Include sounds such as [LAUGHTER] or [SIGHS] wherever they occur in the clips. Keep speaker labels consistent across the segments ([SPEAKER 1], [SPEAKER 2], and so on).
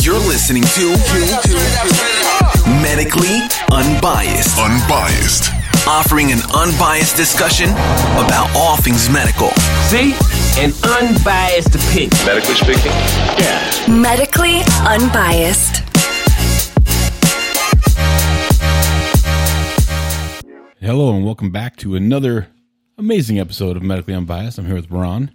[SPEAKER 1] You're listening to Medically Unbiased,
[SPEAKER 2] Unbiased.
[SPEAKER 1] offering an unbiased discussion about all things medical.
[SPEAKER 3] See? An unbiased opinion.
[SPEAKER 4] medically speaking?
[SPEAKER 5] Medically unbiased.
[SPEAKER 6] Hello and welcome back to another amazing episode of Medically Unbiased. I'm here with Ron.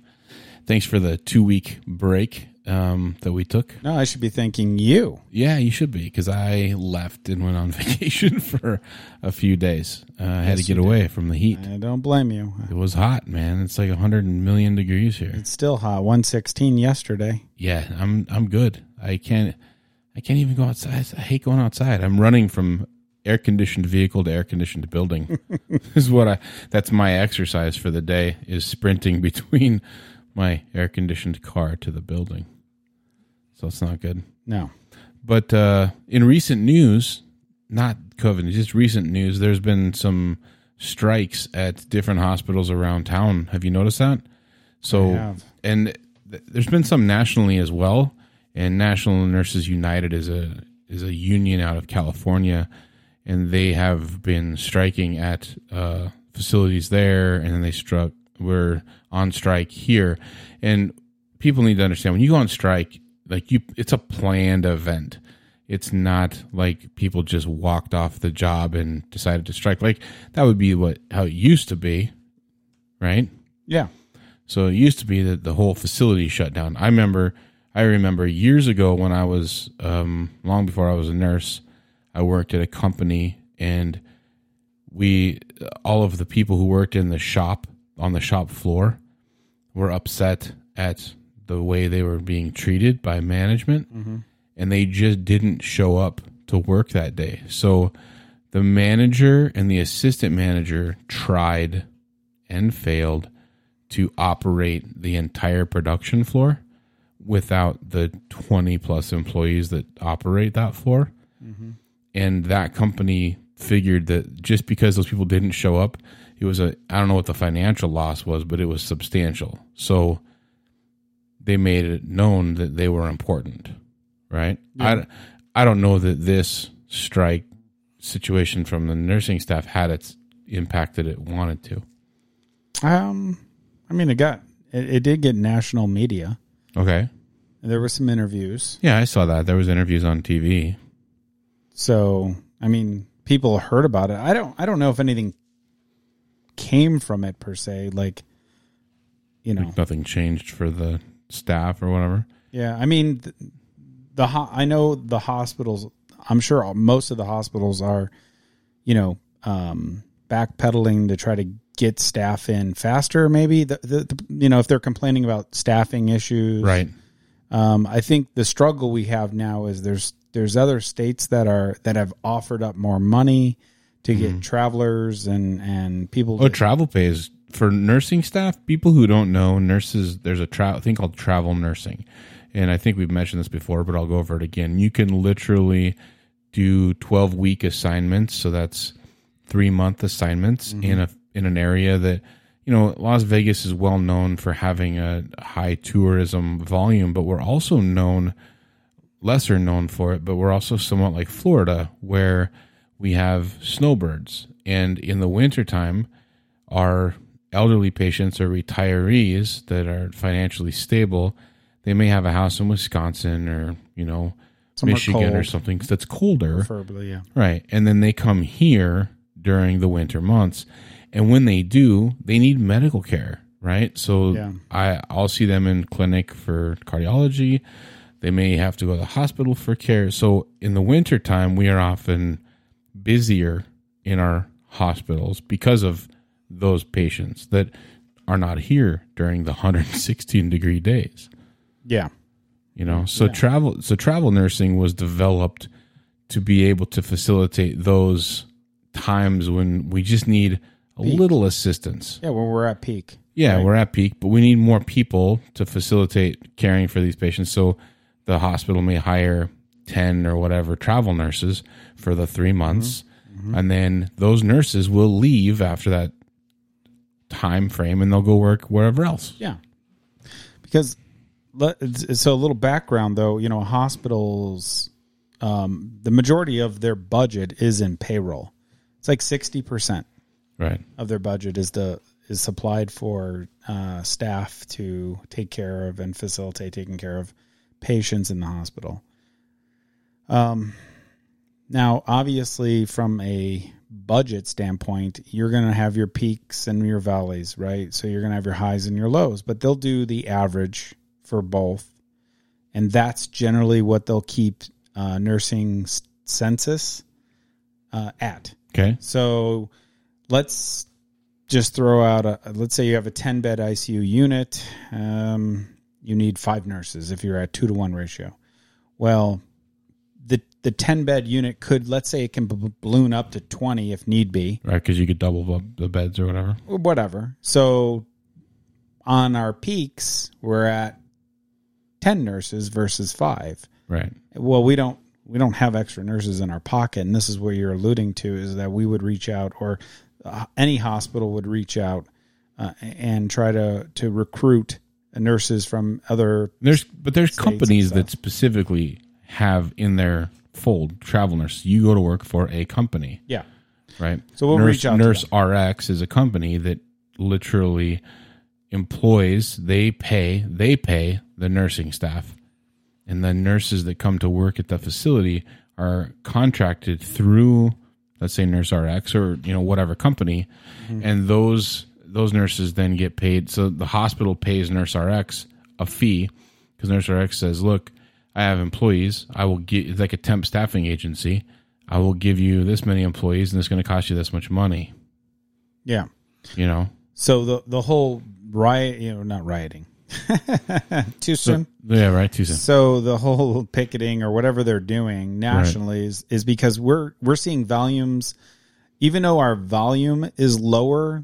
[SPEAKER 6] Thanks for the two week break um, that we took.
[SPEAKER 7] No, I should be thanking you.
[SPEAKER 6] Yeah, you should be because I left and went on [LAUGHS] vacation for a few days. Uh, I had to get away from the heat.
[SPEAKER 7] I don't blame you.
[SPEAKER 6] It was hot, man. It's like 100 million degrees here.
[SPEAKER 7] It's still hot. 116 yesterday.
[SPEAKER 6] Yeah, I'm I'm good. I can't I can't even go outside. I hate going outside. I'm running from air conditioned vehicle to air conditioned building. [LAUGHS] This is what I that's my exercise for the day is sprinting [LAUGHS] between my air conditioned car to the building. So it's not good.
[SPEAKER 7] No.
[SPEAKER 6] But uh, in recent news, not COVID, just recent news, there's been some strikes at different hospitals around town. Have you noticed that? So,
[SPEAKER 7] I have.
[SPEAKER 6] and th- there's been some nationally as well. And National Nurses United is a is a union out of California, and they have been striking at uh, facilities there, and then they struck were on strike here. And people need to understand when you go on strike, like you, it's a planned event. It's not like people just walked off the job and decided to strike. Like that would be what how it used to be, right?
[SPEAKER 7] Yeah.
[SPEAKER 6] So it used to be that the whole facility shut down. I remember, I remember years ago when I was um, long before I was a nurse, I worked at a company, and we all of the people who worked in the shop on the shop floor were upset at the way they were being treated by management, and they just didn't show up to work that day. So the manager and the assistant manager tried and failed to operate the entire production floor without the 20 plus employees that operate that floor. And that company figured that just because those people didn't show up, it was a, I don't know what the financial loss was, but it was substantial. So they made it known that they were important, right? I, I don't know that this strike situation from the nursing staff had its impact that it wanted to.
[SPEAKER 7] Um, I mean, it got it, it did get national media.
[SPEAKER 6] Okay.
[SPEAKER 7] There were some interviews.
[SPEAKER 6] Yeah, I saw that. There was interviews on TV.
[SPEAKER 7] So I mean, people heard about it. I don't. I don't know if anything came from it per se. Like, you know,
[SPEAKER 6] Like nothing changed for the staff or whatever.
[SPEAKER 7] Yeah, I mean, th- the ho- I know the hospitals. I'm sure all- most of the hospitals are, you know, um, backpedaling to try to get staff in faster. Maybe the, the, the you know if they're complaining about staffing issues,
[SPEAKER 6] Right.
[SPEAKER 7] Um, I think the struggle we have now is there's there's other states that are that have offered up more money to get travelers and and people.
[SPEAKER 6] Mm-hmm. Oh, travel pay is for nursing staff. People who don't know nurses, there's a tra- thing called travel nursing, and I think we've mentioned this before, but I'll go over it again. You can literally do twelve week assignments, so that's three month assignments in a in an area that you know Las Vegas is well known for having a high tourism volume, but we're also known lesser known for it, but we're also somewhat like Florida where we have snowbirds and in the wintertime are elderly patients or retirees that are financially stable. They may have a house in Wisconsin or, you know,
[SPEAKER 7] Somewhere
[SPEAKER 6] Michigan or
[SPEAKER 7] cold.
[SPEAKER 6] something that's colder.
[SPEAKER 7] preferably, yeah.
[SPEAKER 6] Right. And then they come here during the winter months. And when they do, they need medical care, right? So
[SPEAKER 7] Yeah.
[SPEAKER 6] I, I'll see them in clinic for cardiology. They may have to go to the hospital for care. So in the wintertime, we are often busier in our hospitals because of those patients that are not here during the [LAUGHS] 116 degree days
[SPEAKER 7] Yeah.
[SPEAKER 6] you know so travel so travel nursing was developed to be able to facilitate those times when we just need a little assistance
[SPEAKER 7] Yeah, when we're at peak.
[SPEAKER 6] yeah we're at peak but we need more people to facilitate caring for these patients so the hospital may hire 10 or whatever travel nurses for the 3 months and then those nurses will leave after that time frame and they'll go work wherever else
[SPEAKER 7] Yeah. Because let, so a little background though you know hospitals um, the majority of their budget is in payroll it's like 60%
[SPEAKER 6] Right.
[SPEAKER 7] of their budget is the is supplied for uh, staff to take care of and facilitate taking care of patients in the hospital um, now obviously from a budget standpoint you're going to have your peaks and your valleys right so you're going to have your highs and your lows but they'll do the average for both. And that's generally what they'll keep uh, nursing s- census uh, at.
[SPEAKER 6] Okay.
[SPEAKER 7] So let's just throw out a let's say you have a 10 bed ICU unit. Um, you need five nurses if you're at two to one ratio. Well, the, the 10 bed unit could, let's say it can b- balloon up to 20 if need be
[SPEAKER 6] Right. Because you could double up the beds or whatever.
[SPEAKER 7] or whatever. So on our peaks, we're at 10 nurses versus 5.
[SPEAKER 6] Right.
[SPEAKER 7] Well, we don't we don't have extra nurses in our pocket and this is what you're alluding to is that we would reach out or uh, any hospital would reach out uh, and try to to recruit nurses from other
[SPEAKER 6] There's but there's
[SPEAKER 7] and
[SPEAKER 6] companies that
[SPEAKER 7] stuff.
[SPEAKER 6] specifically have in their fold travel nurse. You go to work for a company,
[SPEAKER 7] yeah
[SPEAKER 6] right?
[SPEAKER 7] So we'll
[SPEAKER 6] nurse,
[SPEAKER 7] reach out to
[SPEAKER 6] Nurse RX is a company that literally employs. They pay. They pay the nursing staff, and the nurses that come to work at the facility are contracted through, let's say, Nurse RX or you know whatever company,
[SPEAKER 7] Mm-hmm.
[SPEAKER 6] and those those nurses then get paid. So the hospital pays Nurse RX a fee because Nurse RX says, "Look, I have employees. I will get it's like a temp staffing agency. I will give you this many employees, and it's going to cost you this much money."
[SPEAKER 7] yeah
[SPEAKER 6] You know,
[SPEAKER 7] so the the whole riot you know not rioting [LAUGHS] too soon
[SPEAKER 6] yeah, right. Too soon.
[SPEAKER 7] So the whole picketing or whatever they're doing nationally is, is because we're we're seeing volumes, even though our volume is lower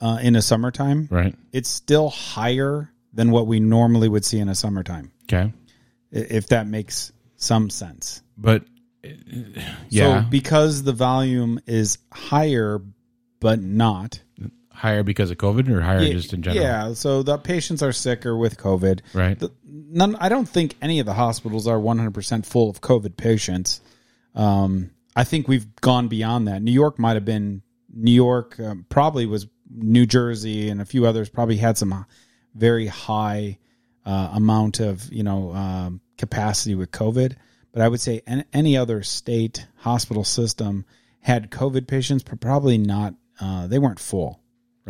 [SPEAKER 7] uh, in a summertime,
[SPEAKER 6] Right.
[SPEAKER 7] it's still higher than what we normally would see in a summertime.
[SPEAKER 6] Okay.
[SPEAKER 7] i- If that makes some sense.
[SPEAKER 6] But uh, yeah,
[SPEAKER 7] So because the volume is higher, but not
[SPEAKER 6] higher because of COVID or higher just in general.
[SPEAKER 7] Yeah. So the patients are sicker with COVID.
[SPEAKER 6] Right.
[SPEAKER 7] The- none I don't think any of the hospitals are 100% full of COVID patients. Um, I think we've gone beyond that. New York might have been New York um, probably was New Jersey and a few others probably had some uh, very high uh, amount of you know um, capacity with COVID. But I would say an, any other state hospital system had COVID patients, but probably not. Uh, they weren't full.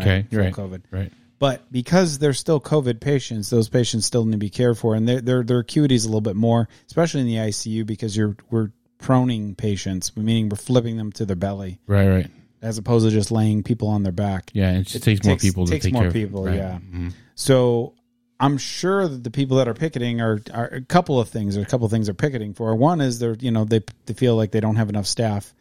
[SPEAKER 6] okay.
[SPEAKER 7] Full
[SPEAKER 6] Right.
[SPEAKER 7] COVID.
[SPEAKER 6] Right.
[SPEAKER 7] But because they're still COVID patients, those patients still need to be cared for, and their their their acuity is a little bit more, especially in the ICU, because you're we're proning patients, meaning we're flipping them to their belly
[SPEAKER 6] Right. Right.
[SPEAKER 7] as opposed to just laying people on their back.
[SPEAKER 6] Yeah. It just takes, more
[SPEAKER 7] takes-
[SPEAKER 6] people to
[SPEAKER 7] takes
[SPEAKER 6] take
[SPEAKER 7] more
[SPEAKER 6] care of-
[SPEAKER 7] people,
[SPEAKER 6] right. Mm-hmm.
[SPEAKER 7] yeah. So I'm sure that the people that are picketing are, are a couple of things. Or a couple of things they're picketing for. One is they're you know they they feel like they don't have enough staff.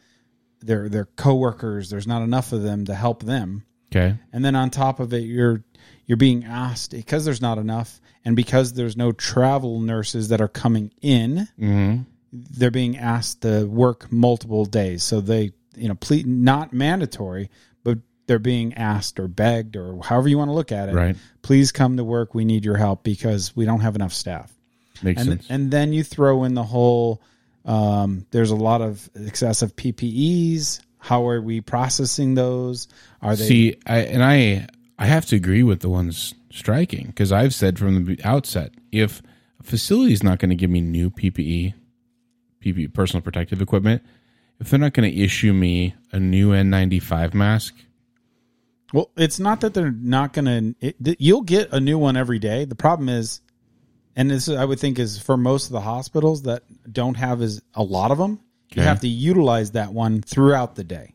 [SPEAKER 7] They're they're coworkers. There's not enough of them to help them
[SPEAKER 6] Okay.
[SPEAKER 7] and then on top of it you're you're being asked because there's not enough and because there's no travel nurses that are coming in
[SPEAKER 6] Mm-hmm.
[SPEAKER 7] they're being asked to work multiple days so they you know ple- not mandatory but they're being asked or begged or however you want to look at it
[SPEAKER 6] Right.
[SPEAKER 7] please come to work we need your help because we don't have enough staff
[SPEAKER 6] Makes
[SPEAKER 7] and
[SPEAKER 6] sense.
[SPEAKER 7] and then you throw in the whole um, there's a lot of excessive PPEs how are we processing those are they
[SPEAKER 6] See, I, and I I have to agree with the ones striking because I've said from the outset if a facility is not going to give me new E, PPE, PPE E, personal protective equipment, if they're not going to issue me a new N95 mask,
[SPEAKER 7] Well, it's not that they're not going to. You'll get a new one every day. The problem is, and this I would think is for most of the hospitals that don't have is a lot of them. You
[SPEAKER 6] Okay.
[SPEAKER 7] have to utilize that one throughout the day.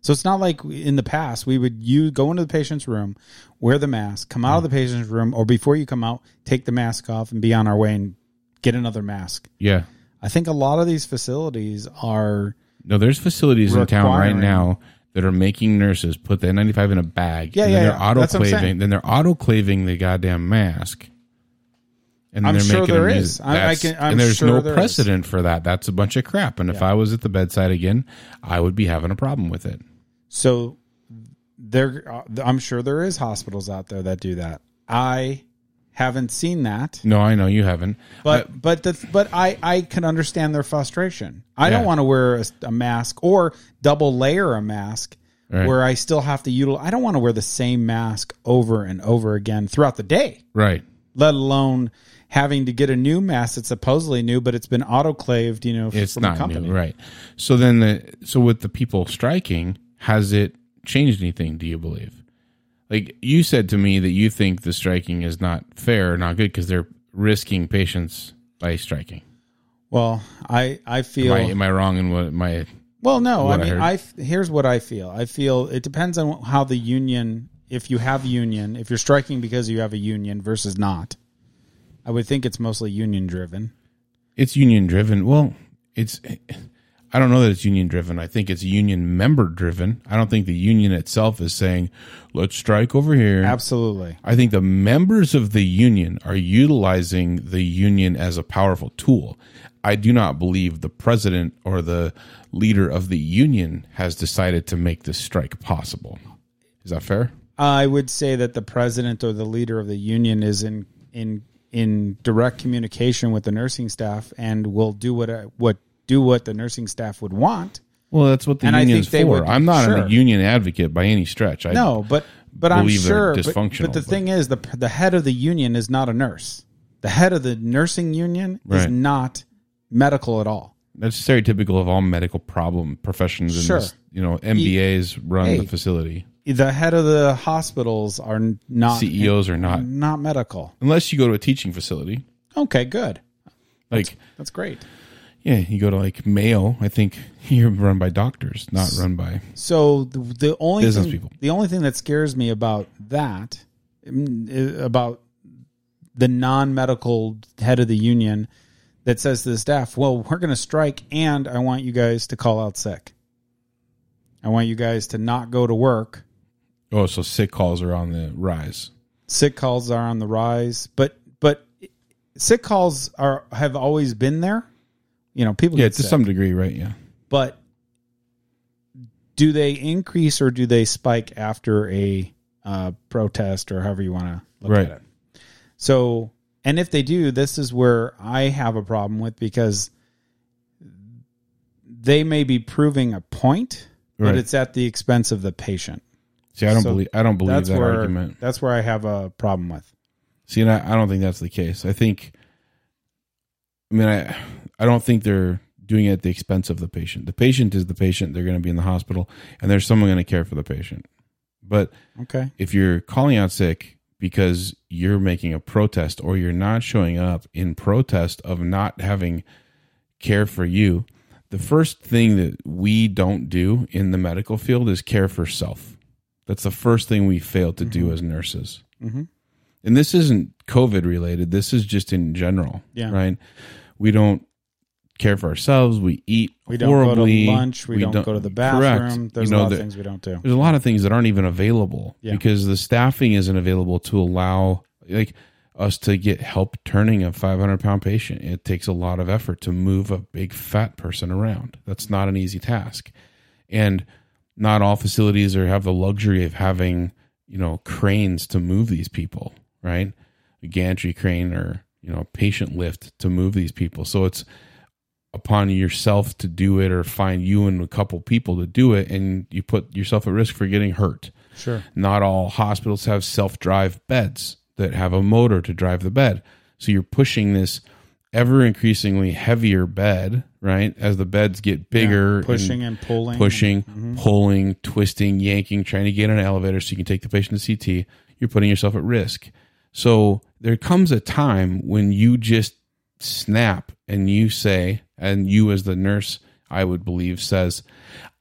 [SPEAKER 7] So it's not like in the past we would you go into the patient's room, wear the mask, come out of the patient's room, or before you come out, take the mask off and be on our way and get another mask.
[SPEAKER 6] yeah,
[SPEAKER 7] I think a lot of these facilities are
[SPEAKER 6] No, there's facilities in town right
[SPEAKER 7] Requiring-
[SPEAKER 6] now that are making nurses put the N95 in a bag.
[SPEAKER 7] Yeah,
[SPEAKER 6] and
[SPEAKER 7] yeah,
[SPEAKER 6] then
[SPEAKER 7] yeah. That's
[SPEAKER 6] They're
[SPEAKER 7] what I'm saying.
[SPEAKER 6] autoclaving. Then they're autoclaving the goddamn mask. And
[SPEAKER 7] I'm
[SPEAKER 6] they're
[SPEAKER 7] sure
[SPEAKER 6] making
[SPEAKER 7] there
[SPEAKER 6] them
[SPEAKER 7] is.
[SPEAKER 6] use-
[SPEAKER 7] I- I
[SPEAKER 6] that's-
[SPEAKER 7] can- I'm
[SPEAKER 6] and there's
[SPEAKER 7] sure
[SPEAKER 6] no
[SPEAKER 7] there is.
[SPEAKER 6] precedent for that. That's a bunch of crap. And if I was at the bedside again, I would be having a problem with it.
[SPEAKER 7] So uh, there, I'm sure there is hospitals out there that do that. I Haven't seen that.
[SPEAKER 6] No, I know you haven't.
[SPEAKER 7] But but the, but I I can understand their frustration. I
[SPEAKER 6] Yeah.
[SPEAKER 7] don't want to wear a, a mask or double layer a mask
[SPEAKER 6] Right.
[SPEAKER 7] where I still have to utilize. I don't want to wear the same mask over and over again throughout the day,
[SPEAKER 6] right.
[SPEAKER 7] let alone having to get a new mask that's supposedly new but it's been autoclaved. You know, f-
[SPEAKER 6] It's
[SPEAKER 7] from a
[SPEAKER 6] not new, right? So then, the, so with the people striking, has it changed anything? Do you believe? Like you said to me that you think the striking is not fair, not good, because they're risking patients by striking.
[SPEAKER 7] Well, I I
[SPEAKER 6] Am
[SPEAKER 7] feel
[SPEAKER 6] I, am I wrong in what my?
[SPEAKER 7] Well, no,
[SPEAKER 6] what
[SPEAKER 7] I
[SPEAKER 6] I
[SPEAKER 7] mean,
[SPEAKER 6] heard.
[SPEAKER 7] I, f- here's what I feel. I feel it depends on how the union. If you have union, if you're striking because you have a union versus not, I would think it's mostly union driven.
[SPEAKER 6] It's union driven. Well, it's. I don't know that it's union driven. I think it's union member driven. I don't think the union itself is saying, "Let's strike over here."
[SPEAKER 7] Absolutely,
[SPEAKER 6] I think the members of the union are utilizing the union as a powerful tool. I do not believe the president or the leader of the union has decided to make this strike possible. Is that fair?
[SPEAKER 7] I would say that the president or the leader of the union is in in in direct communication with the nursing staff and will do what what do what the nursing staff would want.
[SPEAKER 6] Well, that's what the
[SPEAKER 7] And I
[SPEAKER 6] union's
[SPEAKER 7] think they
[SPEAKER 6] for.
[SPEAKER 7] would-
[SPEAKER 6] I'm not
[SPEAKER 7] sure.
[SPEAKER 6] a union advocate by any stretch. I,
[SPEAKER 7] No, but but I'm
[SPEAKER 6] believe they're
[SPEAKER 7] sure. But, but
[SPEAKER 6] dysfunctional,
[SPEAKER 7] the
[SPEAKER 6] but-
[SPEAKER 7] thing is, the the head of the union is not a nurse. The head of the nursing union is
[SPEAKER 6] Right.
[SPEAKER 7] not medical at all.
[SPEAKER 6] that's stereotypical of all medical problem professions. In
[SPEAKER 7] Sure.
[SPEAKER 6] this, you know, MBAs run
[SPEAKER 7] Hey.
[SPEAKER 6] the facility.
[SPEAKER 7] The head of the hospitals are n- not
[SPEAKER 6] CEOs E are not.
[SPEAKER 7] not medical.
[SPEAKER 6] Unless you go to a teaching facility,
[SPEAKER 7] Okay, good.
[SPEAKER 6] like
[SPEAKER 7] That's great.
[SPEAKER 6] Yeah, you go to like Mayo. I think [LAUGHS] you're run by doctors, not run by.
[SPEAKER 7] So the, the only
[SPEAKER 6] Business
[SPEAKER 7] thing,
[SPEAKER 6] people.
[SPEAKER 7] the only thing that scares me about that mm, i- about the non-medical head of the union that says to the staff, "Well, we're going to strike and I want you guys to call out sick. I want you guys to not go to work.
[SPEAKER 6] Oh, so sick calls are on the rise.
[SPEAKER 7] Sick calls are on the rise, but but sick calls are have always been there. You know, people
[SPEAKER 6] Yeah,
[SPEAKER 7] get
[SPEAKER 6] to
[SPEAKER 7] sick.
[SPEAKER 6] some degree, right? Yeah.
[SPEAKER 7] but do they increase or do they spike after a uh, protest or however you want to look
[SPEAKER 6] Right.
[SPEAKER 7] at it? So, and if they do, this is where I have a problem with because they may be proving a point,
[SPEAKER 6] Right.
[SPEAKER 7] but it's at the expense of the patient.
[SPEAKER 6] See, I don't
[SPEAKER 7] So
[SPEAKER 6] believe I don't believe
[SPEAKER 7] That's
[SPEAKER 6] that
[SPEAKER 7] where
[SPEAKER 6] argument.
[SPEAKER 7] that's where I have a problem with.
[SPEAKER 6] See, and I, I don't think that's the case. I think, I mean, I, I don't think they're doing it at the expense of the patient. The patient is the patient. They're going to be in the hospital, and there's someone going to care for the patient. But
[SPEAKER 7] Okay.
[SPEAKER 6] if you're calling out sick because you're making a protest or you're not showing up in protest of not having care for you, the first thing that we don't do in the medical field is care for self. That's the first thing we fail to do
[SPEAKER 7] Mm-hmm.
[SPEAKER 6] as nurses. And this isn't COVID related. This is just in general.
[SPEAKER 7] Yeah.
[SPEAKER 6] Right. We don't care for ourselves. We eat.
[SPEAKER 7] We don't
[SPEAKER 6] horribly.
[SPEAKER 7] go to lunch. We, don't, go to the bathroom.
[SPEAKER 6] Correct.
[SPEAKER 7] There's
[SPEAKER 6] You know,
[SPEAKER 7] a lot of
[SPEAKER 6] the-
[SPEAKER 7] things we don't do.
[SPEAKER 6] there's a lot of things that aren't even available
[SPEAKER 7] Yeah.
[SPEAKER 6] because the staffing isn't available to allow like us to get help turning a 500 pound patient it takes a lot of effort to move a big fat person around that's not an easy task and not all facilities are have the luxury of having you know cranes to move these people right a gantry crane or you know patient lift to move these people so it's upon yourself to do it or find you and a couple people to do it and you put yourself at risk for getting hurt
[SPEAKER 7] Sure.
[SPEAKER 6] not all hospitals have self-drive beds that have a motor to drive the bed so you're pushing this ever increasingly heavier bed right as the beds get bigger
[SPEAKER 7] Pushing and pulling.
[SPEAKER 6] pushing
[SPEAKER 7] Mm-hmm.
[SPEAKER 6] pulling twisting yanking trying to get in an elevator so you can take the patient to ct you're putting yourself at risk so there comes a time when you just snap and you say, and you as the nurse, I would believe, says,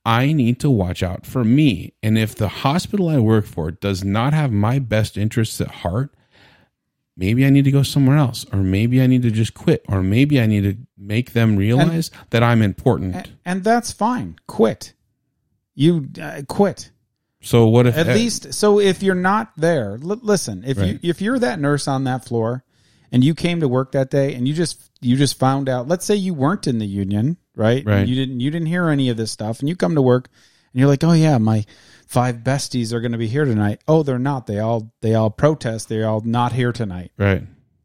[SPEAKER 6] I need to watch out for me. And if the hospital I work for does not have my best interests at heart, maybe I need to go somewhere else, or maybe I need to just quit, or maybe I need to make them realize that I'm important.
[SPEAKER 7] and, and that's fine. Quit. You uh, quit.
[SPEAKER 6] so what if
[SPEAKER 7] At least so if you're not there, l- listen, if
[SPEAKER 6] Right.
[SPEAKER 7] you if you're that nurse on that floor and you came to work that day and you just you just found out, let's say you weren't in the union, right?
[SPEAKER 6] Right.
[SPEAKER 7] You didn't you didn't hear any of this stuff and you come to work and you're like, "Oh yeah, my five besties are going to be here tonight. Oh, they're not. They all they all protest. They're all not here tonight.
[SPEAKER 6] Right.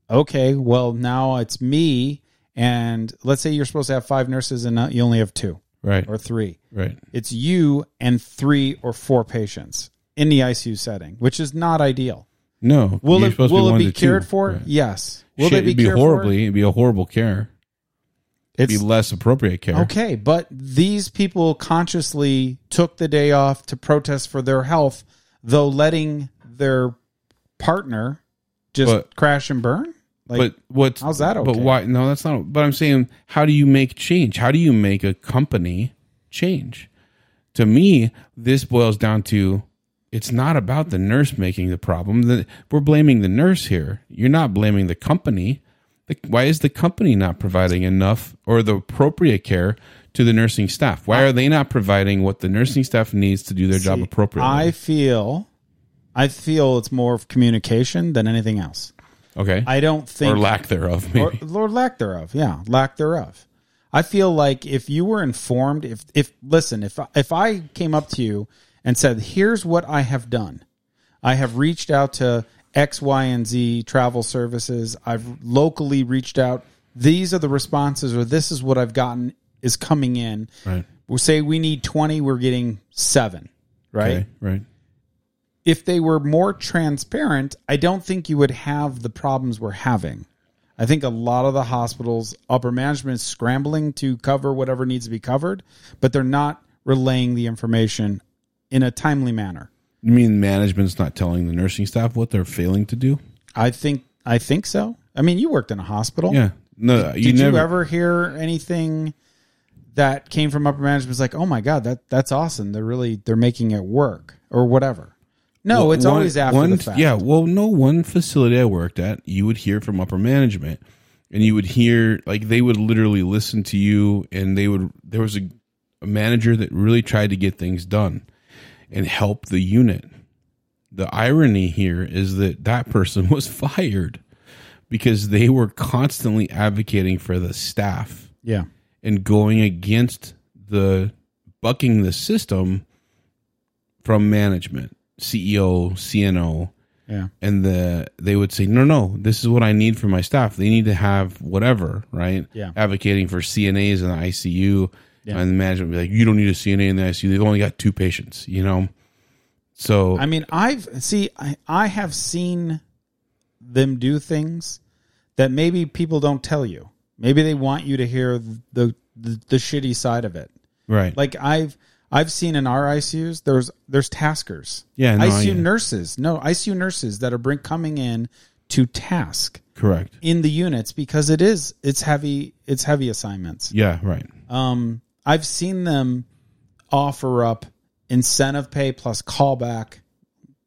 [SPEAKER 7] Okay, well now it's me and let's say you're supposed to have five nurses and now you only have two
[SPEAKER 6] Right.
[SPEAKER 7] or three.
[SPEAKER 6] Right.
[SPEAKER 7] It's you and three or four patients in the ICU setting, which is not ideal.
[SPEAKER 6] No.
[SPEAKER 7] Will
[SPEAKER 6] you're
[SPEAKER 7] it
[SPEAKER 6] supposed to
[SPEAKER 7] will
[SPEAKER 6] one
[SPEAKER 7] it
[SPEAKER 6] to
[SPEAKER 7] be
[SPEAKER 6] two.
[SPEAKER 7] cured for?
[SPEAKER 6] Right.
[SPEAKER 7] Yes. Will
[SPEAKER 6] Shit,
[SPEAKER 7] they be,
[SPEAKER 6] it'd be
[SPEAKER 7] cured
[SPEAKER 6] horribly.
[SPEAKER 7] for?
[SPEAKER 6] It'd be a horrible care. It'd
[SPEAKER 7] It's
[SPEAKER 6] be less appropriate care.
[SPEAKER 7] Okay, but these people consciously took the day off to protest for their health, though letting their partner just
[SPEAKER 6] But-
[SPEAKER 7] crash and burn. Like,
[SPEAKER 6] but what's
[SPEAKER 7] how's that
[SPEAKER 6] But
[SPEAKER 7] okay?
[SPEAKER 6] why? No, that's not. But I'm saying, how do you make change? How do you make a company change? To me, this boils down to it's not about the nurse making the problem. The, we're blaming the nurse here. You're not blaming the company. The, why is the company not providing enough or the appropriate care to the nursing staff? Why are they not providing what the nursing staff needs to do their job
[SPEAKER 7] See,
[SPEAKER 6] appropriately?
[SPEAKER 7] I feel, I feel it's more of communication than anything else.
[SPEAKER 6] okay,
[SPEAKER 7] I don't think
[SPEAKER 6] or lack thereof. Maybe.
[SPEAKER 7] or, or lack thereof. Yeah, lack thereof. I feel like if you were informed, if if listen, if if I came up to you and said, "Here's what I have done. I have reached out to X, Y, and Z travel services. I've locally reached out. These are the responses, or this is what I've gotten is coming in.
[SPEAKER 6] right.
[SPEAKER 7] We'll say we need twenty. We're getting seven. Right
[SPEAKER 6] Okay. Right.
[SPEAKER 7] if they were more transparent, I don't think you would have the problems we're having. I think a lot of the hospitals, upper management is scrambling to cover whatever needs to be covered, but they're not relaying the information in a timely manner.
[SPEAKER 6] You mean management's not telling the nursing staff what they're failing to do?
[SPEAKER 7] I think I think so. I mean, you worked in a hospital.
[SPEAKER 6] Yeah. No, you
[SPEAKER 7] Did you,
[SPEAKER 6] never.
[SPEAKER 7] ever hear anything that came from upper management? It's like, oh my god, that that's awesome. They're really they're making it work or whatever. No, it's
[SPEAKER 6] One-
[SPEAKER 7] always after
[SPEAKER 6] one,
[SPEAKER 7] the fact.
[SPEAKER 6] Yeah. Well, no one facility I worked at, you would hear from upper management, and you would hear like they would literally listen to you, and they would. There was a, a manager that really tried to get things done, and help the unit. The irony here is that that person [LAUGHS] was fired because they were constantly advocating for the staff.
[SPEAKER 7] yeah.
[SPEAKER 6] and going against the bucking the system from management, E CEO, CNO,
[SPEAKER 7] Yeah.
[SPEAKER 6] and the they would say, no, no, this is what I need for my staff. They need to have whatever, right?
[SPEAKER 7] Yeah.
[SPEAKER 6] Advocating for CNAs in the ICU, and the management would be like, you don't need a CNA in the ICU. They've only got two patients, you know. So
[SPEAKER 7] I mean, I've see, I, I have seen them do things that maybe people don't tell you. Maybe they want you to hear the the, the shitty side of it.
[SPEAKER 6] right,
[SPEAKER 7] Like I've I've seen in our ICUs, there's there's taskers,
[SPEAKER 6] Yeah, no,
[SPEAKER 7] ICU
[SPEAKER 6] yeah.
[SPEAKER 7] nurses, no ICU nurses that are bring coming in to task
[SPEAKER 6] correct,
[SPEAKER 7] in the units because it is it's heavy it's heavy assignments.
[SPEAKER 6] yeah, right,
[SPEAKER 7] Um, I've seen them offer up incentive pay plus callback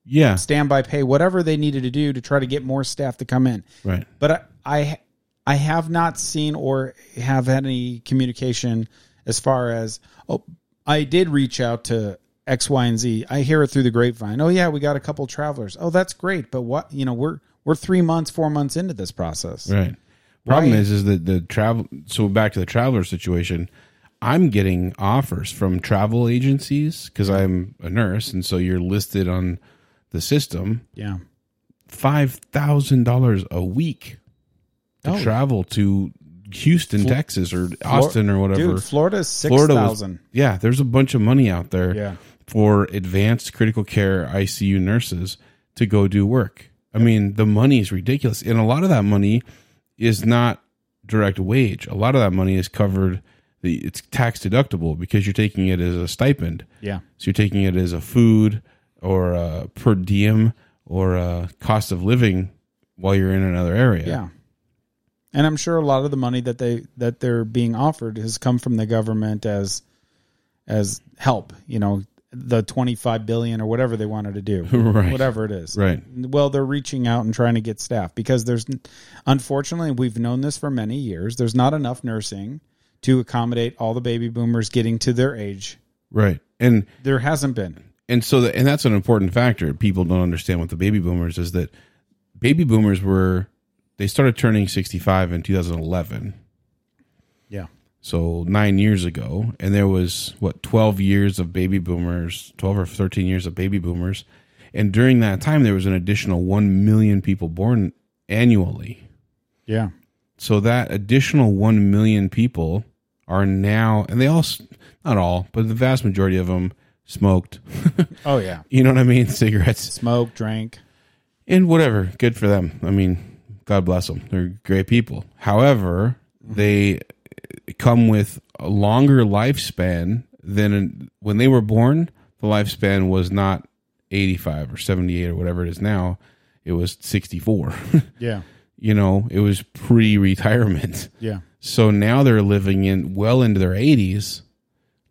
[SPEAKER 6] yeah,
[SPEAKER 7] standby pay, whatever they needed to do to try to get more staff to come in.
[SPEAKER 6] right,
[SPEAKER 7] But I, I, I have not seen or have had any communication as far as oh, I did reach out to X, Y, and Z. I hear it through the grapevine. Oh yeah, we got a couple travelers. Oh, that's great. But what you know, we're we're three months, four months into this process.
[SPEAKER 6] Right. Problem
[SPEAKER 7] Why-
[SPEAKER 6] is, is that the travel. So back to the traveler situation. I'm getting offers from travel agencies because I'm a nurse, and so you're listed on the system
[SPEAKER 7] Yeah.
[SPEAKER 6] five thousand dollars a week to
[SPEAKER 7] Oh.
[SPEAKER 6] travel to Houston, Texas, or Austin, or whatever.
[SPEAKER 7] Dude, Florida's six
[SPEAKER 6] Florida was-
[SPEAKER 7] thousand.
[SPEAKER 6] yeah, there's a bunch of money out there
[SPEAKER 7] Yeah.
[SPEAKER 6] for advanced critical care ICU nurses to go do work. I mean, the money is ridiculous. And a lot of that money is not direct wage. A lot of that money is covered the it's tax deductible because you're taking it as a stipend.
[SPEAKER 7] Yeah.
[SPEAKER 6] So you're taking it as a food or a per diem or a cost of living while you're in another area.
[SPEAKER 7] Yeah. And I'm sure a lot of the money that they that they're being offered has come from the government as as help, you know, the 25 billion or whatever they wanted to [LAUGHS] do.
[SPEAKER 6] Right.
[SPEAKER 7] Whatever it is.
[SPEAKER 6] Right.
[SPEAKER 7] Well, they're reaching out and trying to get staff because there's unfortunately we've known this for many years. There's not enough nursing to accommodate all the baby boomers getting to their age.
[SPEAKER 6] Right. And
[SPEAKER 7] There hasn't been.
[SPEAKER 6] and so the, and that's an important factor people don't understand with the baby boomers is that baby boomers were they started turning 65 in 2011
[SPEAKER 7] Yeah.
[SPEAKER 6] so nine years ago, and there was what twelve years of baby boomers, twelve or thirteen years of baby boomers, and during that time there was an additional one million people born annually.
[SPEAKER 7] Yeah.
[SPEAKER 6] So that additional one million people are now, and they all, s- not all, but the vast majority of them smoked. [LAUGHS]
[SPEAKER 7] Oh yeah.
[SPEAKER 6] you know what I mean? [LAUGHS] Cigarettes
[SPEAKER 7] Smoke, drank.
[SPEAKER 6] and whatever. Good for them. I mean, God bless them. They're great people. However, they come with a longer lifespan than when they were born. The lifespan was not 85 or 78 or whatever it is now. It was 64.
[SPEAKER 7] Yeah.
[SPEAKER 6] [LAUGHS] you know, it was pre retirement.
[SPEAKER 7] Yeah.
[SPEAKER 6] So now they're living in well into their 80s,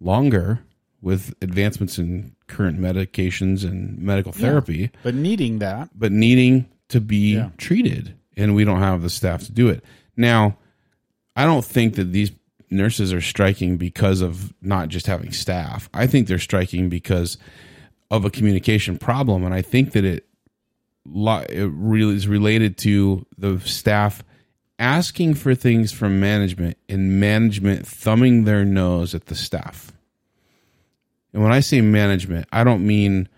[SPEAKER 6] longer with advancements in current medications and medical therapy,
[SPEAKER 7] But needing that.
[SPEAKER 6] but needing to be
[SPEAKER 7] Yeah.
[SPEAKER 6] treated. And we don't have the staff to do it. Now, I don't think that these nurses are striking because of not just having staff. I think they're striking because of a communication problem. And I think that it, lo- it really is related to the staff asking for things from management and management thumbing their nose at the staff. And when I say management, I don't mean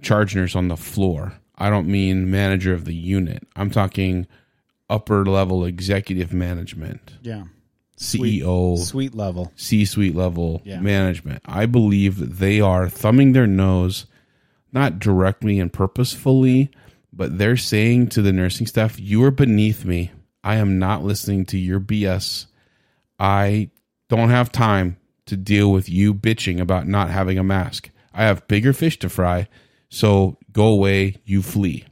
[SPEAKER 6] charge nurse on the floor. I don't mean manager of the unit. I'm talking upper level executive management,
[SPEAKER 7] Yeah.
[SPEAKER 6] CEO,
[SPEAKER 7] Sweet level.
[SPEAKER 6] C-suite level
[SPEAKER 7] Yeah.
[SPEAKER 6] management. I believe that they are thumbing their nose, not directly and purposefully, but they're saying to the nursing staff, "You are beneath me. I am not listening to your BS. I don't have time to deal with you bitching about not having a mask. I have bigger fish to fry. So go away. You flee."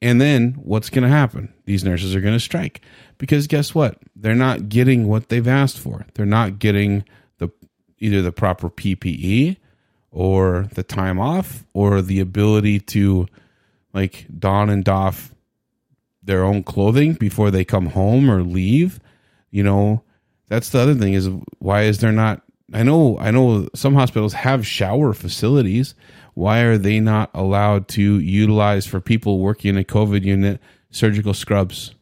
[SPEAKER 6] And then what's going to happen? These nurses are going to strike because guess what? They're not getting what they've asked for. They're not getting the either the proper PPE or the time off or the ability to like don and doff their own clothing before they come home or leave. You know, that's the other thing is why is there not I know I know some hospitals have shower facilities. Why are they not allowed to utilize for people working in a COVID unit surgical scrubs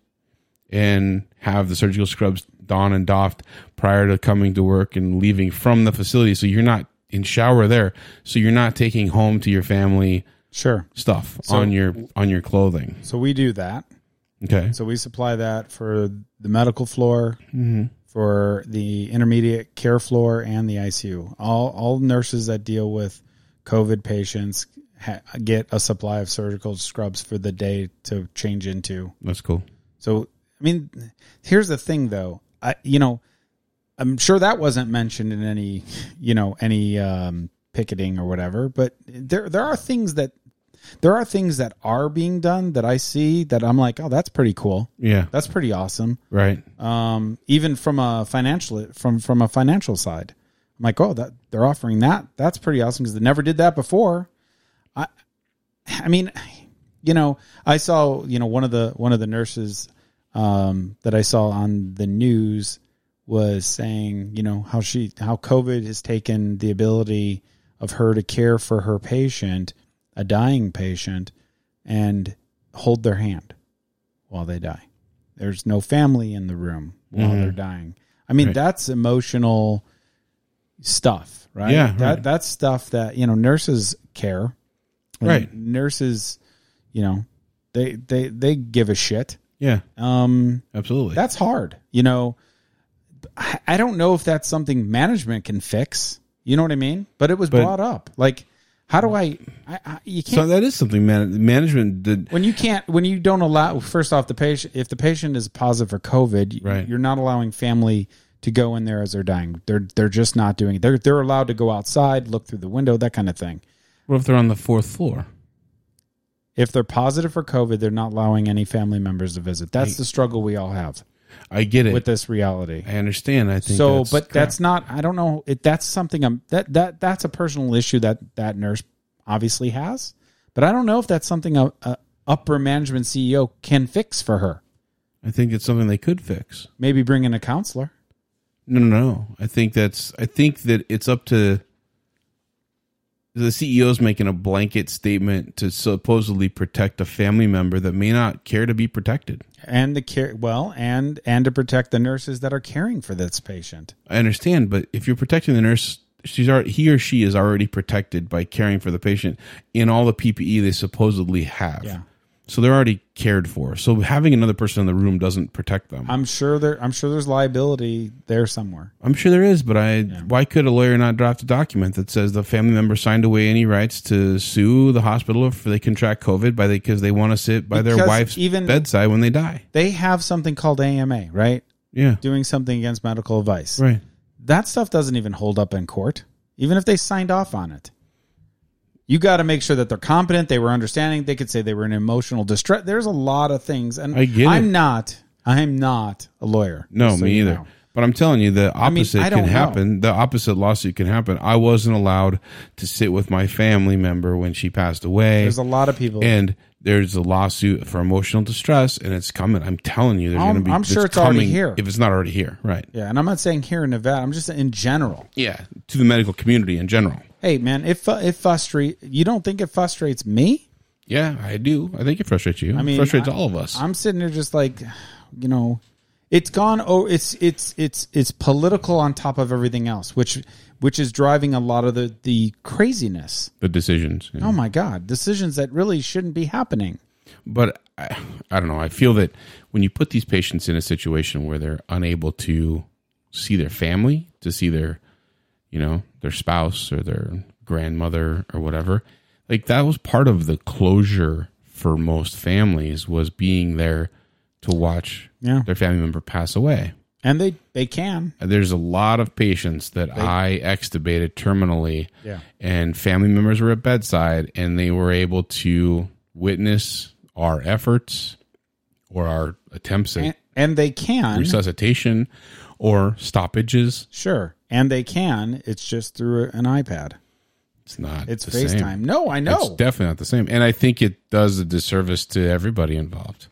[SPEAKER 6] and have the surgical scrubs donned and doffed prior to coming to work and leaving from the facility so you're not in shower there so you're not taking home to your family
[SPEAKER 7] Sure.
[SPEAKER 6] stuff on your on your clothing
[SPEAKER 7] So we do that.
[SPEAKER 6] okay
[SPEAKER 7] So we supply that for the medical floor, for the intermediate care floor, and the ICU. All all nurses that deal with COVID patients ha- get a supply of surgical scrubs for the day to change into.
[SPEAKER 6] that's cool
[SPEAKER 7] So, I mean, here's the thing, though. I, you know, I'm sure that wasn't mentioned in any, you know, any um, picketing or whatever. But there, there are things that, there are things that are being done that I see that I'm like, oh, that's pretty cool.
[SPEAKER 6] yeah
[SPEAKER 7] That's pretty awesome.
[SPEAKER 6] right
[SPEAKER 7] Um, even from a financial, from from a financial side, I'm like, oh, that they're offering that. That's pretty awesome because they never did that before. I, I mean, you know, I saw you know one of the one of the nurses um, that I saw on the news was saying, you know, how she how COVID has taken the ability of her to care for her patient, a dying patient, and hold their hand while they die. There's no family in the room while they're dying. I
[SPEAKER 6] Mm-hmm.
[SPEAKER 7] mean,
[SPEAKER 6] Right.
[SPEAKER 7] that's emotional stuff, right?
[SPEAKER 6] Yeah,
[SPEAKER 7] that
[SPEAKER 6] right.
[SPEAKER 7] that's stuff that you know nurses care, And
[SPEAKER 6] Right.
[SPEAKER 7] Nurses, you know, they they they give a shit.
[SPEAKER 6] yeah
[SPEAKER 7] Um,
[SPEAKER 6] absolutely
[SPEAKER 7] that's hard. You know, I, I don't know if that's something management can fix. You know what I mean? But it was
[SPEAKER 6] But-
[SPEAKER 7] brought up. Like, how do I? I, I you can't
[SPEAKER 6] so that is something man- management did
[SPEAKER 7] when you can't when you don't allow first off the patient if the patient is positive for covid
[SPEAKER 6] Right.
[SPEAKER 7] you're not allowing family to go in there as they're dying they're they're just not doing it they're they're allowed to go outside look through the window that kind of thing
[SPEAKER 6] What if they're on the fourth floor?
[SPEAKER 7] if they're positive for covid they're not allowing any family members to visit that's the struggle we all have
[SPEAKER 6] I get it.
[SPEAKER 7] with this reality
[SPEAKER 6] I understand. I think
[SPEAKER 7] so
[SPEAKER 6] that's
[SPEAKER 7] but
[SPEAKER 6] crap.
[SPEAKER 7] that's not i don't know it, that's something i'm that that that's a personal issue that that nurse obviously has but i don't know if that's something a, a upper management ceo can fix for her
[SPEAKER 6] I think it's something they could fix.
[SPEAKER 7] maybe bring in a counselor.
[SPEAKER 6] No, no, no. I think that's. I think that it's up to the CEO's making a blanket statement to supposedly protect a family member that may not care to be protected.
[SPEAKER 7] and the care well and and to protect the nurses that are caring for this patient
[SPEAKER 6] I understand, but if you're protecting the nurse, she's already, he or she is already protected by caring for the patient in all the PPE they supposedly have.
[SPEAKER 7] Yeah.
[SPEAKER 6] So they're already cared for. So having another person in the room doesn't protect them.
[SPEAKER 7] i'm sure there i'm sure there's liability there somewhere
[SPEAKER 6] I'm sure there is, but I why could a lawyer not draft a document that says the family member signed away any rights to sue the hospital if they contract COVID by because they want to sit by their
[SPEAKER 7] Because
[SPEAKER 6] wife's
[SPEAKER 7] even-
[SPEAKER 6] bedside when they die?
[SPEAKER 7] they have something called ama right
[SPEAKER 6] Yeah,
[SPEAKER 7] doing something against medical advice
[SPEAKER 6] right.
[SPEAKER 7] that stuff doesn't even hold up in court even if they signed off on it you got to make sure that they're competent they were understanding they could say they were in emotional distress there's a lot of things and
[SPEAKER 6] I get
[SPEAKER 7] i'm
[SPEAKER 6] it.
[SPEAKER 7] not i'm not a lawyer
[SPEAKER 6] No,
[SPEAKER 7] just so
[SPEAKER 6] me
[SPEAKER 7] you
[SPEAKER 6] either.
[SPEAKER 7] know.
[SPEAKER 6] But I'm telling you, the
[SPEAKER 7] mean,
[SPEAKER 6] opposite
[SPEAKER 7] I
[SPEAKER 6] can
[SPEAKER 7] don't know.
[SPEAKER 6] happen. The opposite lawsuit can happen. I wasn't allowed to sit with my family member when she passed away.
[SPEAKER 7] there's a lot of people
[SPEAKER 6] and there's a lawsuit for emotional distress, and it's coming. I'm telling you, there's
[SPEAKER 7] I'm-
[SPEAKER 6] going to be.
[SPEAKER 7] I'm sure it's already here.
[SPEAKER 6] If it's not already here, right?
[SPEAKER 7] yeah and i'm not saying here in nevada i'm just in general
[SPEAKER 6] Yeah, to the medical community in general.
[SPEAKER 7] hey man it, fu- it frustrates you don't think it frustrates me
[SPEAKER 6] Yeah, I do. I think it frustrates you.
[SPEAKER 7] i mean
[SPEAKER 6] it frustrates
[SPEAKER 7] I-
[SPEAKER 6] all of us.
[SPEAKER 7] i'm sitting there just like you know it's gone oh it's it's it's it's political on top of everything else which which is driving a lot of the the craziness
[SPEAKER 6] the decisions. you know.
[SPEAKER 7] oh my god decisions that really shouldn't be happening
[SPEAKER 6] but I, I don't know. I feel that when you put these patients in a situation where they're unable to see their family, to see their, you know, their spouse or their grandmother or whatever, like that was part of the closure for most families was being there to watch
[SPEAKER 7] Yeah.
[SPEAKER 6] their family member pass away.
[SPEAKER 7] and they they can
[SPEAKER 6] there's a lot of patients that I extubated terminally,
[SPEAKER 7] Yeah.
[SPEAKER 6] and family members were at bedside, and they were able to witness our efforts or our attempts at
[SPEAKER 7] and, and they can
[SPEAKER 6] resuscitation or stoppages.
[SPEAKER 7] sure and they can it's just through an ipad
[SPEAKER 6] It's not.
[SPEAKER 7] it's
[SPEAKER 6] the same.
[SPEAKER 7] facetime no i
[SPEAKER 6] It's
[SPEAKER 7] know
[SPEAKER 6] definitely not the same, and I think it does a disservice to everybody involved.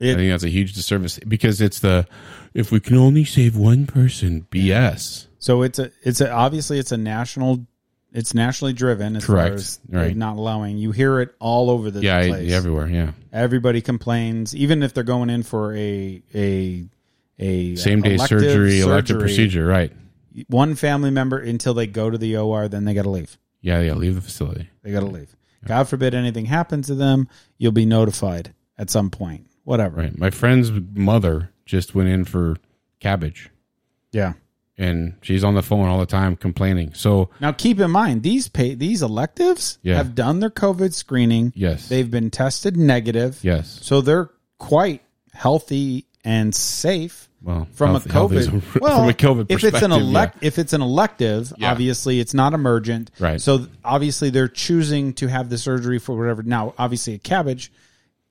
[SPEAKER 7] It-
[SPEAKER 6] I think that's a huge disservice because it's the if we can only save one person BS.
[SPEAKER 7] So it's a it's a, obviously it's a national it's nationally driven as
[SPEAKER 6] Correct.
[SPEAKER 7] far as
[SPEAKER 6] Right.
[SPEAKER 7] not allowing. You hear it all over the
[SPEAKER 6] Yeah, I-
[SPEAKER 7] place.
[SPEAKER 6] everywhere. Yeah,
[SPEAKER 7] Everybody complains, even if they're going in for a a a
[SPEAKER 6] same day
[SPEAKER 7] elective
[SPEAKER 6] surgery, elective procedure. Right.
[SPEAKER 7] One family member until they go to the OR, then they got to leave.
[SPEAKER 6] Yeah, yeah, leave the facility.
[SPEAKER 7] They got to leave. God forbid anything happens to them, you'll be notified at some point. Whatever.
[SPEAKER 6] Right. My friend's mother just went in for cabbage
[SPEAKER 7] Yeah.
[SPEAKER 6] and she's on the phone all the time complaining. So,
[SPEAKER 7] Now keep in mind these pay these electives
[SPEAKER 6] Yeah.
[SPEAKER 7] have done their COVID screening.
[SPEAKER 6] yes.
[SPEAKER 7] They've been tested negative.
[SPEAKER 6] yes.
[SPEAKER 7] So they're quite healthy and safe
[SPEAKER 6] Well,
[SPEAKER 7] from
[SPEAKER 6] health-
[SPEAKER 7] a
[SPEAKER 6] health is-
[SPEAKER 7] COVID.
[SPEAKER 6] [LAUGHS] from
[SPEAKER 7] well,
[SPEAKER 6] a COVID
[SPEAKER 7] if it's an
[SPEAKER 6] perspective,
[SPEAKER 7] elect, if it's an elective,
[SPEAKER 6] Yeah.
[SPEAKER 7] obviously it's not emergent.
[SPEAKER 6] Right.
[SPEAKER 7] So th- obviously they're choosing to have the surgery for whatever. Now, obviously a cabbage,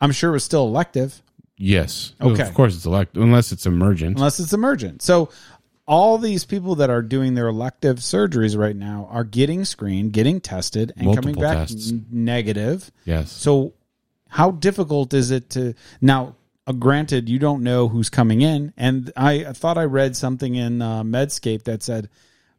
[SPEAKER 7] I'm sure it was still elective
[SPEAKER 6] Yes.
[SPEAKER 7] Okay.
[SPEAKER 6] Of course it's elect unless it's emergent.
[SPEAKER 7] unless it's emergent. So all these people that are doing their elective surgeries right now are getting screened, getting tested, and coming
[SPEAKER 6] Multiple
[SPEAKER 7] back
[SPEAKER 6] tests.
[SPEAKER 7] n- negative.
[SPEAKER 6] yes.
[SPEAKER 7] So, how difficult is it to now? Uh, granted, you don't know who's coming in, and I, I thought I read something in uh, Medscape that said,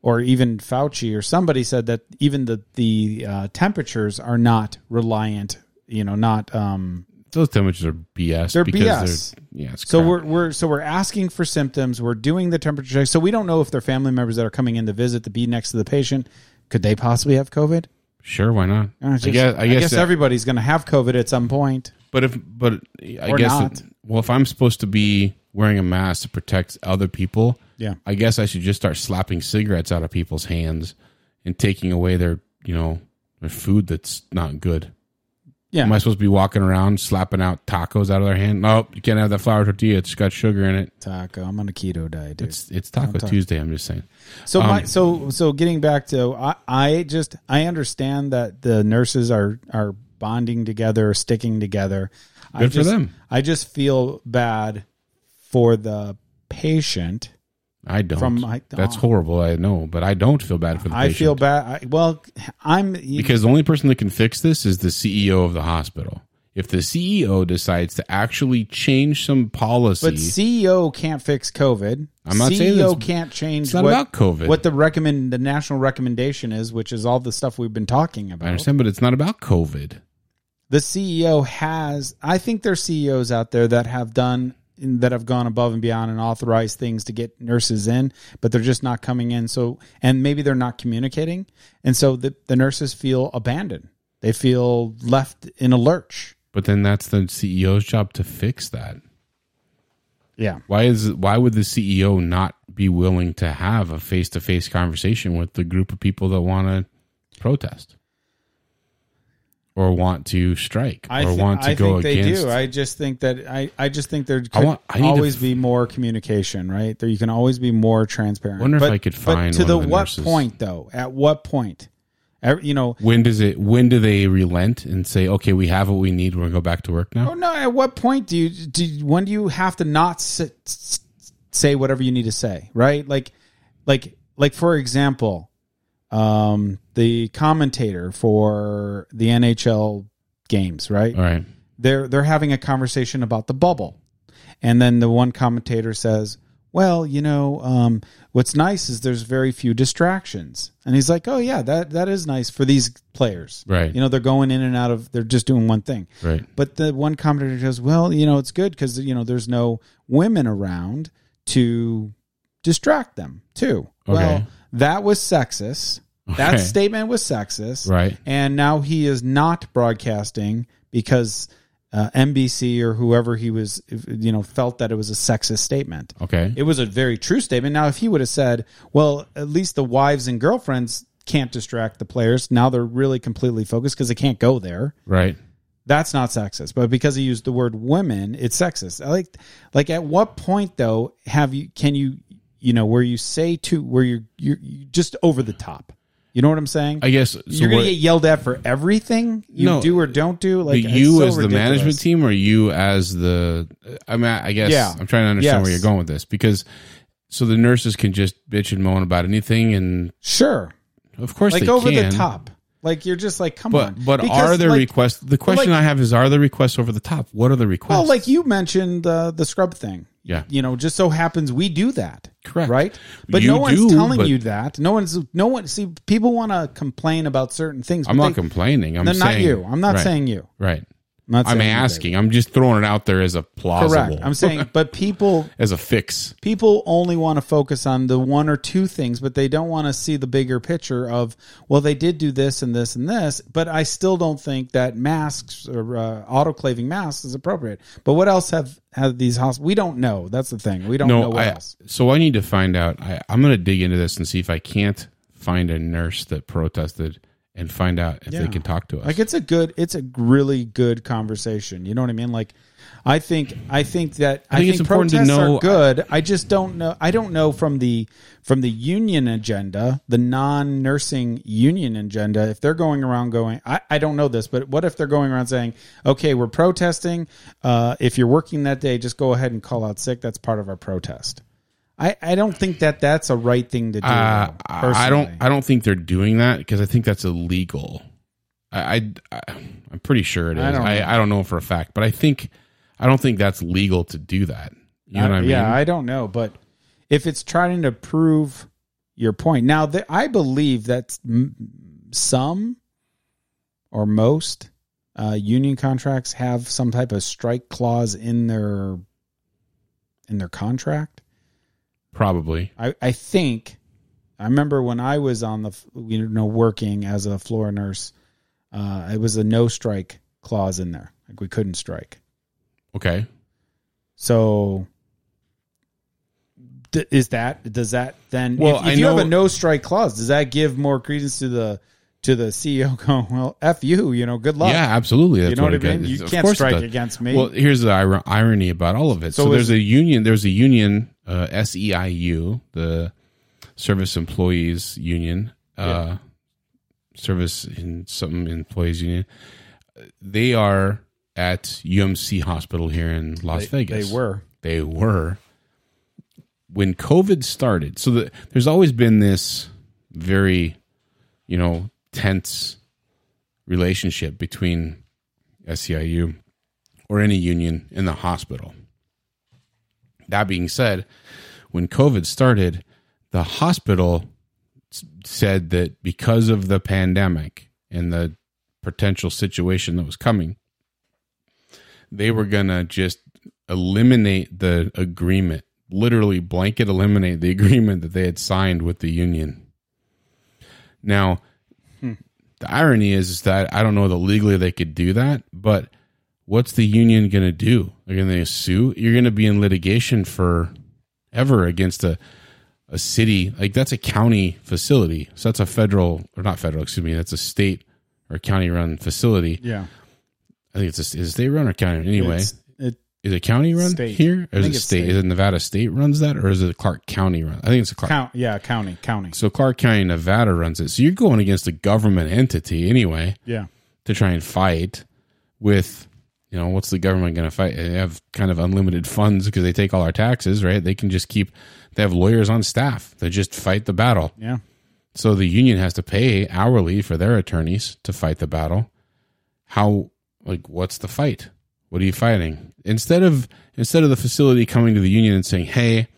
[SPEAKER 7] or even Fauci or somebody said that even the the uh, temperatures are not reliant. You know, not. Um,
[SPEAKER 6] Those temperatures are BS.
[SPEAKER 7] They're BS.
[SPEAKER 6] They're, yeah. It's
[SPEAKER 7] so
[SPEAKER 6] crap.
[SPEAKER 7] we're we're so we're asking for symptoms. We're doing the temperature check, so we don't know if they're family members that are coming in to visit to be next to the patient. Could they possibly have COVID?
[SPEAKER 6] sure. Why not?
[SPEAKER 7] Uh, just-
[SPEAKER 6] I guess. I guess. that-
[SPEAKER 7] everybody's going to have COVID at some point.
[SPEAKER 6] but if. But I
[SPEAKER 7] Or
[SPEAKER 6] guess.
[SPEAKER 7] not.
[SPEAKER 6] that- well, if I'm supposed to be wearing a mask to protect other people,
[SPEAKER 7] Yeah.
[SPEAKER 6] I guess I should just start slapping cigarettes out of people's hands and taking away their, you know, their food that's not good.
[SPEAKER 7] Yeah.
[SPEAKER 6] Am I supposed to be walking around slapping out tacos out of their hand? Nope, you can't have that flour tortilla. It's got sugar in it.
[SPEAKER 7] Taco. I'm on a keto diet, dude.
[SPEAKER 6] It's um, it's Taco Tuesday. I'm just saying.
[SPEAKER 7] So my so so getting back to I, I just I understand that the nurses are are bonding together, sticking together. I
[SPEAKER 6] Good for
[SPEAKER 7] just,
[SPEAKER 6] them.
[SPEAKER 7] I just feel bad for the patient.
[SPEAKER 6] I don't.
[SPEAKER 7] From my-
[SPEAKER 6] That's
[SPEAKER 7] oh.
[SPEAKER 6] horrible. I know, but I don't feel bad for the.
[SPEAKER 7] I
[SPEAKER 6] patient.
[SPEAKER 7] feel bad. I, well, I'm
[SPEAKER 6] because E the only person that can fix this is the CEO of the hospital. If the CEO decides to actually change some policy,
[SPEAKER 7] But E CEO can't fix COVID.
[SPEAKER 6] I'm not
[SPEAKER 7] CEO
[SPEAKER 6] saying that's-
[SPEAKER 7] can't change
[SPEAKER 6] it's not
[SPEAKER 7] what,
[SPEAKER 6] about COVID.
[SPEAKER 7] What the recommend the national recommendation is, which is all the stuff we've been talking about.
[SPEAKER 6] I understand, but it's not about COVID.
[SPEAKER 7] The CEO has. I think there's CEOs E out there that have done that have gone above and beyond and authorized things to get nurses in, but they're just not coming in. So and maybe they're not communicating, and so the, the nurses feel abandoned. They feel left in a lurch.
[SPEAKER 6] But then that's the CEO's job to fix that.
[SPEAKER 7] Yeah.
[SPEAKER 6] Why is why would the CEO not be willing to have a face to face conversation with the group of people that want to protest or want to strike or
[SPEAKER 7] thi-
[SPEAKER 6] want to
[SPEAKER 7] I
[SPEAKER 6] go
[SPEAKER 7] think they
[SPEAKER 6] against?
[SPEAKER 7] do. I just think that I, I just think there could
[SPEAKER 6] I want- I need to
[SPEAKER 7] always
[SPEAKER 6] f-
[SPEAKER 7] be more communication, right? There you can always be more transparent.
[SPEAKER 6] Wonder if I could find
[SPEAKER 7] to
[SPEAKER 6] one
[SPEAKER 7] the
[SPEAKER 6] of the
[SPEAKER 7] what
[SPEAKER 6] nurses.
[SPEAKER 7] point though? At what point? Ev- You know,
[SPEAKER 6] when does it? When do they relent and say, "Okay, we have what we need. We're gonna go back to work now"?
[SPEAKER 7] oh no, at what point do you do? you- When do you have to not s- s- say whatever you need to say, right? Like, like, like for example, um, the commentator for the NHL games, right?
[SPEAKER 6] All right.
[SPEAKER 7] they're they're having a conversation about the bubble, and then the one commentator says, "Well, you know, um, what's nice is there's very few distractions." And he's like, "Oh yeah, that that is nice for these players,
[SPEAKER 6] Right.
[SPEAKER 7] You know, they're going in and out of, they're just doing one thing,
[SPEAKER 6] Right.
[SPEAKER 7] But the one commentator goes, "Well, you know, it's good because you know there's no women around to distract them too." Well,
[SPEAKER 6] Okay.
[SPEAKER 7] that was sexist. That
[SPEAKER 6] Okay.
[SPEAKER 7] statement was sexist,
[SPEAKER 6] Right.
[SPEAKER 7] and now he is not broadcasting because uh, NBC or whoever he was, if- you know, felt that it was a sexist statement.
[SPEAKER 6] Okay.
[SPEAKER 7] It was a very true statement. Now, if he would have said, "Well, at least the wives and girlfriends can't distract the players," now they're really completely focused because they can't go there.
[SPEAKER 6] right.
[SPEAKER 7] That's not sexist, but because he used the word women, it's sexist. I like, like, at what point though have you? Can you, you know, where you say to where you're you're, you're just over the top. You know what I'm saying?
[SPEAKER 6] I guess so
[SPEAKER 7] you're going
[SPEAKER 6] what-
[SPEAKER 7] to get yelled at for everything you
[SPEAKER 6] No.
[SPEAKER 7] do or don't do. Like
[SPEAKER 6] But
[SPEAKER 7] it's
[SPEAKER 6] you
[SPEAKER 7] so
[SPEAKER 6] as the
[SPEAKER 7] ridiculous.
[SPEAKER 6] management team or you as the I mean I guess
[SPEAKER 7] Yeah.
[SPEAKER 6] I'm trying to understand where
[SPEAKER 7] Yes.
[SPEAKER 6] you're going with this because so the nurses can just bitch and moan about anything and
[SPEAKER 7] sure,
[SPEAKER 6] of course
[SPEAKER 7] like
[SPEAKER 6] they
[SPEAKER 7] over
[SPEAKER 6] can,
[SPEAKER 7] the top. Like you're just like, come
[SPEAKER 6] But
[SPEAKER 7] on.
[SPEAKER 6] but
[SPEAKER 7] Because,
[SPEAKER 6] are the
[SPEAKER 7] like,
[SPEAKER 6] requests the question
[SPEAKER 7] like-
[SPEAKER 6] I have is are the requests over the top? What are the requests?
[SPEAKER 7] Well, like you mentioned uh, the scrub thing.
[SPEAKER 6] Yeah.
[SPEAKER 7] You know, just so happens we do that.
[SPEAKER 6] Correct.
[SPEAKER 7] Right? But
[SPEAKER 6] You
[SPEAKER 7] no one's
[SPEAKER 6] do,
[SPEAKER 7] telling
[SPEAKER 6] but-
[SPEAKER 7] you that. No one's no one see people want to complain about certain things.
[SPEAKER 6] I'm
[SPEAKER 7] but
[SPEAKER 6] not
[SPEAKER 7] they-
[SPEAKER 6] complaining. I'm
[SPEAKER 7] No,
[SPEAKER 6] saying,
[SPEAKER 7] not you. I'm not
[SPEAKER 6] right,
[SPEAKER 7] saying you.
[SPEAKER 6] right.
[SPEAKER 7] I'm, not
[SPEAKER 6] I'm
[SPEAKER 7] saying you, Dave.
[SPEAKER 6] asking. I'm just throwing it out there as a plausible,
[SPEAKER 7] Correct. I'm saying
[SPEAKER 6] [LAUGHS]
[SPEAKER 7] but people
[SPEAKER 6] as a fix.
[SPEAKER 7] people only want to focus on the one or two things, but they don't want to see the bigger picture of, well, they did do this and this and this, but I still don't think that masks or uh, autoclaving masks is appropriate. But what else have, have these hospitals? We don't know. That's the thing. We don't know what
[SPEAKER 6] I,
[SPEAKER 7] else.
[SPEAKER 6] So I need to find out. I, I'm going to dig into this and see if I can't find a nurse that protested and find out if they
[SPEAKER 7] Yeah.
[SPEAKER 6] can talk to us.
[SPEAKER 7] Like it's a good, it's a really good conversation. You know what I mean? Like, I think, I think that I
[SPEAKER 6] think
[SPEAKER 7] think,
[SPEAKER 6] it's important to
[SPEAKER 7] protests
[SPEAKER 6] know-
[SPEAKER 7] are good. I just don't know. I don't know from the from the union agenda, the non nursing union agenda. If they're going around going, I, I don't know this, but what if they're going around saying, okay, we're protesting. Uh, if you're working that day, just go ahead and call out sick. That's part of our protest. I, I don't think that that's a right thing to do.
[SPEAKER 6] Uh,
[SPEAKER 7] though,
[SPEAKER 6] I I don't.
[SPEAKER 7] personally.
[SPEAKER 6] I don't think they're doing that because I think that's illegal. I, I, I am pretty sure it is. I
[SPEAKER 7] I
[SPEAKER 6] don't,
[SPEAKER 7] don't know.
[SPEAKER 6] I, don't know for a fact, but I think I don't think that's legal to do that. You know what I mean?
[SPEAKER 7] Yeah, I don't know, but if it's trying to prove your point, now th- I believe that m- some or most uh, union contracts have some type of strike clause in their in their contract.
[SPEAKER 6] Probably.
[SPEAKER 7] I, I think I remember when I was on the f- you know working as a floor nurse, uh, it was a no strike clause in there, like we couldn't strike.
[SPEAKER 6] Okay.
[SPEAKER 7] So d- is that does that then
[SPEAKER 6] Well,
[SPEAKER 7] if,
[SPEAKER 6] I
[SPEAKER 7] if you have
[SPEAKER 6] know-
[SPEAKER 7] a no strike clause, does that give more credence to the to the CEO [LAUGHS] going, well, F you, you know, good luck.
[SPEAKER 6] Yeah, absolutely. That's
[SPEAKER 7] know what I
[SPEAKER 6] it
[SPEAKER 7] mean?
[SPEAKER 6] does.
[SPEAKER 7] You
[SPEAKER 6] Of
[SPEAKER 7] can't
[SPEAKER 6] course it
[SPEAKER 7] strike
[SPEAKER 6] does.
[SPEAKER 7] against me.
[SPEAKER 6] Well, here's the ir- irony about all of it. So,
[SPEAKER 7] So
[SPEAKER 6] there's
[SPEAKER 7] is-
[SPEAKER 6] a union. There's a union, uh, SEIU, the Service Employees Union, uh, Service in something Employees Union. They are at UMC Hospital here in Las Vegas.
[SPEAKER 7] They were.
[SPEAKER 6] They were. When COVID started, so the, there's always been this very, you know, tense relationship between SEIU or any union in the hospital. That being said, when COVID started, the hospital s- said that because of the pandemic and the potential situation that was coming, they were going to just eliminate the agreement, literally blanket eliminate the [LAUGHS] agreement that they had signed with the union. Now, the irony is, is that I don't know that legally they could do that, but what's the union going to do? They're going to sue. You're going to be in litigation for ever against a a city like that's a county facility. So that's a federal or not federal, excuse me, that's a state or county run facility.
[SPEAKER 7] Yeah.
[SPEAKER 6] I think it's a, is it state run or county anyway.
[SPEAKER 7] It's, it,
[SPEAKER 6] is it county run
[SPEAKER 7] State.
[SPEAKER 6] here? Or
[SPEAKER 7] I
[SPEAKER 6] is
[SPEAKER 7] think
[SPEAKER 6] it
[SPEAKER 7] it's
[SPEAKER 6] state?
[SPEAKER 7] state.
[SPEAKER 6] Is it Nevada state runs that, or is it Clark County run? I think it's a Clark.
[SPEAKER 7] count, yeah, county, county.
[SPEAKER 6] So Clark County, Nevada runs it. So you're going against a government entity anyway
[SPEAKER 7] Yeah.
[SPEAKER 6] to try and fight with you know what's the government going to fight they have kind of unlimited funds because they take all our taxes right they can just keep they have lawyers on staff they just fight the battle
[SPEAKER 7] Yeah.
[SPEAKER 6] so the union has to pay hourly for their attorneys to fight the battle how like what's the fight what are you fighting instead of instead of the facility coming to the union and saying hey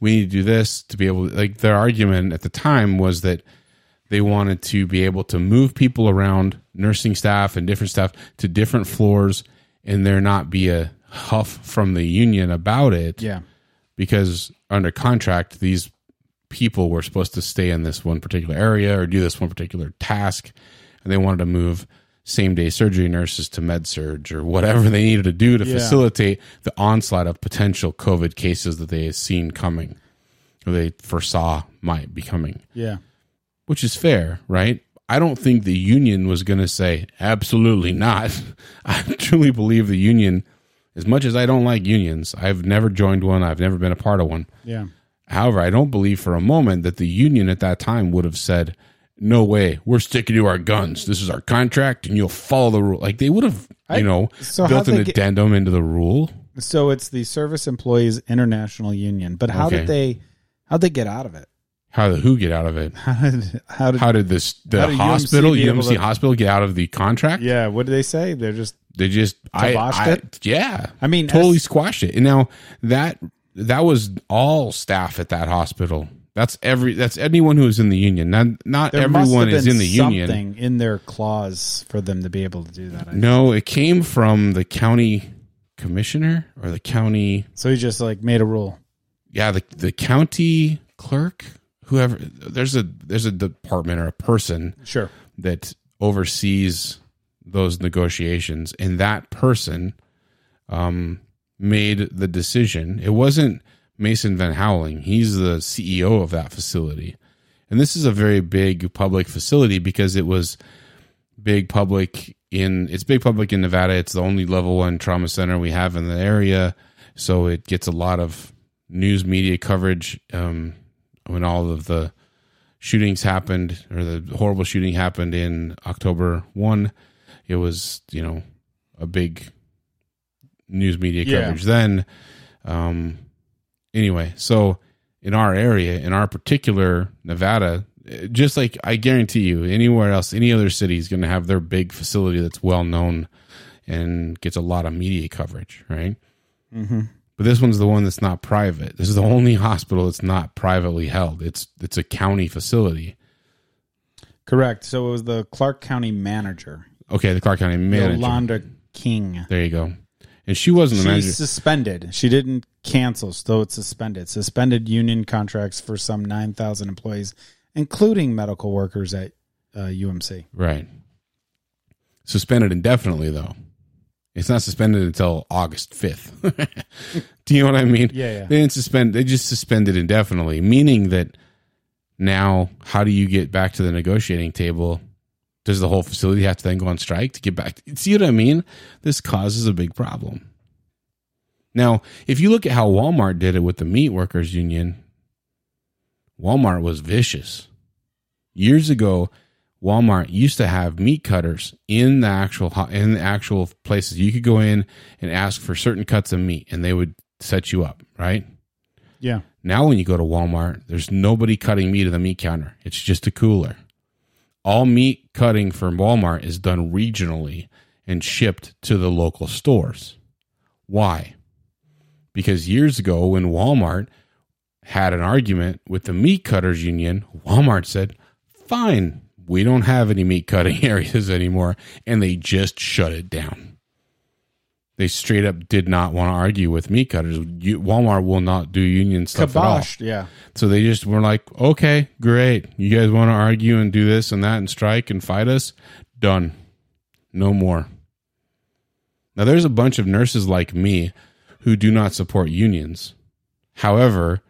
[SPEAKER 6] we need to do this to be able like their argument at the time was that they wanted to be able to move people around nursing staff and different staff to different floors and there not be a huff from the union about it
[SPEAKER 7] Yeah.
[SPEAKER 6] because under contract these people were supposed to stay in this one particular area or do this one particular task and they wanted to move same day surgery nurses to med surge or whatever [LAUGHS] they needed to do to
[SPEAKER 7] Yeah.
[SPEAKER 6] facilitate the onslaught of potential covid cases that they had seen coming or they foresaw might be coming
[SPEAKER 7] Yeah.
[SPEAKER 6] which is fair, right? I don't think the union was going to say, absolutely not. [LAUGHS] I truly believe the union, as much as I don't like unions, I've never joined one, I've never been a part of one.
[SPEAKER 7] Yeah.
[SPEAKER 6] However, I don't believe for a moment that the union at that time would have said, no way, we're sticking to our guns. This is our contract and you'll follow the rule. Like they would have, you know,
[SPEAKER 7] so
[SPEAKER 6] built
[SPEAKER 7] how'd
[SPEAKER 6] an
[SPEAKER 7] they get-
[SPEAKER 6] addendum into the rule.
[SPEAKER 7] So it's the Service Employees International Union. But how
[SPEAKER 6] Okay.
[SPEAKER 7] did they how'd they get out of it? [LAUGHS]
[SPEAKER 6] How the who get out of it?
[SPEAKER 7] How did how did,
[SPEAKER 6] How did
[SPEAKER 7] [LAUGHS]
[SPEAKER 6] this the
[SPEAKER 7] How did UMC
[SPEAKER 6] hospital
[SPEAKER 7] be able
[SPEAKER 6] UMC
[SPEAKER 7] to-
[SPEAKER 6] hospital get out of the contract?
[SPEAKER 7] Yeah, what did they say? They're just
[SPEAKER 6] They just I,
[SPEAKER 7] Kiboshed
[SPEAKER 6] I-
[SPEAKER 7] it?
[SPEAKER 6] Yeah,
[SPEAKER 7] I mean,
[SPEAKER 6] totally
[SPEAKER 7] as-
[SPEAKER 6] squashed it. And now that that was all staff at that hospital. That's every that's anyone who is in the union. Not not
[SPEAKER 7] there must
[SPEAKER 6] everyone
[SPEAKER 7] have
[SPEAKER 6] is
[SPEAKER 7] been
[SPEAKER 6] in the union.
[SPEAKER 7] something in their clause for them to be able to do that. I
[SPEAKER 6] No, it came from the county commissioner or the county.
[SPEAKER 7] So he just like made a rule.
[SPEAKER 6] Yeah, the the county clerk. Whoever there's a there's a department or a person
[SPEAKER 7] Sure.
[SPEAKER 6] that oversees those negotiations and that person um, made the decision it wasn't mason van howling he's the ceo of that facility and this is a very big public facility because it was big public in it's big public in nevada it's the only level one trauma center we have in the area so it gets a lot of news media coverage um, when all of the shootings happened or the horrible shooting happened in October 1 it was you know a big news media
[SPEAKER 7] Yeah.
[SPEAKER 6] coverage then um anyway so in our area in our particular Nevada eh, just like I guarantee you anywhere else any other city is going to have their big facility that's well known and gets a lot of media coverage right but this one's the one that's not private. This is the only hospital that's not privately held. It's it's a county facility.
[SPEAKER 7] Correct. So it was the Clark County manager,
[SPEAKER 6] Okay, the Clark County manager.
[SPEAKER 7] Yolanda King.
[SPEAKER 6] There you go. And she wasn't the manager.
[SPEAKER 7] She's suspended. She didn't cancel, so it's suspended. Suspended union contracts for some 9,000 employees, including medical workers at uh, UMC.
[SPEAKER 6] right. Suspended indefinitely though. It's not suspended until August fifth. [LAUGHS] Do you know what I mean?
[SPEAKER 7] Yeah, yeah.
[SPEAKER 6] They didn't suspend. They just suspended indefinitely, meaning that now, how do you get back to the negotiating table? Does the whole facility have to then go on strike to get back? See what I mean? This causes a big problem. Now, if you look at how Walmart did it with the meat workers union, Walmart was vicious. Years ago, Walmart used to have meat cutters in the actual ho- in the actual places you could go in and ask for certain cuts of meat and they would set you up, right?
[SPEAKER 7] Yeah.
[SPEAKER 6] Now, when you go to Walmart, there's nobody cutting meat at the meat counter. It's just a cooler. All meat cutting for Walmart is done regionally and shipped to the local stores. Why? Because years ago, when Walmart had an argument with the meat cutters union, Walmart said, fine, we don't have any meat cutting [LAUGHS] areas anymore. And they just shut it down. They straight up did not want to argue with meat cutters. You- Walmart will not do union stuff at all.
[SPEAKER 7] Kiboshed, yeah.
[SPEAKER 6] So they just were like, okay, great. You guys want to argue and do this and that and strike and fight us? Done. No more. Now, there's a bunch of nurses like me who do not support unions. However,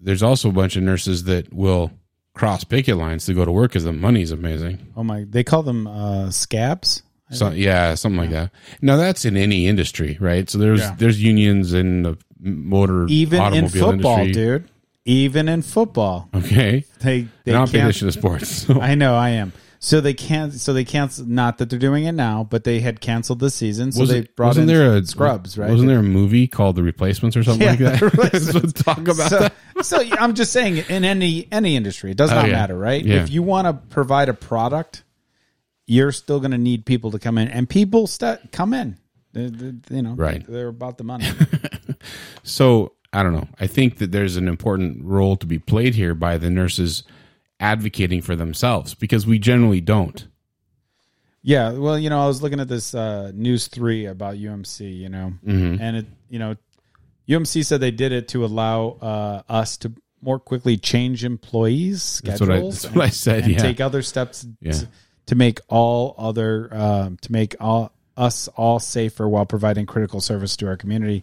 [SPEAKER 6] there's also a bunch of nurses that will cross picket lines to go to work because the money's amazing.
[SPEAKER 7] Oh my, they call them uh, scabs.
[SPEAKER 6] So, yeah, something like that. Now that's in any industry, right? So there's there's unions in the motor
[SPEAKER 7] Even in
[SPEAKER 6] automobile
[SPEAKER 7] football,
[SPEAKER 6] industry.
[SPEAKER 7] dude. Even in football,
[SPEAKER 6] Okay,
[SPEAKER 7] they they
[SPEAKER 6] now I'm paying
[SPEAKER 7] can't.
[SPEAKER 6] attention to
[SPEAKER 7] [LAUGHS]
[SPEAKER 6] sports. So.
[SPEAKER 7] I know, I am. So they can't. So they canceled. Not that they're doing it now, but they had canceled this season. So they brought in scrubs, right?
[SPEAKER 6] Wasn't there a movie called The Replacements or something
[SPEAKER 7] [LAUGHS] Yeah,
[SPEAKER 6] like [LAUGHS] that?
[SPEAKER 7] there was.
[SPEAKER 6] Let's talk about
[SPEAKER 7] so,
[SPEAKER 6] that.
[SPEAKER 7] [LAUGHS]
[SPEAKER 6] Oh,
[SPEAKER 7] so yeah, I'm just saying, in any any industry, it does not
[SPEAKER 6] yeah.
[SPEAKER 7] matter, right?
[SPEAKER 6] Yeah.
[SPEAKER 7] If you want to provide a product, you're still going to need people to come in, and people st- come in. They- they- you know,
[SPEAKER 6] Right.
[SPEAKER 7] They're about the money. [LAUGHS]
[SPEAKER 6] So I don't know. I think that there's an important role to be played here by the nurses advocating for themselves because we generally don't.
[SPEAKER 7] yeah. Well, you know, I was looking at this uh, news three about UMC. You know,
[SPEAKER 6] Mm-hmm.
[SPEAKER 7] and it, you know, UMC said they did it to allow uh, us to more quickly change employees'
[SPEAKER 6] That's what
[SPEAKER 7] schedules.
[SPEAKER 6] I- that's what I said,
[SPEAKER 7] And
[SPEAKER 6] yeah.
[SPEAKER 7] take other steps
[SPEAKER 6] Yeah.
[SPEAKER 7] to, to make all other um, to make all us all safer while providing critical service to our community.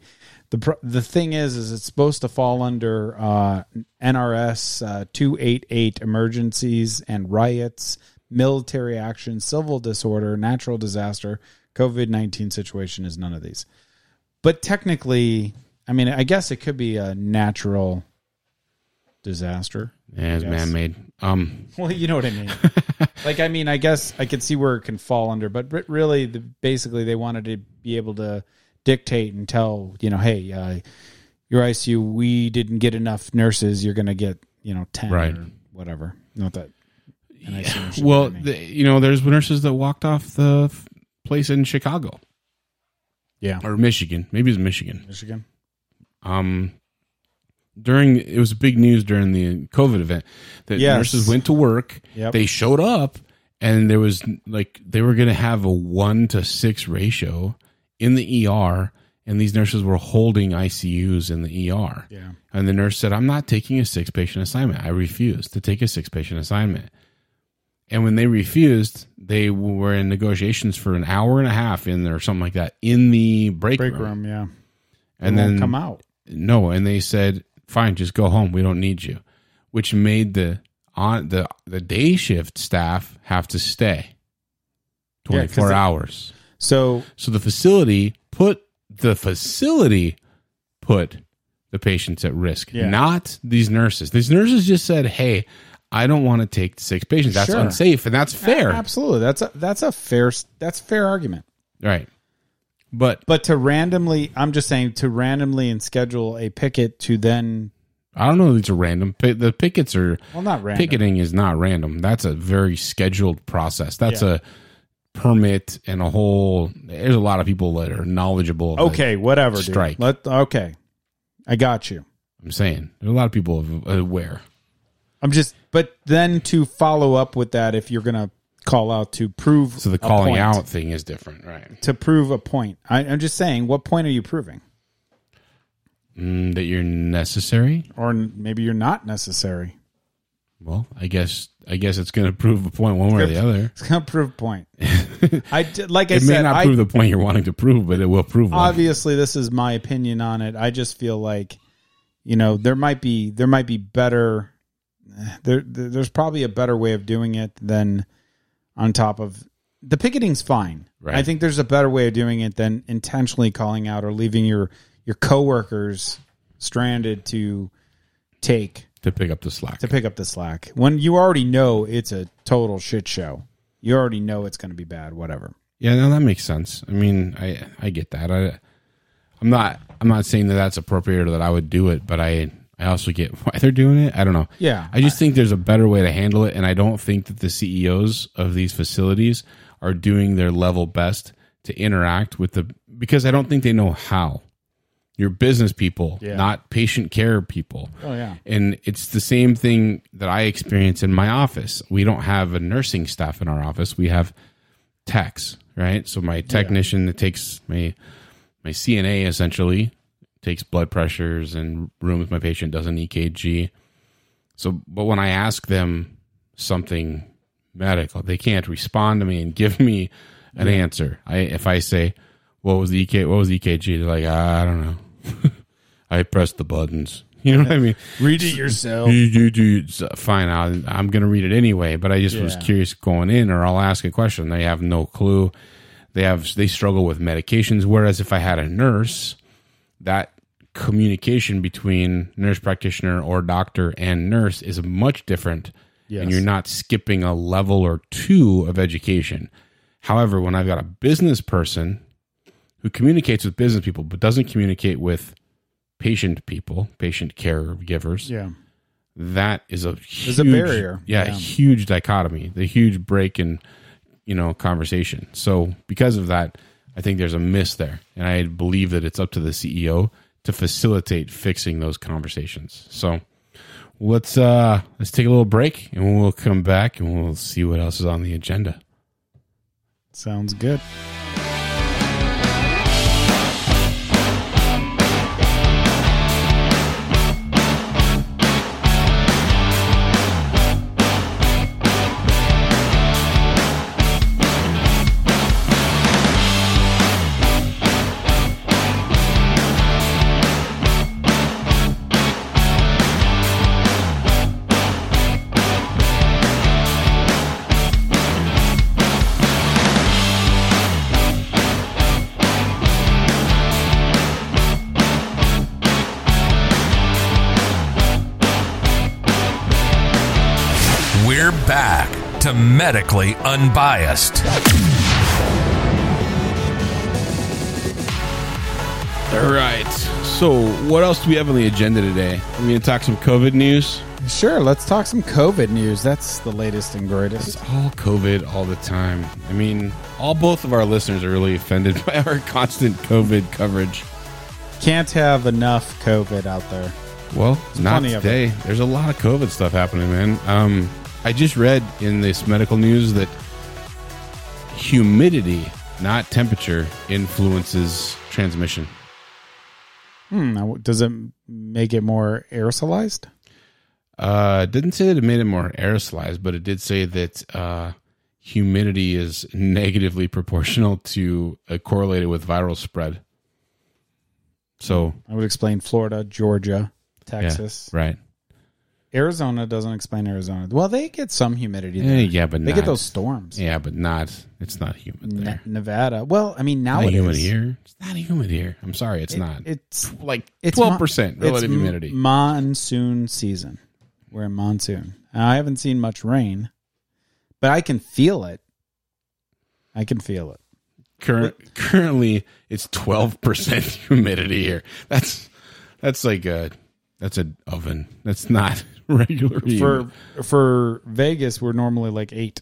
[SPEAKER 7] The pr- the thing is, is it's supposed to fall under uh, NRS uh, two eight eight emergencies and riots, military action, civil disorder, natural disaster, COVID nineteen situation is none of these but technically, I mean, I guess it could be a natural disaster.
[SPEAKER 6] Yeah, it's
[SPEAKER 7] Yes.
[SPEAKER 6] man made. Um,
[SPEAKER 7] [LAUGHS] Well, you know what I mean. [LAUGHS] like, I mean, I guess I could see where it can fall under, but re- really, the, basically, they wanted to be able to dictate and tell, you know, hey, uh, your ICU, we didn't get enough nurses. You're going to get, you know, 10
[SPEAKER 6] Right.
[SPEAKER 7] or whatever. Not that. And I see what you
[SPEAKER 6] well,
[SPEAKER 7] mean.
[SPEAKER 6] the, you know, there's nurses that walked off the f- place in Chicago
[SPEAKER 7] yeah.
[SPEAKER 6] or Michigan. Maybe it's Michigan.
[SPEAKER 7] Michigan.
[SPEAKER 6] um during it was big news during the COVID event that
[SPEAKER 7] Yes.
[SPEAKER 6] nurses went to work,
[SPEAKER 7] Yep.
[SPEAKER 6] they showed up, and there was like they were going to have a one to six ratio in the ER, and these nurses were holding ICUs in the ER.
[SPEAKER 7] Yeah.
[SPEAKER 6] And the nurse said, "I'm not taking a six patient assignment. I refuse to take a six patient assignment." And when they refused, they were in negotiations for an hour and a half in there or something like that in the break,
[SPEAKER 7] Break
[SPEAKER 6] room.
[SPEAKER 7] room. Yeah.
[SPEAKER 6] And
[SPEAKER 7] It won't
[SPEAKER 6] then
[SPEAKER 7] come out.
[SPEAKER 6] no and they said fine just go home we don't need you which made the on the the day shift staff have to stay
[SPEAKER 7] Yeah, 'cause
[SPEAKER 6] 24
[SPEAKER 7] they-
[SPEAKER 6] hours
[SPEAKER 7] So,
[SPEAKER 6] so the facility put the facility put the patients at risk
[SPEAKER 7] Yeah.
[SPEAKER 6] not these nurses these nurses just said hey i don't want to take six patients that's
[SPEAKER 7] Sure.
[SPEAKER 6] unsafe and that's fair
[SPEAKER 7] absolutely. That's a, that's a fair, s- that's a fair argument.
[SPEAKER 6] right but
[SPEAKER 7] But to randomly, I'm just saying to randomly and schedule a picket to then,
[SPEAKER 6] i don't know if it's a random pi- the pickets are
[SPEAKER 7] well, not random.
[SPEAKER 6] picketing is not random. That's a very scheduled process. That's
[SPEAKER 7] Yeah.
[SPEAKER 6] a permit and a whole. There's a lot of people that are knowledgeable. of it.
[SPEAKER 7] Okay, whatever. dude.
[SPEAKER 6] Strike.
[SPEAKER 7] Let okay, I got you.
[SPEAKER 6] I'm saying there's a lot of people aware.
[SPEAKER 7] I'm just, but then to follow up with that, if you're gonna call out to prove,
[SPEAKER 6] So the
[SPEAKER 7] a
[SPEAKER 6] calling
[SPEAKER 7] point.
[SPEAKER 6] out thing is different, right?
[SPEAKER 7] to prove a point. I, I'm just saying, what point are you proving?
[SPEAKER 6] Mm, that you're necessary.
[SPEAKER 7] Or n- maybe you're not necessary. [LAUGHS]
[SPEAKER 6] Well, I guess I guess it's going to [LAUGHS] prove a point one way or the other.
[SPEAKER 7] It's gonna prove
[SPEAKER 6] [LAUGHS]
[SPEAKER 7] a point. I d- like I
[SPEAKER 6] It may
[SPEAKER 7] said,
[SPEAKER 6] not
[SPEAKER 7] I,
[SPEAKER 6] prove the point you're wanting to prove, but it will prove one.
[SPEAKER 7] obviously this is my opinion on it i just feel like you know there might be there might be better there there- there's probably a better way of doing it than on top of the picketing's fine
[SPEAKER 6] Right.
[SPEAKER 7] i think there's a better way of doing it than intentionally calling out or leaving your your coworkers stranded to take
[SPEAKER 6] to pick up the slack.
[SPEAKER 7] to pick up the slack when you already know it's a total shit show you already know it's going to be bad whatever
[SPEAKER 6] Yeah, no, that makes sense. I mean, I I get that. I I'm not I'm not saying that that's appropriate or that I would do it, but I I also get [LAUGHS] why they're doing it. I don't know.
[SPEAKER 7] Yeah.
[SPEAKER 6] E I just think there's a better way to handle it, and I don't think that the CEOs of these facilities are doing their level best to interact with the because I don't think they know how. You're business people,
[SPEAKER 7] Yeah.
[SPEAKER 6] not patient care people.
[SPEAKER 7] Oh, yeah.
[SPEAKER 6] And it's the same thing that I experience in my office. We don't have a nursing staff in our office. We have techs, right? So my technician that takes my my CNA essentially takes blood pressures and room with my patient does an EKG. So, but when I ask them something medical, they can't respond to me and [LAUGHS] give me an answer. I if I say, "What was the EK? What was the EKG?" They're like, "I don't know." I pressed the buttons. [LAUGHS] You know what I mean?
[SPEAKER 7] Read it yourself.
[SPEAKER 6] You, you, you, it's, uh, fine. I, I'm going to read it anyway, but I just was
[SPEAKER 7] Yeah.
[SPEAKER 6] curious going in, or I'll ask a question. They have no clue. They have they struggle with medications. Whereas if I had a nurse, that communication between nurse practitioner or doctor and nurse is much different,
[SPEAKER 7] Yes.
[SPEAKER 6] and you're not skipping a level or two of education. However, when I've got a business person who communicates with business people but doesn't communicate with patient people, patient caregivers,
[SPEAKER 7] Yeah.
[SPEAKER 6] that is a huge,
[SPEAKER 7] a barrier.
[SPEAKER 6] Yeah,
[SPEAKER 7] Yeah.
[SPEAKER 6] huge dichotomy, the huge break in you know conversation. So because of that, I think there's a miss there, and I believe that it's up to the CEO to facilitate fixing those conversations. So let's uh let's take a little break, and we'll come back and we'll see what else is on the agenda.
[SPEAKER 7] Sounds good.
[SPEAKER 8] We're back to medically unbiased.
[SPEAKER 6] All right. So what else do we have on the agenda today? We're going to talk some COVID news.
[SPEAKER 7] Sure. Let's talk some COVID news. That's the latest and greatest.
[SPEAKER 6] It's all COVID all the time. I mean, all both of our listeners are really offended [LAUGHS] by our constant COVID coverage.
[SPEAKER 7] Can't have enough COVID out there.
[SPEAKER 6] Well, not
[SPEAKER 7] plenty of
[SPEAKER 6] today. There's a lot of COVID stuff happening, man. Um, I just read in this medical news that humidity, not temperature, influences transmission.
[SPEAKER 7] Hmm. now, Does it make it more aerosolized?
[SPEAKER 6] Uh, it didn't say that it made it more aerosolized, but it did say that uh, humidity is [LAUGHS] negatively proportional to uh, correlated with viral spread. So
[SPEAKER 7] I would explain Florida, Georgia, Texas.
[SPEAKER 6] Yeah, right.
[SPEAKER 7] Arizona doesn't explain Arizona. Well, they get some humidity
[SPEAKER 6] Yeah,
[SPEAKER 7] there.
[SPEAKER 6] Eh, yeah, but
[SPEAKER 7] they
[SPEAKER 6] not,
[SPEAKER 7] get those storms.
[SPEAKER 6] Yeah, but not. It's not humid
[SPEAKER 7] Ne-
[SPEAKER 6] there.
[SPEAKER 7] Nevada. Well, I mean,
[SPEAKER 6] Not
[SPEAKER 7] nowadays.
[SPEAKER 6] humid here. It's not humid here. I'm sorry, it's not.
[SPEAKER 7] It's
[SPEAKER 6] like
[SPEAKER 7] it's
[SPEAKER 6] twelve percent
[SPEAKER 7] mon- it's
[SPEAKER 6] relative
[SPEAKER 7] m-
[SPEAKER 6] humidity.
[SPEAKER 7] Monsoon season. We're in monsoon. Now, I haven't seen much rain, but I can feel it. I can feel it.
[SPEAKER 6] Current, currently, it's twelve percent [LAUGHS] humidity here. That's that's like a that's an oven. That's not [LAUGHS] regular. humid.
[SPEAKER 7] For for Vegas, we're normally like eight.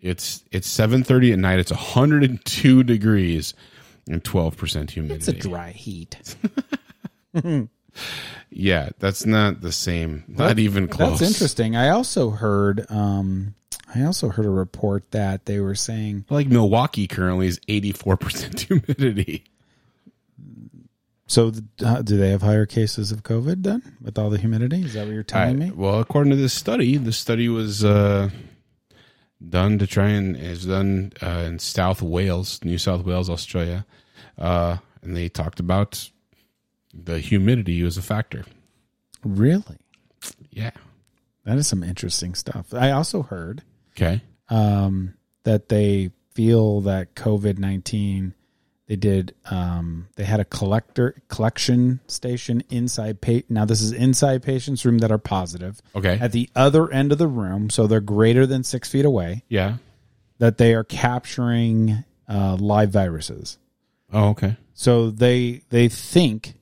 [SPEAKER 6] it's it's seven thirty at night. It's hundred and two degrees and twelve percent humidity.
[SPEAKER 7] It's a dry heat.
[SPEAKER 6] Yeah, that's not the same. Not even close.
[SPEAKER 7] That's interesting. I also heard um I also heard a report that they were saying
[SPEAKER 6] Like Milwaukee currently is eighty four percent [LAUGHS] humidity.
[SPEAKER 7] so th- uh, do they have higher cases of COVID then with all the humidity? Is that what you're telling
[SPEAKER 6] I-
[SPEAKER 7] me?
[SPEAKER 6] Well, according to this study, the study was uh, done to try and is done uh, in South Wales, New South Wales, Australia, uh, and they talked about the humidity was a factor.
[SPEAKER 7] Really?
[SPEAKER 6] Yeah.
[SPEAKER 7] That is some interesting stuff. I also heard
[SPEAKER 6] Okay.
[SPEAKER 7] um, that they feel that COVID nineteen. They did. Um, they had a collector collection station inside. Pa- now this is inside patients' room that are positive.
[SPEAKER 6] Okay.
[SPEAKER 7] At the other end of the room, so they're greater than six feet away.
[SPEAKER 6] Yeah.
[SPEAKER 7] That they are capturing uh, live viruses.
[SPEAKER 6] Oh, okay.
[SPEAKER 7] So they they think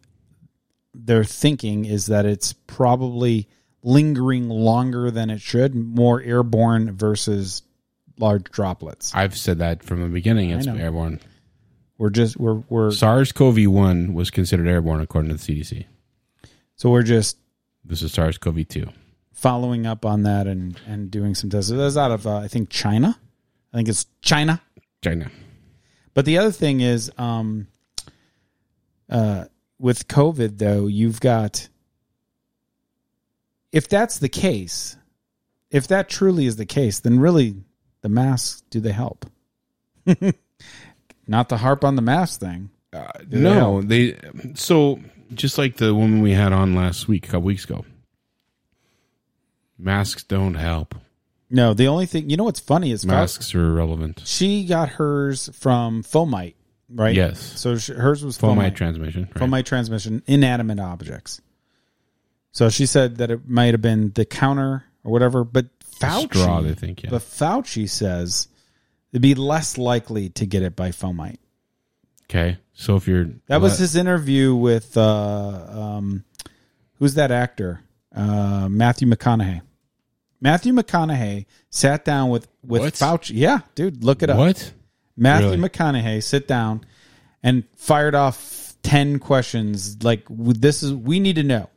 [SPEAKER 7] their thinking is that it's probably lingering longer than it should, more airborne versus large droplets.
[SPEAKER 6] I've said that from the beginning. It's
[SPEAKER 7] know.
[SPEAKER 6] airborne.
[SPEAKER 7] We're just we're we're
[SPEAKER 6] SARS-CoV-1 was considered airborne according to the CDC.
[SPEAKER 7] so we're just
[SPEAKER 6] This is SARS-CoV-2.
[SPEAKER 7] following up on that and and doing some tests. That's out of uh, I think China. I think it's China.
[SPEAKER 6] China.
[SPEAKER 7] But the other thing is, um, uh, with COVID though, you've got if that's the case, if that truly is the case, then really the masks do they help? [LAUGHS] Not to harp on the mask thing.
[SPEAKER 6] Uh, No, they so just like the woman we had on last week, a couple weeks ago. Masks don't help.
[SPEAKER 7] No, the only thing you know what's funny is Fau-
[SPEAKER 6] Masks are irrelevant.
[SPEAKER 7] she got hers from fomite, right?
[SPEAKER 6] Yes.
[SPEAKER 7] So sh hers was
[SPEAKER 6] Fomite
[SPEAKER 7] fomite.
[SPEAKER 6] transmission. right?
[SPEAKER 7] from my transmission inanimate objects. So she said that it might have been the counter or whatever, but Fauci,
[SPEAKER 6] straw, they think, yeah.
[SPEAKER 7] but Fauci says it'd be less likely to get it by fomite.
[SPEAKER 6] Okay. So if you're
[SPEAKER 7] That was his interview with uh, um, who's that actor? Uh, Matthew McConaughey. Matthew McConaughey sat down with with
[SPEAKER 6] What?
[SPEAKER 7] Fauci. Yeah, dude, look it up.
[SPEAKER 6] what?
[SPEAKER 7] Matthew
[SPEAKER 6] Really?
[SPEAKER 7] McConaughey sit down and fired off 10 questions like w- this is we need to know.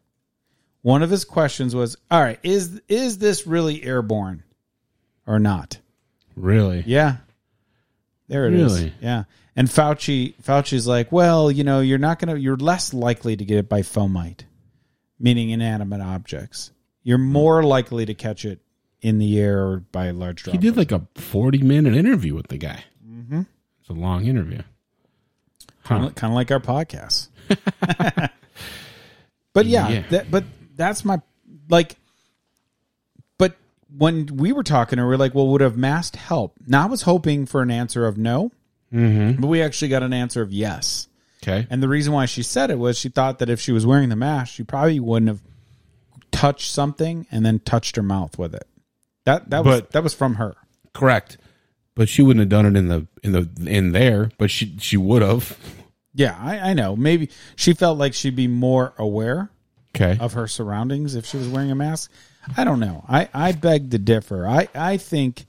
[SPEAKER 7] One of his questions was, "All right, is is this really airborne or not?"
[SPEAKER 6] Really?
[SPEAKER 7] Yeah. There it is.
[SPEAKER 6] Really?
[SPEAKER 7] Yeah. And Fauci Fauci's like, "Well, you know, you're not going to you're less likely to get it by fomite, meaning inanimate objects. You're more likely to catch it in the air or by a large
[SPEAKER 6] He
[SPEAKER 7] droplet."
[SPEAKER 6] did like a 40 minute interview with the guy. Mm-hmm. It's a long interview. Huh.
[SPEAKER 7] kind of like
[SPEAKER 6] [LAUGHS]
[SPEAKER 7] our podcast. but yeah,
[SPEAKER 6] Yeah.
[SPEAKER 7] That, but that's my like. But when we were talking, and we are like, "Well, would have masked help?" Now I was hoping for an answer of no,
[SPEAKER 6] Mm-hmm.
[SPEAKER 7] but we actually got an answer of yes.
[SPEAKER 6] Okay.
[SPEAKER 7] And the reason why she said it was she thought that if she was wearing the mask, she probably wouldn't have touched something and then touched her mouth with it. That that was
[SPEAKER 6] But-
[SPEAKER 7] that was from her.
[SPEAKER 6] Correct. But she wouldn't have done it in the in the in there, but she she would have.
[SPEAKER 7] Yeah, I, I know. Maybe she felt like she'd be more aware.
[SPEAKER 6] Okay.
[SPEAKER 7] of her surroundings if she was wearing a mask. I don't know. I, I beg to differ. I, I think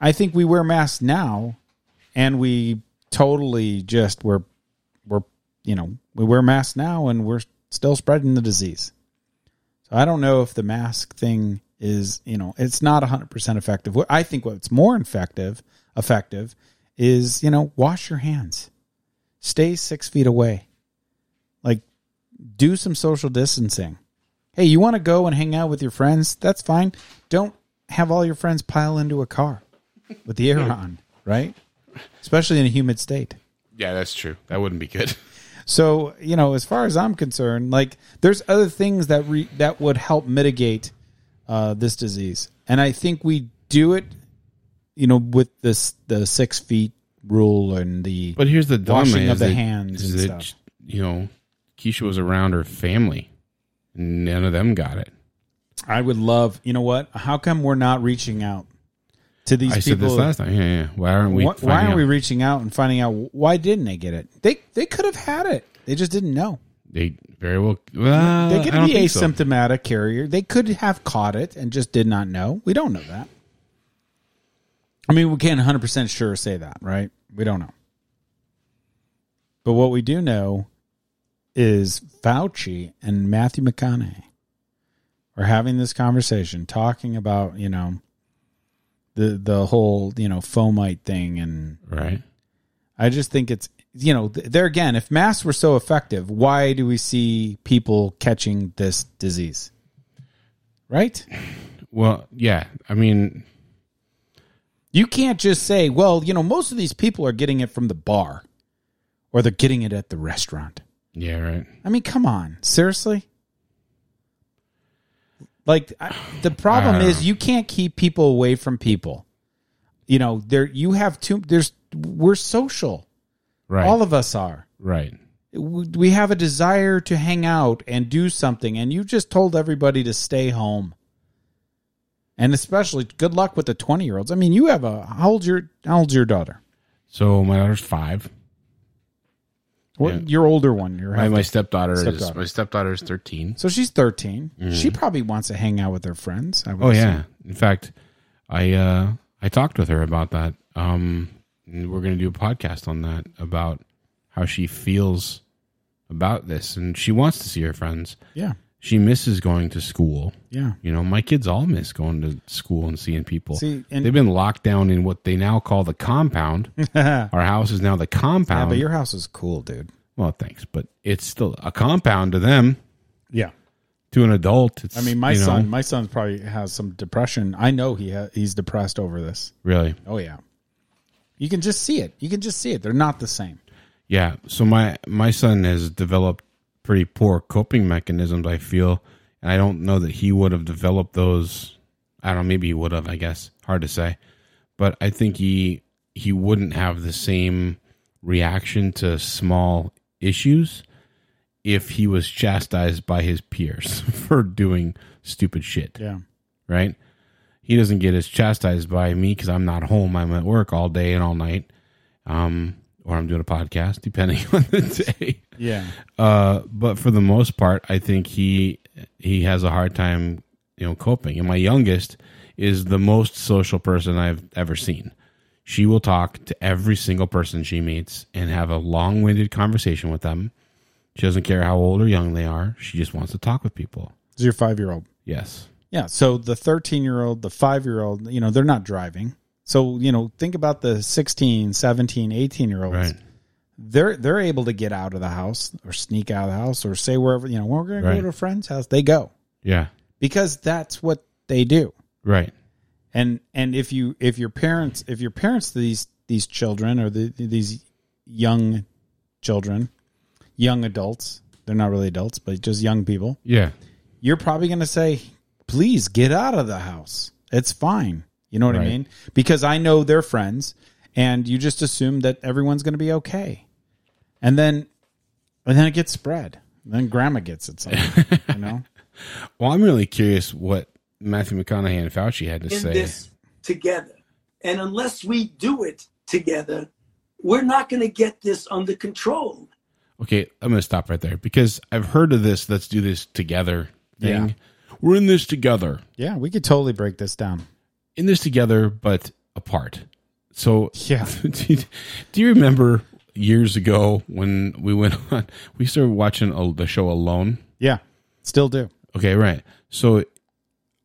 [SPEAKER 7] I think we wear masks now and we totally just we're we're you know, we wear masks now and we're still spreading the disease. So I don't know if the mask thing is, you know, it's not 100% effective. What I think what's more effective effective is, you know, wash your hands. Stay 6 feet away. Like do some social distancing. Hey, you want to go and hang out with your friends? That's fine. Don't have all your friends pile into a car with the air on, right? Especially in a humid state.
[SPEAKER 6] Yeah, that's true. That wouldn't be good. [LAUGHS]
[SPEAKER 7] So, you know, as far as I'm concerned, like there's other things that re- that would help mitigate uh, this disease, and I think we do it, you know, with this the six feet rule and the
[SPEAKER 6] But here's the dilemma:
[SPEAKER 7] Washing of
[SPEAKER 6] is
[SPEAKER 7] the
[SPEAKER 6] that-
[SPEAKER 7] hands
[SPEAKER 6] is
[SPEAKER 7] and
[SPEAKER 6] that,
[SPEAKER 7] stuff.
[SPEAKER 6] You know, Keisha was around her family. None of them got it.
[SPEAKER 7] I would love, you know, what? How come we're not reaching out to these
[SPEAKER 6] I
[SPEAKER 7] people?
[SPEAKER 6] said this last time. Yeah, yeah. Why aren't we?
[SPEAKER 7] why, why
[SPEAKER 6] finding
[SPEAKER 7] aren't we
[SPEAKER 6] out?
[SPEAKER 7] reaching out and finding out why didn't they get it? They they could have had it. They just didn't know.
[SPEAKER 6] they very well. well
[SPEAKER 7] They
[SPEAKER 6] Uh, I
[SPEAKER 7] could
[SPEAKER 6] don't
[SPEAKER 7] be
[SPEAKER 6] think so.
[SPEAKER 7] asymptomatic carrier. They could have caught it and just did not know. We don't know that. I mean, we can't 100% sure say that, right? We don't know. But what we do know is Fauci and Matthew McConaughey are having this conversation talking about, you know, the the whole, you know, fomite thing and
[SPEAKER 6] Right.
[SPEAKER 7] I just think it's you know th- there again. If masks were so effective, why do we see people catching this disease? Right?
[SPEAKER 6] Well, yeah. I mean,
[SPEAKER 7] You can't just say, well, you know, most of these people are getting it from the bar, or they're getting it at the restaurant.
[SPEAKER 6] yeah. Right.
[SPEAKER 7] I mean, come on, seriously. Like I, the problem
[SPEAKER 6] I don't
[SPEAKER 7] is you can't keep people away from people. You know, there you have too. There's we're social.
[SPEAKER 6] Right.
[SPEAKER 7] All of us are.
[SPEAKER 6] right.
[SPEAKER 7] we have a desire to hang out and do something and you just told everybody to stay home and especially good luck with the 20 year olds i mean you have a how old's your how old's your daughter
[SPEAKER 6] So my daughter's five.
[SPEAKER 7] What-
[SPEAKER 6] Yeah.
[SPEAKER 7] your older one your
[SPEAKER 6] My, my stepdaughter, is
[SPEAKER 7] Stepdaughter.
[SPEAKER 6] my stepdaughter is thirteen.
[SPEAKER 7] so she's 13 she probably wants to hang out with her friends I would
[SPEAKER 6] Mm-hmm. Oh
[SPEAKER 7] assume.
[SPEAKER 6] yeah. In fact, I uh I talked with her about that. Um, and we're going to do a podcast on that about how she feels about this, and she wants to see her friends.
[SPEAKER 7] Yeah.
[SPEAKER 6] She misses going to school.
[SPEAKER 7] Yeah.
[SPEAKER 6] You know, my kids all miss going to school and seeing people.
[SPEAKER 7] See, and-
[SPEAKER 6] They've been locked down in what they now call the
[SPEAKER 7] [LAUGHS]
[SPEAKER 6] compound. Our house is now the
[SPEAKER 7] Yeah,
[SPEAKER 6] compound.
[SPEAKER 7] but your house is cool, dude.
[SPEAKER 6] well, thanks, but it's still a compound to them.
[SPEAKER 7] Yeah.
[SPEAKER 6] To an adult, it's
[SPEAKER 7] I mean, my
[SPEAKER 6] you know,
[SPEAKER 7] son, my son probably has some depression. I know he ha- he's depressed over this.
[SPEAKER 6] really.
[SPEAKER 7] Oh yeah, you can just see it. You can just see it. They're not the same.
[SPEAKER 6] Yeah. So my my son has developed pretty poor coping mechanisms. I feel, and I don't know that he would have developed those. I don't. know, Maybe he would have. I guess hard to say, but I think he he wouldn't have the same reaction to small issues if he was chastised by his peers [LAUGHS] for doing stupid shit
[SPEAKER 7] Yeah,
[SPEAKER 6] right? He doesn't get as chastised by me because I'm not home. I'm at work all day and all night, um, or I'm doing a podcast, depending [LAUGHS] on the day.
[SPEAKER 7] yeah,
[SPEAKER 6] Uh, but for the most part, I think he he has a hard time, you know, coping. And my youngest is the most social person I've ever seen. She will talk to every single person she meets and have a long-winded conversation with them. She doesn't care how old or young they are. She just wants to talk with people.
[SPEAKER 7] it's your five year old.
[SPEAKER 6] Yes.
[SPEAKER 7] Yeah, so the thirteen year old, the five year old, you know, they're not driving. So you know, think about the 16, 17, 18 year olds.
[SPEAKER 6] Right.
[SPEAKER 7] They're they're able to get out of the house or sneak out of the house or say wherever you know we're going to
[SPEAKER 6] Right.
[SPEAKER 7] go to a friend's house. They go
[SPEAKER 6] Yeah.
[SPEAKER 7] because that's what they do.
[SPEAKER 6] Right.
[SPEAKER 7] and and if you if your parents if your parents to these these children or the, these young children young adults they're not really adults but just young people
[SPEAKER 6] Yeah.
[SPEAKER 7] you're probably going to say please get out of the house it's fine you know what i
[SPEAKER 6] Right.
[SPEAKER 7] mean because i know they're friends and you just assume that everyone's going to be okay and then and then it gets spread then grandma gets it somehow, you
[SPEAKER 6] [LAUGHS]
[SPEAKER 7] know
[SPEAKER 6] Well, I'm really curious what Matthew McConaughey and Fauci had to
[SPEAKER 9] in
[SPEAKER 6] say.
[SPEAKER 9] this together. And unless we do it together, we're not going to get this under control.
[SPEAKER 6] Okay, I'm going to stop right there because I've heard of this let's do this together thing. We're in this together.
[SPEAKER 7] yeah we could totally break this down
[SPEAKER 6] In this together, but apart. So,
[SPEAKER 7] Yeah.
[SPEAKER 6] [LAUGHS] do, you, do you remember years ago when we went [LAUGHS] on, we started watching uh, the show Alone?
[SPEAKER 7] yeah still do
[SPEAKER 6] Okay, right. So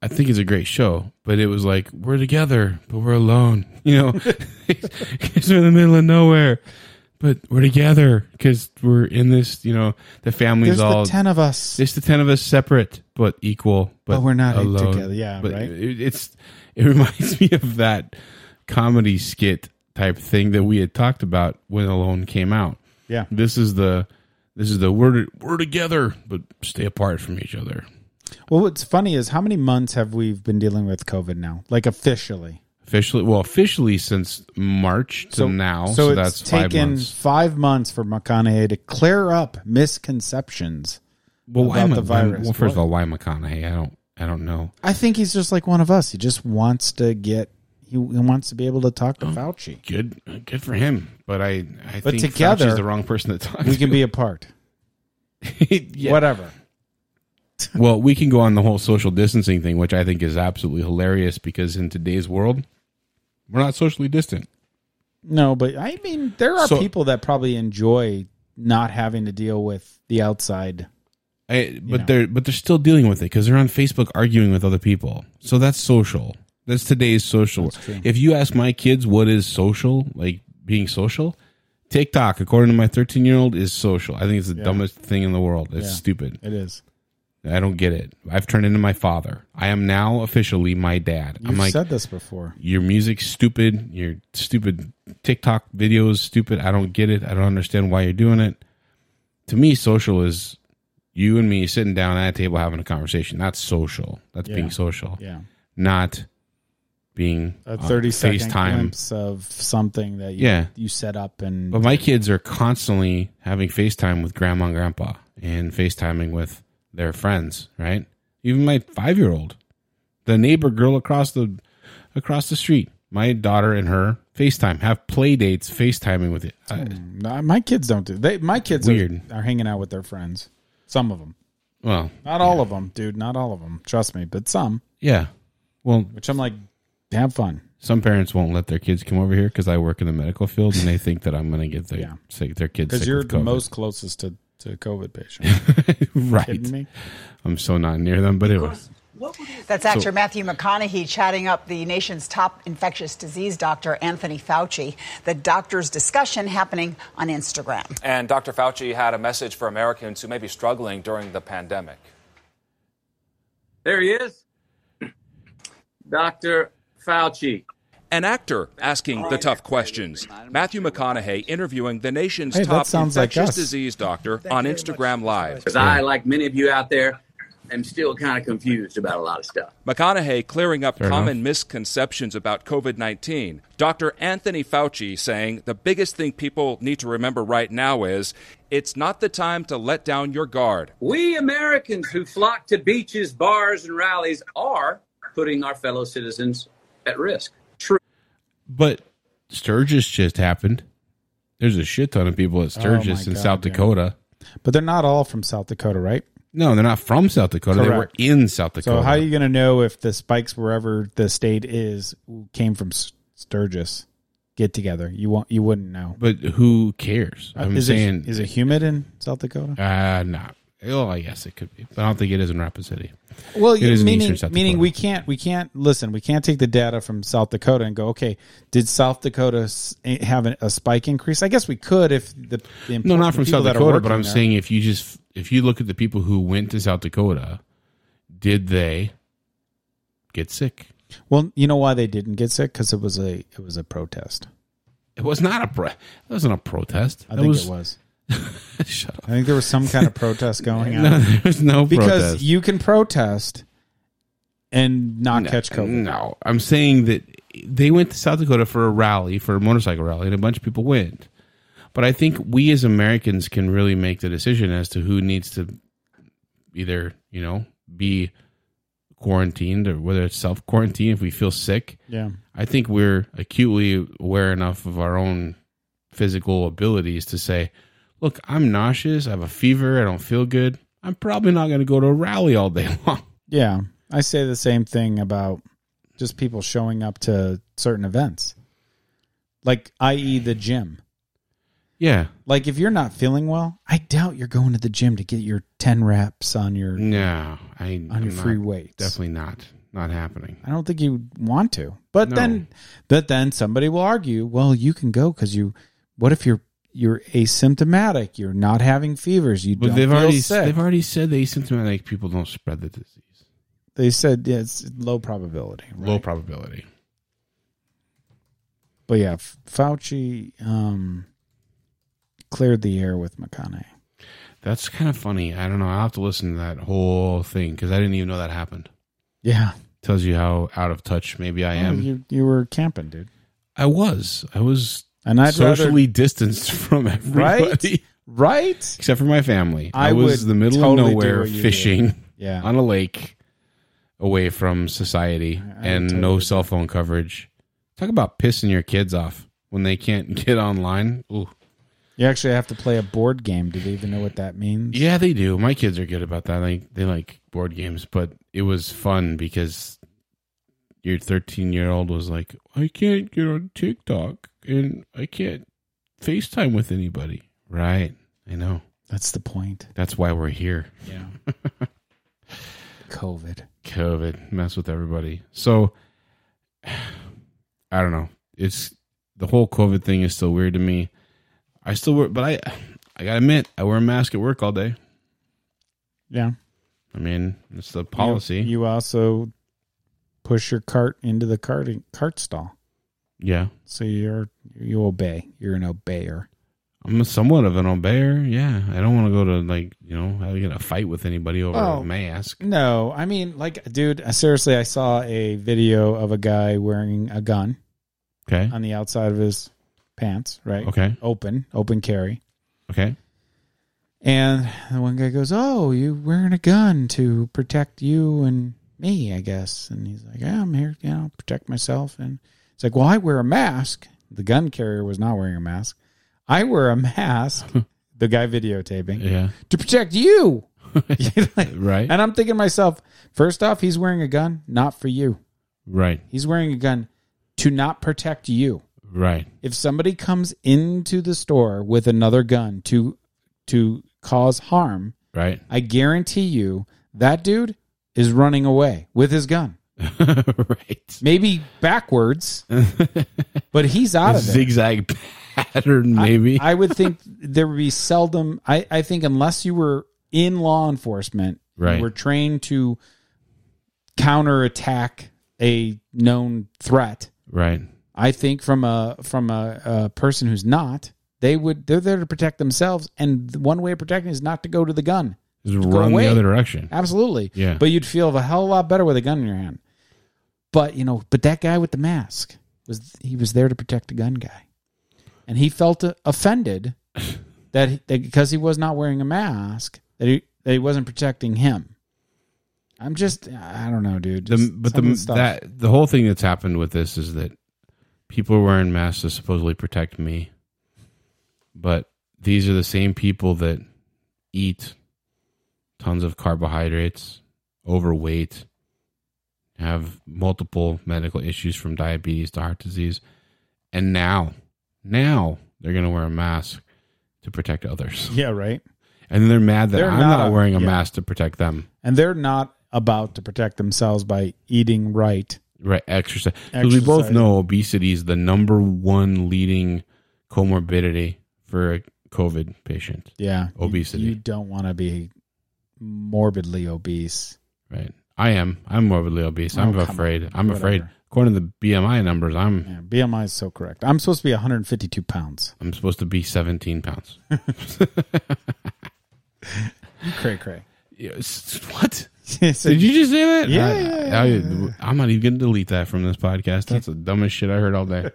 [SPEAKER 6] I think it's a great show, but it was like we're together, but we're alone. [LAUGHS] You know, because we're [LAUGHS] in the middle of nowhere, but we're together because we're in this. You know, the family's
[SPEAKER 7] there's
[SPEAKER 6] all.
[SPEAKER 7] the 10 of us
[SPEAKER 6] it's the ten of us separate but equal, but,
[SPEAKER 7] But we're not
[SPEAKER 6] alone.
[SPEAKER 7] together. Yeah,
[SPEAKER 6] but
[SPEAKER 7] right.
[SPEAKER 6] It, it's it [LAUGHS] reminds me of that comedy skit type thing that we had talked about when Alone came out.
[SPEAKER 7] Yeah.
[SPEAKER 6] This is the this is the we're we're together but stay apart from each other.
[SPEAKER 7] Well, what's funny is how many months have we been dealing with COVID now? Like officially.
[SPEAKER 6] officially well officially since march to now so, that's five
[SPEAKER 7] taken
[SPEAKER 6] months
[SPEAKER 7] five months for McConaughey to clear up misconceptions.
[SPEAKER 6] well why
[SPEAKER 7] about
[SPEAKER 6] Ma-
[SPEAKER 7] the virus.
[SPEAKER 6] well first of
[SPEAKER 7] What?
[SPEAKER 6] all why mcconaughey i don't i don't know
[SPEAKER 7] I think he's just like one of us. He just wants to get. He, he wants to be able to talk
[SPEAKER 6] Oh.
[SPEAKER 7] to Fauci.
[SPEAKER 6] good good for him but i i
[SPEAKER 7] But
[SPEAKER 6] think
[SPEAKER 7] together,
[SPEAKER 6] Fauci's the wrong person to talk
[SPEAKER 7] We can be
[SPEAKER 6] [LAUGHS]
[SPEAKER 7] apart.
[SPEAKER 6] be
[SPEAKER 7] Whatever.
[SPEAKER 6] well we can go on the whole social distancing thing which i think is absolutely hilarious because in today's world we're not socially distant
[SPEAKER 7] No, but I mean, there are
[SPEAKER 6] So-
[SPEAKER 7] people that probably enjoy not having to deal with the outside.
[SPEAKER 6] I, but
[SPEAKER 7] know.
[SPEAKER 6] they're but they're still dealing with it because they're on Facebook arguing with other people. So that's social. That's today's social. if you ask my kids what is social, like being social, TikTok, according to my thirteen year old, is social. I think it's the dumbest thing in the world. It's stupid.
[SPEAKER 7] It is.
[SPEAKER 6] I don't get it. I've turned into my father. I am now officially my dad.
[SPEAKER 7] You've
[SPEAKER 6] I'm like
[SPEAKER 7] said this before.
[SPEAKER 6] your music's stupid. Your stupid TikTok videos stupid. I don't get it. I don't understand why you're doing it. To me, social is you and me sitting down at a table having a conversation. That's social. That's
[SPEAKER 7] Yeah.
[SPEAKER 6] being social.
[SPEAKER 7] Yeah.
[SPEAKER 6] Not being
[SPEAKER 7] a
[SPEAKER 6] on
[SPEAKER 7] 30 second
[SPEAKER 6] FaceTime.
[SPEAKER 7] glimpse of something that you,
[SPEAKER 6] Yeah. Oh.
[SPEAKER 7] you set up and
[SPEAKER 6] But my kids are constantly having FaceTime with grandma and grandpa and FaceTiming with their friends, right? Even my five year old. The neighbor girl across the across the street. My daughter and her FaceTime have play dates FaceTiming with uh, it. I,
[SPEAKER 7] No, my kids don't do they my kids
[SPEAKER 6] Weird.
[SPEAKER 7] Are, are hanging out with their friends some of them
[SPEAKER 6] well,
[SPEAKER 7] not all of them dude not all of them trust me but some
[SPEAKER 6] yeah. Well,
[SPEAKER 7] which i'm like Have fun.
[SPEAKER 6] Some parents won't let their kids come over here because I work in the medical field, and they think that I'm going to get their
[SPEAKER 7] Yeah.
[SPEAKER 6] sick, their kids
[SPEAKER 7] Because
[SPEAKER 6] sick
[SPEAKER 7] you're
[SPEAKER 6] with
[SPEAKER 7] the
[SPEAKER 6] COVID.
[SPEAKER 7] most closest to, to COVID patient.
[SPEAKER 6] [LAUGHS] right.
[SPEAKER 7] Kidding me?
[SPEAKER 6] I'm so not near them, but it was
[SPEAKER 9] What would it
[SPEAKER 10] That's actor Matthew McConaughey chatting up the nation's top infectious disease doctor, Anthony Fauci. The doctor's discussion happening on Instagram.
[SPEAKER 11] And Dr. Fauci had a message for Americans who may be struggling during the pandemic.
[SPEAKER 3] There he is, Dr. Fauci.
[SPEAKER 11] An actor asking the tough questions. Matthew McConaughey interviewing the nation's
[SPEAKER 7] Hey, that
[SPEAKER 11] top
[SPEAKER 7] sounds like
[SPEAKER 11] infectious
[SPEAKER 7] us.
[SPEAKER 11] disease doctor on Instagram Live.
[SPEAKER 3] Because I, like many of you out there, am still kind of confused about a lot of stuff.
[SPEAKER 11] McConaughey clearing up
[SPEAKER 6] Fair
[SPEAKER 11] common misconceptions about COVID 19. Dr. Anthony Fauci saying the biggest thing people need to remember right now is it's not the time to let down your guard.
[SPEAKER 3] We Americans who flock to beaches, bars, and rallies are putting our fellow citizens at risk. True.
[SPEAKER 6] but Sturgis just happened. There's a shit ton of people at Sturgis
[SPEAKER 7] Oh my
[SPEAKER 6] in
[SPEAKER 7] God,
[SPEAKER 6] South
[SPEAKER 7] yeah.
[SPEAKER 6] Dakota.
[SPEAKER 7] But they're not all from South Dakota, right?
[SPEAKER 6] No, they're not from South Dakota.
[SPEAKER 7] Correct.
[SPEAKER 6] They were in South
[SPEAKER 7] So
[SPEAKER 6] Dakota.
[SPEAKER 7] how are you going to know if the spikes wherever the state is came from S- Sturgis? Get together. You won't. You wouldn't know.
[SPEAKER 6] but who cares? I'm
[SPEAKER 7] Uh, is
[SPEAKER 6] saying
[SPEAKER 7] it, is it humid in South Dakota?
[SPEAKER 6] uh not. Well, I guess it could be. But I don't think it is in Rapid City.
[SPEAKER 7] Well,
[SPEAKER 6] It is in
[SPEAKER 7] meaning
[SPEAKER 6] eastern South
[SPEAKER 7] meaning
[SPEAKER 6] Dakota.
[SPEAKER 7] we can't we can't listen. We can't take the data from South Dakota and go, okay, did South Dakota s- eh, have a, a spike increase? I guess we could if the, the
[SPEAKER 6] No,
[SPEAKER 7] the
[SPEAKER 6] not from
[SPEAKER 7] people
[SPEAKER 6] South
[SPEAKER 7] that are
[SPEAKER 6] Dakota, but
[SPEAKER 7] working
[SPEAKER 6] I'm
[SPEAKER 7] there-
[SPEAKER 6] saying if you just if you look at the people who went to South Dakota, did they get sick?
[SPEAKER 7] Well, you know why they didn't get sick because it was a it was a protest.
[SPEAKER 6] It was not a pro- it wasn't a protest.
[SPEAKER 7] I
[SPEAKER 6] That
[SPEAKER 7] think
[SPEAKER 6] was,
[SPEAKER 7] it was.
[SPEAKER 6] [LAUGHS] shut up.
[SPEAKER 7] I think there was some kind of
[SPEAKER 6] [LAUGHS]
[SPEAKER 7] protest going on
[SPEAKER 6] No, there was no
[SPEAKER 7] because
[SPEAKER 6] protest.
[SPEAKER 7] you can protest and not catch COVID.
[SPEAKER 6] No, I'm saying that they went to South Dakota for a rally, for a motorcycle rally, and a bunch of people went. But I think we as Americans can really make the decision as to who needs to either, you know, be quarantined or whether it's self quarantine if we feel sick.
[SPEAKER 7] Yeah.
[SPEAKER 6] I think we're acutely aware enough of our own physical abilities to say, look, I'm nauseous, I have a fever, I don't feel good. I'm probably not going to go to a rally all day [LAUGHS] long.
[SPEAKER 7] Yeah. I say the same thing about just people showing up to certain events. Like i.e. the gym.
[SPEAKER 6] Yeah.
[SPEAKER 7] Like if you're not feeling well, I doubt you're going to the gym to get your 10 reps on your
[SPEAKER 6] No, I
[SPEAKER 7] on
[SPEAKER 6] I'm
[SPEAKER 7] your free
[SPEAKER 6] not-
[SPEAKER 7] weights.
[SPEAKER 6] Definitely not. Not happening.
[SPEAKER 7] I don't think you want to. But
[SPEAKER 6] No.
[SPEAKER 7] then but then somebody will argue, well, you can go cuz you what if you're you're asymptomatic, you're not having fevers, you
[SPEAKER 6] But
[SPEAKER 7] don't
[SPEAKER 6] they've
[SPEAKER 7] feel
[SPEAKER 6] already
[SPEAKER 7] sick.
[SPEAKER 6] they've already said the asymptomatic people don't spread the disease.
[SPEAKER 7] they said yeah, it's low probability.
[SPEAKER 6] Low probability.
[SPEAKER 7] But yeah, F- Fauci um, cleared the air with McConaughey.
[SPEAKER 6] That's kind of funny. I don't know. I'll have to listen to that whole thing because I didn't even know that happened.
[SPEAKER 7] Yeah,
[SPEAKER 6] Tells you how out of touch maybe I am.
[SPEAKER 7] you you were camping, dude,
[SPEAKER 6] I was. I was
[SPEAKER 7] and I'd
[SPEAKER 6] socially distanced [LAUGHS] from everybody
[SPEAKER 7] Right? rather right.
[SPEAKER 6] except for my family.
[SPEAKER 7] I
[SPEAKER 6] I, was
[SPEAKER 7] would
[SPEAKER 6] in the middle
[SPEAKER 7] totally
[SPEAKER 6] of
[SPEAKER 7] do
[SPEAKER 6] nowhere
[SPEAKER 7] what you
[SPEAKER 6] fishing
[SPEAKER 7] Yeah.
[SPEAKER 6] on a lake away from society and no cell phone coverage. Talk about pissing your kids off when they can't [LAUGHS] get online. Ooh.
[SPEAKER 7] You actually have to play a board game. Do they even know what that means?
[SPEAKER 6] Yeah, they do. My kids are good about that. They they like board games, but it was fun because your 13 year old was like, I can't get on TikTok and I can't FaceTime with anybody. Right. I know.
[SPEAKER 7] That's the point.
[SPEAKER 6] That's why we're here.
[SPEAKER 7] Yeah. COVID.
[SPEAKER 6] COVID mess with everybody. So [SIGHS] I don't know. It's the whole COVID thing is still weird to me. I still wear, but I I gotta admit, I wear a mask at work all day.
[SPEAKER 7] Yeah.
[SPEAKER 6] I mean, it's the policy.
[SPEAKER 7] You, you also push your cart into the cart cart stall,
[SPEAKER 6] yeah,
[SPEAKER 7] so you're you obey. You're an obeyer.
[SPEAKER 6] I'm somewhat of an obeyer. Yeah, I don't want to go to like you know I get in a fight with anybody over
[SPEAKER 7] Well,
[SPEAKER 6] a mask.
[SPEAKER 7] No, I mean, like, dude, seriously, I saw a video of a guy wearing a gun
[SPEAKER 6] Okay,
[SPEAKER 7] on the outside of his pants, right?
[SPEAKER 6] Okay.
[SPEAKER 7] Open, open carry.
[SPEAKER 6] okay,
[SPEAKER 7] And the one guy goes, Oh, you wearing a gun to protect you and me, I guess. And he's like, Yeah, I'm here, you know, protect myself. And it's like, Well, I wear a mask. The gun carrier was not wearing a mask. I wear a mask, the guy videotaping,
[SPEAKER 6] yeah,
[SPEAKER 7] to protect you. Like,
[SPEAKER 6] right,
[SPEAKER 7] [LAUGHS] and I'm thinking to myself, first off, he's wearing a gun, not for you.
[SPEAKER 6] Right.
[SPEAKER 7] He's wearing a gun to not protect you.
[SPEAKER 6] Right.
[SPEAKER 7] If somebody comes into the store with another gun to to cause harm,
[SPEAKER 6] Right. [LAUGHS]
[SPEAKER 7] I guarantee you that dude is running away with his gun.
[SPEAKER 6] right.
[SPEAKER 7] Maybe backwards, but he's out of it.
[SPEAKER 6] Zigzag [LAUGHS] pattern, maybe.
[SPEAKER 7] I would think there would be seldom. I, I think unless you were in law enforcement,
[SPEAKER 6] Right.
[SPEAKER 7] you were trained to counterattack a known threat.
[SPEAKER 6] right.
[SPEAKER 7] I think from a from a, a person who's not, they would they're there to protect themselves, and the one way of protecting is not to go to the gun.
[SPEAKER 6] Just run
[SPEAKER 7] away.
[SPEAKER 6] the other direction.
[SPEAKER 7] Absolutely,
[SPEAKER 6] Yeah.
[SPEAKER 7] But you'd feel a hell of a lot better with a gun in your hand. But you know, but that guy with the mask was he was there to protect the gun guy, and he felt uh,
[SPEAKER 6] [LAUGHS]
[SPEAKER 7] offended that, he, that because he was not wearing a mask that he that he wasn't protecting him. I'm just I don't know, dude.
[SPEAKER 6] The,
[SPEAKER 7] Just
[SPEAKER 6] but
[SPEAKER 7] some of
[SPEAKER 6] the
[SPEAKER 7] stuff.
[SPEAKER 6] that the whole thing that's happened with this is that people are wearing masks to supposedly protect me, but these are the same people that eat tons of carbohydrates, overweight, have multiple medical issues from diabetes to heart disease, and now now they're going to wear a mask to protect others,
[SPEAKER 7] yeah, right.
[SPEAKER 6] and then they're mad that
[SPEAKER 7] They're
[SPEAKER 6] I'm
[SPEAKER 7] not
[SPEAKER 6] not,
[SPEAKER 7] a-
[SPEAKER 6] wearing a
[SPEAKER 7] yeah.
[SPEAKER 6] mask to protect them.
[SPEAKER 7] and they're not about to protect themselves by eating right.
[SPEAKER 6] Right, exercise. Because we both
[SPEAKER 7] Exercise.
[SPEAKER 6] know obesity is the number one leading comorbidity for a COVID patient.
[SPEAKER 7] Yeah, You-
[SPEAKER 6] Obesity.
[SPEAKER 7] You, don't want to be morbidly obese.
[SPEAKER 6] Right. I am. I'm morbidly obese.
[SPEAKER 7] Oh,
[SPEAKER 6] I'm
[SPEAKER 7] come on.
[SPEAKER 6] afraid. I'm afraid.
[SPEAKER 7] Whatever.
[SPEAKER 6] According to the BMI numbers, I'm
[SPEAKER 7] Yeah, BMI is so correct. I'm supposed to be 152 pounds.
[SPEAKER 6] I'm supposed to be 17
[SPEAKER 7] [LAUGHS]
[SPEAKER 6] pounds.
[SPEAKER 7] Cray [LAUGHS] cray.
[SPEAKER 6] Yes. what?
[SPEAKER 7] So-
[SPEAKER 6] Did you just say that?
[SPEAKER 7] Yeah,
[SPEAKER 6] I,
[SPEAKER 7] yeah,
[SPEAKER 6] I, am not even going to delete that from this podcast. That's the dumbest shit I heard all
[SPEAKER 7] [LAUGHS]
[SPEAKER 6] day.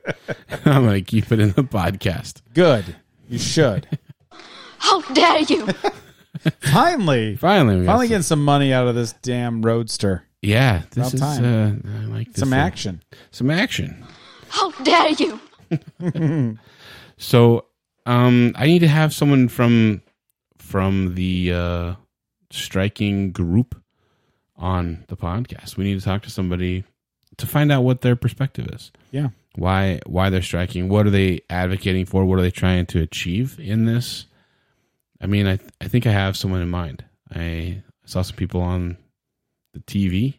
[SPEAKER 6] I'm going to keep it in the podcast.
[SPEAKER 7] Good. You should.
[SPEAKER 5] [LAUGHS] How dare you!
[SPEAKER 7] [LAUGHS] Finally.
[SPEAKER 6] Finally, we got
[SPEAKER 7] Finally
[SPEAKER 6] some-
[SPEAKER 7] getting some money out of this damn roadster.
[SPEAKER 6] yeah, this
[SPEAKER 7] About
[SPEAKER 6] is
[SPEAKER 7] time.
[SPEAKER 6] uh, I like this
[SPEAKER 7] Some
[SPEAKER 6] thing.
[SPEAKER 7] action.
[SPEAKER 6] Some action.
[SPEAKER 5] How dare you!
[SPEAKER 6] [LAUGHS] So um I need to have someone from from the uh striking group on the podcast. We need to talk to somebody to find out what their perspective is.
[SPEAKER 7] Yeah.
[SPEAKER 6] Why why they're striking? What are they advocating for? What are they trying to achieve in this? I mean, I I think I have someone in mind. I saw some people on the TV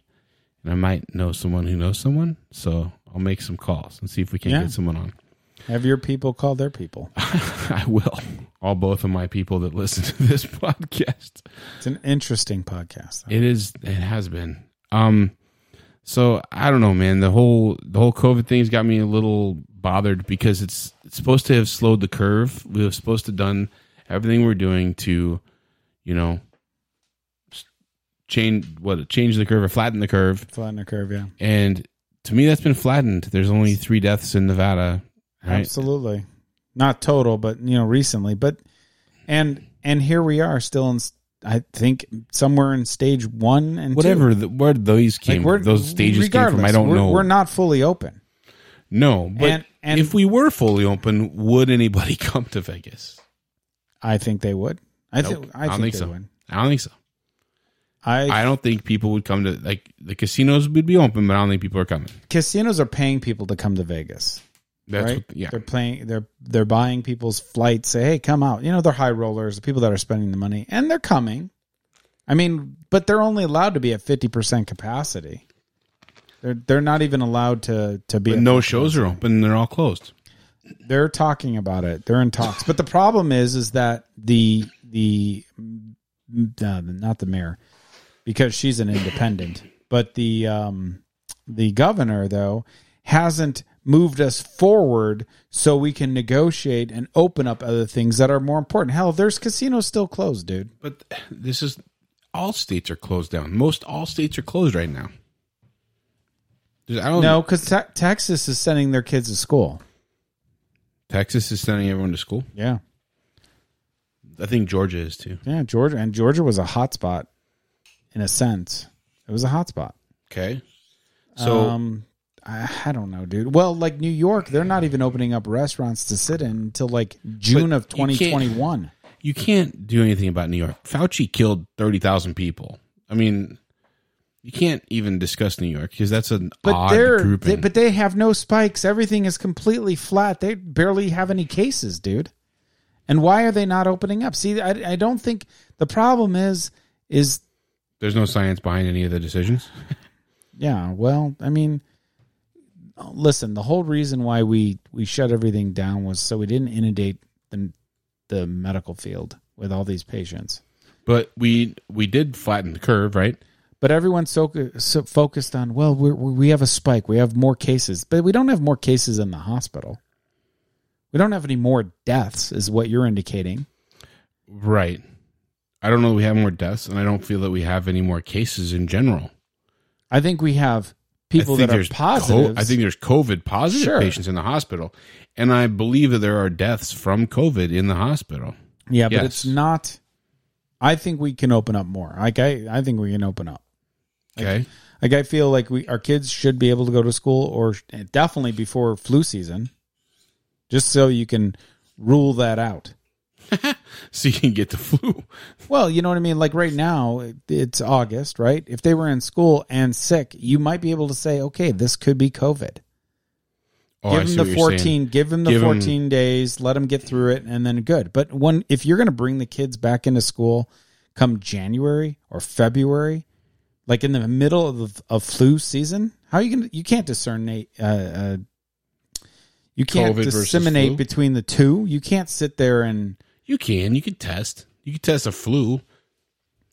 [SPEAKER 6] and I might know someone who knows someone, so I'll make some calls and see if we can
[SPEAKER 7] Yeah.
[SPEAKER 6] get someone on. [LAUGHS]
[SPEAKER 7] Have your people call their people.
[SPEAKER 6] I will. All both of my people that listen to this [LAUGHS] podcast.
[SPEAKER 7] It's an interesting podcast. though.
[SPEAKER 6] It is it has been. Um so I don't know, man. The whole the whole COVID thing's got me a little bothered because it's it's supposed to have slowed the curve. We were supposed to done everything we're doing to, you know, s- change what change the curve or flatten the curve.
[SPEAKER 7] Flatten the curve, yeah.
[SPEAKER 6] And to me that's been flattened. There's only three deaths in Nevada. Right?
[SPEAKER 7] Absolutely. Not total, but you know, recently. But and and here we are still in s- I think somewhere in stage 1 and two.
[SPEAKER 6] Whatever the, where those came, those stages came from, I
[SPEAKER 7] regardless,
[SPEAKER 6] don't
[SPEAKER 7] we're-
[SPEAKER 6] know.
[SPEAKER 7] We're not fully open.
[SPEAKER 6] No, but
[SPEAKER 7] And- and-
[SPEAKER 6] if we were fully open, would anybody [LAUGHS] come to Vegas?
[SPEAKER 7] I think they would. I
[SPEAKER 6] Nope.
[SPEAKER 7] think I think, they
[SPEAKER 6] so.
[SPEAKER 7] would.
[SPEAKER 6] I don't think so.
[SPEAKER 7] I,
[SPEAKER 6] I don't think people would come to like the casinos would be open, but I don't think people are coming.
[SPEAKER 7] casinos are paying people to come to Vegas.
[SPEAKER 6] That's
[SPEAKER 7] right?
[SPEAKER 6] what, yeah,
[SPEAKER 7] They're playing they're they're buying people's flights, say, hey, come out. You know, they're high rollers, the people that are spending the money, and they're coming. I mean, but they're only allowed to be at fifty percent capacity. They're they're not even allowed to to be
[SPEAKER 6] but
[SPEAKER 7] at
[SPEAKER 6] no
[SPEAKER 7] 50%.
[SPEAKER 6] shows are open; they're all closed.
[SPEAKER 7] They're talking about it. They're in talks. But the problem is is that the the uh, not the mayor because she's an independent, but the um the governor though hasn't moved us forward so we can negotiate and open up other things that are more important. Hell, there's casinos still closed, dude.
[SPEAKER 6] But this is all states are closed down. Most all states are closed right now. There's- I don't
[SPEAKER 7] No, cuz te- Texas is sending their kids to school.
[SPEAKER 6] Texas is sending everyone to school.
[SPEAKER 7] Yeah.
[SPEAKER 6] I think Georgia is too.
[SPEAKER 7] Yeah, Georgia and Georgia was a hot spot in a sense. It was a hot spot.
[SPEAKER 6] Okay, so
[SPEAKER 7] um, I, I don't know, dude. Well, like New York, they're not even opening up restaurants to sit in until like June
[SPEAKER 6] But
[SPEAKER 7] of
[SPEAKER 6] you can't-
[SPEAKER 7] 2021.
[SPEAKER 6] you can't do anything about New York. Fauci killed 30,000 people. I mean, You can't even discuss New York because that's an
[SPEAKER 7] But
[SPEAKER 6] odd
[SPEAKER 7] they're
[SPEAKER 6] grouping.
[SPEAKER 7] they, but they have no spikes. Everything is completely flat. They barely have any cases, dude. And why are they not opening up? See, I, I don't think the problem is is
[SPEAKER 6] There's no science behind any of the decisions.
[SPEAKER 7] yeah. Well, I mean, listen. The whole reason why we we shut everything down was so we didn't inundate the the medical field with all these patients.
[SPEAKER 6] But we we did flatten the curve, right?
[SPEAKER 7] But everyone's so, so focused on well, we we have a spike. We have more cases, but we don't have more cases in the hospital. We don't have any more deaths, is what you're indicating.
[SPEAKER 6] Right. I don't know that we have more deaths, and I don't feel that we have any more cases in general.
[SPEAKER 7] I think we have people
[SPEAKER 6] I think
[SPEAKER 7] that are
[SPEAKER 6] there's co-
[SPEAKER 7] positive.
[SPEAKER 6] I think there's COVID positive
[SPEAKER 7] Sure.
[SPEAKER 6] patients in the hospital, and I believe that there are deaths from COVID in the hospital.
[SPEAKER 7] yeah, but
[SPEAKER 6] yes.
[SPEAKER 7] it's not. I think we can open up more. Like I, I think we can open up.
[SPEAKER 6] Okay. [LAUGHS]
[SPEAKER 7] Like I feel like we our kids should be able to go to school or sh- definitely before flu season, just so you can rule that out.
[SPEAKER 6] so you can get the flu. [LAUGHS]
[SPEAKER 7] Well, you know what I mean. Like right now, it- it's August, right? If they were in school and sick, you might be able to say, "Okay, this could be COVID."
[SPEAKER 6] Oh, I
[SPEAKER 7] give
[SPEAKER 6] see
[SPEAKER 7] them
[SPEAKER 6] what
[SPEAKER 7] the
[SPEAKER 6] you're
[SPEAKER 7] fourteen.
[SPEAKER 6] saying.
[SPEAKER 7] Give them the
[SPEAKER 6] Give 'em-
[SPEAKER 7] fourteen days. Let them get through it, and then good. But when if you're going to bring the kids back into school, come January or February, like in the middle of the, of flu season, how are you going? to You can't discern a. Uh, uh, you can't
[SPEAKER 6] COVID versus flu?
[SPEAKER 7] disseminate between the two. You can't sit there and
[SPEAKER 6] You can. You can test. You can test a flu,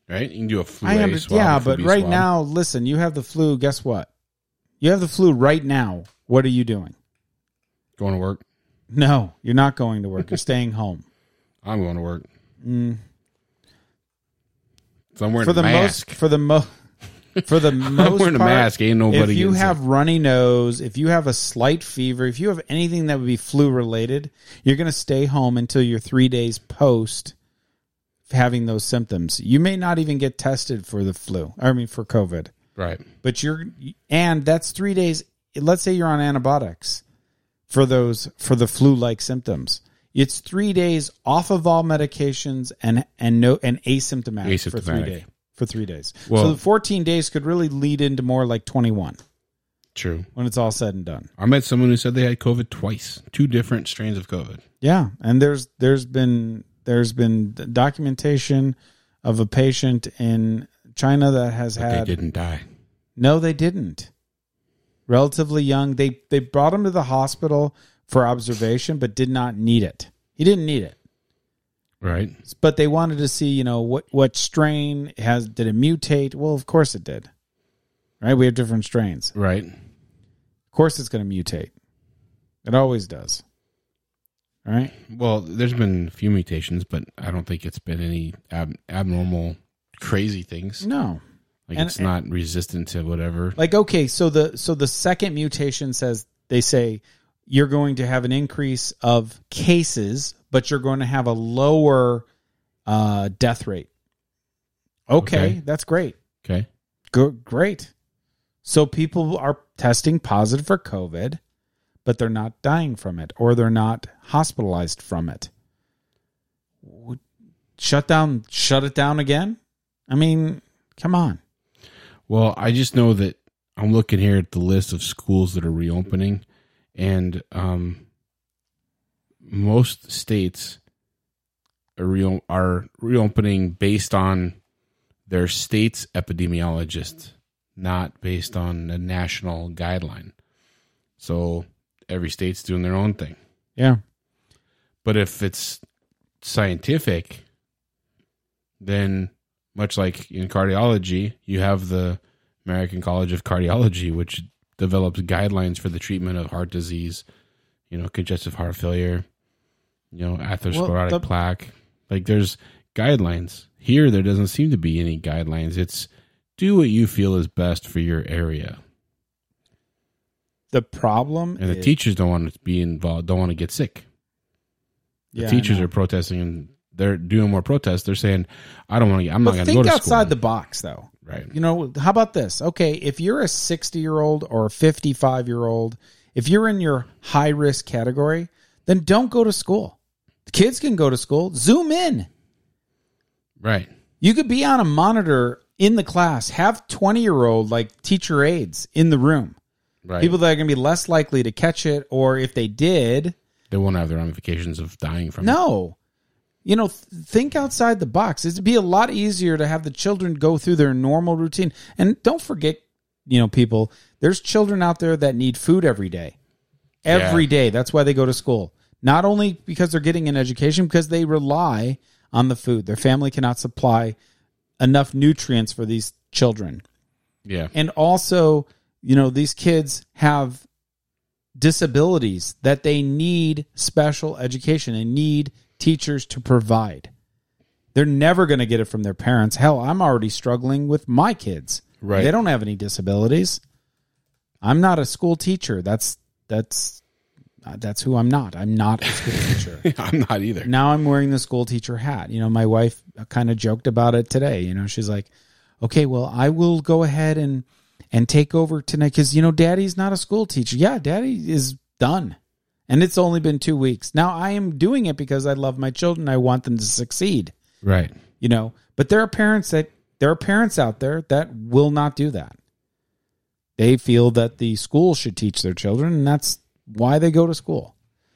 [SPEAKER 6] right? You can do a flu.
[SPEAKER 7] I
[SPEAKER 6] A
[SPEAKER 7] am,
[SPEAKER 6] swab,
[SPEAKER 7] yeah,
[SPEAKER 6] a flu
[SPEAKER 7] but
[SPEAKER 6] B
[SPEAKER 7] right
[SPEAKER 6] swab.
[SPEAKER 7] now, listen, you have the flu. Guess what? You have the flu right now. What are you doing?
[SPEAKER 6] going to work.
[SPEAKER 7] No, you're not going to
[SPEAKER 6] [LAUGHS]
[SPEAKER 7] work. You're staying home.
[SPEAKER 6] I'm going to work. So I'm wearing
[SPEAKER 7] Mm. for
[SPEAKER 6] a
[SPEAKER 7] the
[SPEAKER 6] mask.
[SPEAKER 7] most for the mo [LAUGHS]
[SPEAKER 6] [LAUGHS]
[SPEAKER 7] for the most
[SPEAKER 6] wearing a
[SPEAKER 7] part,
[SPEAKER 6] mask, ain't nobody
[SPEAKER 7] If you
[SPEAKER 6] getting
[SPEAKER 7] have
[SPEAKER 6] sick.
[SPEAKER 7] runny nose, if you have a slight fever, if you have anything that would be flu related, you're going to stay home until you're three days post having those symptoms. You may not even get tested for the flu. I mean, for COVID.
[SPEAKER 6] right.
[SPEAKER 7] but you're and that's three days let's say you're on antibiotics for those for the flu like symptoms it's three days off of all medications and and no and asymptomatic, for three
[SPEAKER 6] Asymptomatic.
[SPEAKER 7] days for three days
[SPEAKER 6] Well-
[SPEAKER 7] so the 14 days could really lead into more like 21
[SPEAKER 6] True.
[SPEAKER 7] when it's all said and done
[SPEAKER 6] I met someone who said they had COVID twice, two different strains of COVID.
[SPEAKER 7] yeah and there's there's been there's been documentation of a patient in china that has
[SPEAKER 6] But
[SPEAKER 7] had
[SPEAKER 6] they didn't die.
[SPEAKER 7] No, they didn't. Relatively young. They they brought him to the hospital for observation, but did not need it. He didn't need it.
[SPEAKER 6] Right.
[SPEAKER 7] But they wanted to see, you know, what what strain has did it mutate? Well, of course it did. Right? We have different strains.
[SPEAKER 6] Right.
[SPEAKER 7] Of course it's gonna mutate. It always does. All right.
[SPEAKER 6] Well, there's been a few mutations, but I don't think it's been any ab- abnormal, crazy things.
[SPEAKER 7] No.
[SPEAKER 6] Like
[SPEAKER 7] And-
[SPEAKER 6] it's not resistant to whatever.
[SPEAKER 7] Like okay, so the so the second mutation says they say you're going to have an increase of cases, but you're going to have a lower uh, death rate. Okay,
[SPEAKER 6] Okay.
[SPEAKER 7] that's great.
[SPEAKER 6] Okay.
[SPEAKER 7] Go, great. So people are testing positive for COVID, but they're not dying from it or they're not hospitalized from it. Would- Shut down, shut it down again. I mean, come on.
[SPEAKER 6] Well, I just know that I'm looking here at the list of schools that are reopening, and um, most states are, re- are reopening based on their state's epidemiologist, not based on a national guideline. So every state's doing their own thing.
[SPEAKER 7] Yeah.
[SPEAKER 6] But if it's scientific, then much like in cardiology, you have the American College of Cardiology, which develops guidelines for the treatment of heart disease, you know, congestive heart failure, you know, atherosclerotic
[SPEAKER 7] Well, the-
[SPEAKER 6] plaque. Like there's guidelines. Here, there doesn't seem to be any guidelines. It's do what you feel is best for your area.
[SPEAKER 7] The problem
[SPEAKER 6] And the
[SPEAKER 7] is-
[SPEAKER 6] teachers don't want to be involved, don't want to get sick. The
[SPEAKER 7] Yeah, I
[SPEAKER 6] teachers
[SPEAKER 7] know.
[SPEAKER 6] are protesting and they're doing more protests. They're saying, "I don't want to. I'm not
[SPEAKER 7] But
[SPEAKER 6] going to
[SPEAKER 7] think
[SPEAKER 6] go to
[SPEAKER 7] outside the
[SPEAKER 6] school."
[SPEAKER 7] box, though.
[SPEAKER 6] right.
[SPEAKER 7] You know, how about this? Okay, if you're a 60 year old or a 55 year old, if you're in your high risk category, then don't go to school. The kids can go to school. Zoom in.
[SPEAKER 6] Right.
[SPEAKER 7] You could be on a monitor in the class. Have 20 year old, like teacher aides in the room.
[SPEAKER 6] Right.
[SPEAKER 7] People that are going to be less likely to catch it, or if they did,
[SPEAKER 6] they won't have the ramifications of dying from it.
[SPEAKER 7] no. You know, th- think outside the box. It'd be a lot easier to have the children go through their normal routine. And don't forget, you know, people, there's children out there that need food every day. Every day. That's why they go to school. Not only because they're getting an education, because they rely on the food. Their family cannot supply enough nutrients for these children
[SPEAKER 6] Yeah. [LAUGHS]
[SPEAKER 7] and also you know these kids have disabilities that they need special education and need teachers to provide they're never going to get it from their parents hell i'm already struggling with my kids
[SPEAKER 6] Right.
[SPEAKER 7] they don't have any disabilities i'm not a school teacher that's that's uh, that's who i'm not i'm not a school
[SPEAKER 6] [LAUGHS]
[SPEAKER 7] teacher
[SPEAKER 6] I'm not either.
[SPEAKER 7] now I'm wearing the school teacher hat. You know, my wife kind of joked about it today. You know, she's like, "Okay, well, I will go ahead and and take over tonight because you know, Daddy's not a school teacher. Yeah, Daddy is done, and it's only been two weeks. Now I am doing it because I love my children. I want them to succeed.
[SPEAKER 6] Right.
[SPEAKER 7] You know, but there are parents that there are parents out there that will not do that. They feel that the school should teach their children, and that's why they go to school.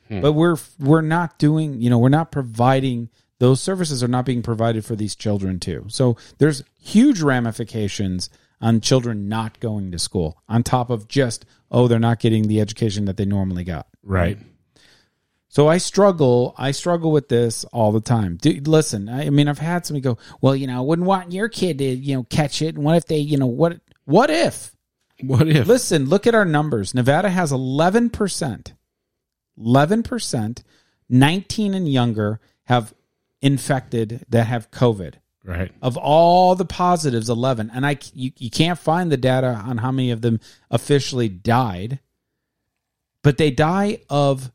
[SPEAKER 7] But we're we're not doing, you know, we're not providing those services are not being provided for these children too. So there's huge ramifications on children not going to school on top of just oh they're not getting the education that they normally got.
[SPEAKER 6] Right.
[SPEAKER 7] So I struggle. I struggle with this all the time. Dude, listen, I, I mean, I've had somebody go, "Well, you know, I wouldn't want your kid to, you know, catch it." And what if they, you know, what? What if?
[SPEAKER 6] What if?
[SPEAKER 7] Listen, look at our numbers. Nevada has eleven percent, eleven percent, nineteen and younger have infected that have COVID.
[SPEAKER 6] Right.
[SPEAKER 7] Of all the positives, eleven, and I c- you, you can't find the data on how many of them officially died, but they die of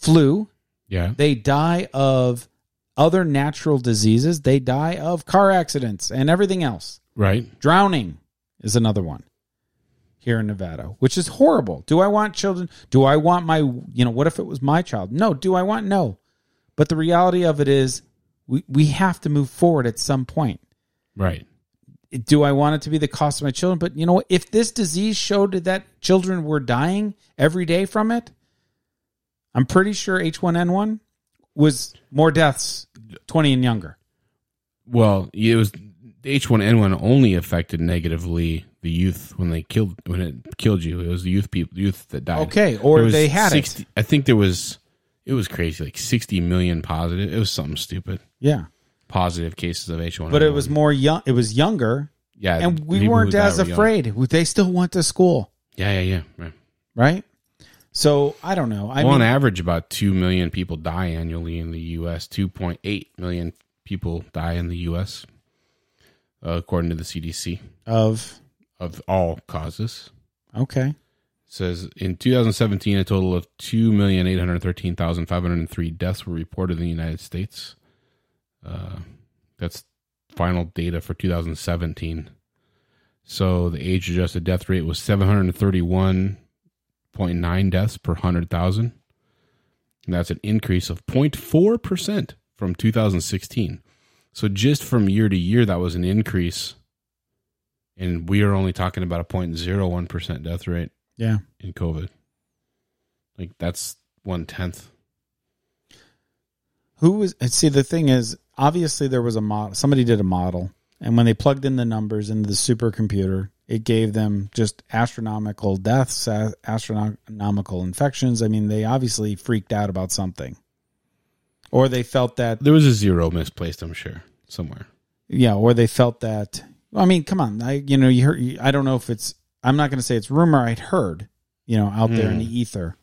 [SPEAKER 7] flu
[SPEAKER 6] Yeah.
[SPEAKER 7] they die of other natural diseases. They die of car accidents and everything else.
[SPEAKER 6] Right.
[SPEAKER 7] Drowning is another one here in Nevada, which is horrible. Do I want children? Do I want my, you know, what if it was my child? No. Do I want? No. But the reality of it is we, we have to move forward at some point.
[SPEAKER 6] Right.
[SPEAKER 7] Do I want it to be the cost of my children? But you know what? If this disease showed that children were dying every day from it, I'm pretty sure H1N1 was more deaths 20 and younger.
[SPEAKER 6] Well, it was H one N one only affected negatively the youth when they killed when it killed you. It was the youth people youth that died.
[SPEAKER 7] Okay, or
[SPEAKER 6] There was
[SPEAKER 7] they had it.
[SPEAKER 6] 60, I think there was it was crazy like sixty million positive. It was something stupid.
[SPEAKER 7] Yeah.
[SPEAKER 6] Positive cases of H one.
[SPEAKER 7] But it was more young it was younger
[SPEAKER 6] yeah,
[SPEAKER 7] and
[SPEAKER 6] people
[SPEAKER 7] we
[SPEAKER 6] who
[SPEAKER 7] weren't
[SPEAKER 6] died
[SPEAKER 7] as
[SPEAKER 6] were young.
[SPEAKER 7] afraid. They still went to school,
[SPEAKER 6] Yeah, yeah, yeah. Right.
[SPEAKER 7] right? So, I don't know. I
[SPEAKER 6] well, on
[SPEAKER 7] mean,
[SPEAKER 6] average, about two million people die annually in the U.S. Two point eight million people die in the U.S. Uh, according to the CDC
[SPEAKER 7] of
[SPEAKER 6] of all causes.
[SPEAKER 7] okay.
[SPEAKER 6] says in 2017 a total of 2,813,503 deaths were reported in the united states uh, that's final data for 2017 so the age adjusted death rate was 731.9 deaths per 100000 and that's an increase of 0.4% from 2016 so just from year to year that was an increase and we are only talking about a 0.01% death rate
[SPEAKER 7] Yeah.
[SPEAKER 6] in COVID. Like that's one tenth.
[SPEAKER 7] Who was and see the thing is obviously there was a model somebody did a model and when they plugged in the numbers into the supercomputer it gave them just astronomical deaths a- astronomical infections I mean they obviously freaked out about something or they felt that
[SPEAKER 6] There was a zero misplaced, I'm sure, somewhere.
[SPEAKER 7] yeah or they felt that I mean come on I you know you heard you- I don't know if it's I'm not going to say it's rumor I'd heard you know out there in the ether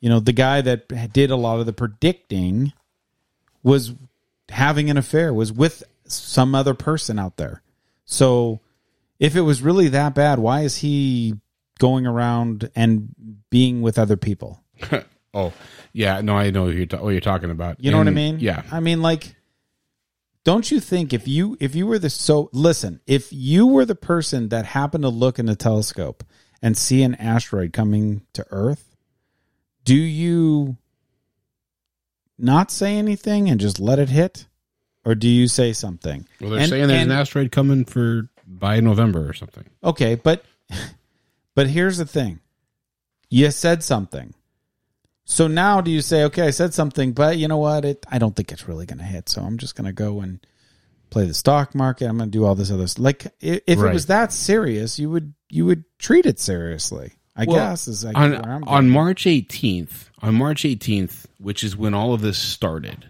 [SPEAKER 7] you know the guy that did a lot of the predicting was having an affair was with some other person out there so if it was really that bad why is he going around and being with other people
[SPEAKER 6] Oh, yeah. No, I know what you're, ta- what you're talking about.
[SPEAKER 7] you know what i
[SPEAKER 6] And-
[SPEAKER 7] mean
[SPEAKER 6] Yeah.
[SPEAKER 7] i mean like don't you think if you if you were the so listen if you were the person that happened to look in the telescope and see an asteroid coming to earth do you not say anything and just let it hit or do you say something
[SPEAKER 6] Well, they're
[SPEAKER 7] And-
[SPEAKER 6] saying there's
[SPEAKER 7] and-
[SPEAKER 6] an asteroid coming for by November or something.
[SPEAKER 7] Okay, but but here's the thing. You said something. So now do you say, okay, I said something, but you know what? It I don't think it's really going to hit. So I'm just going to go and play the stock market. I'm going to do all this other s- like i- if it
[SPEAKER 6] Right.
[SPEAKER 7] was that serious, you would you would treat it seriously. I
[SPEAKER 6] Well,
[SPEAKER 7] guess is like
[SPEAKER 6] on
[SPEAKER 7] where
[SPEAKER 6] on
[SPEAKER 7] I'm going.
[SPEAKER 6] March 18th, on March 18th, which is when all of this started,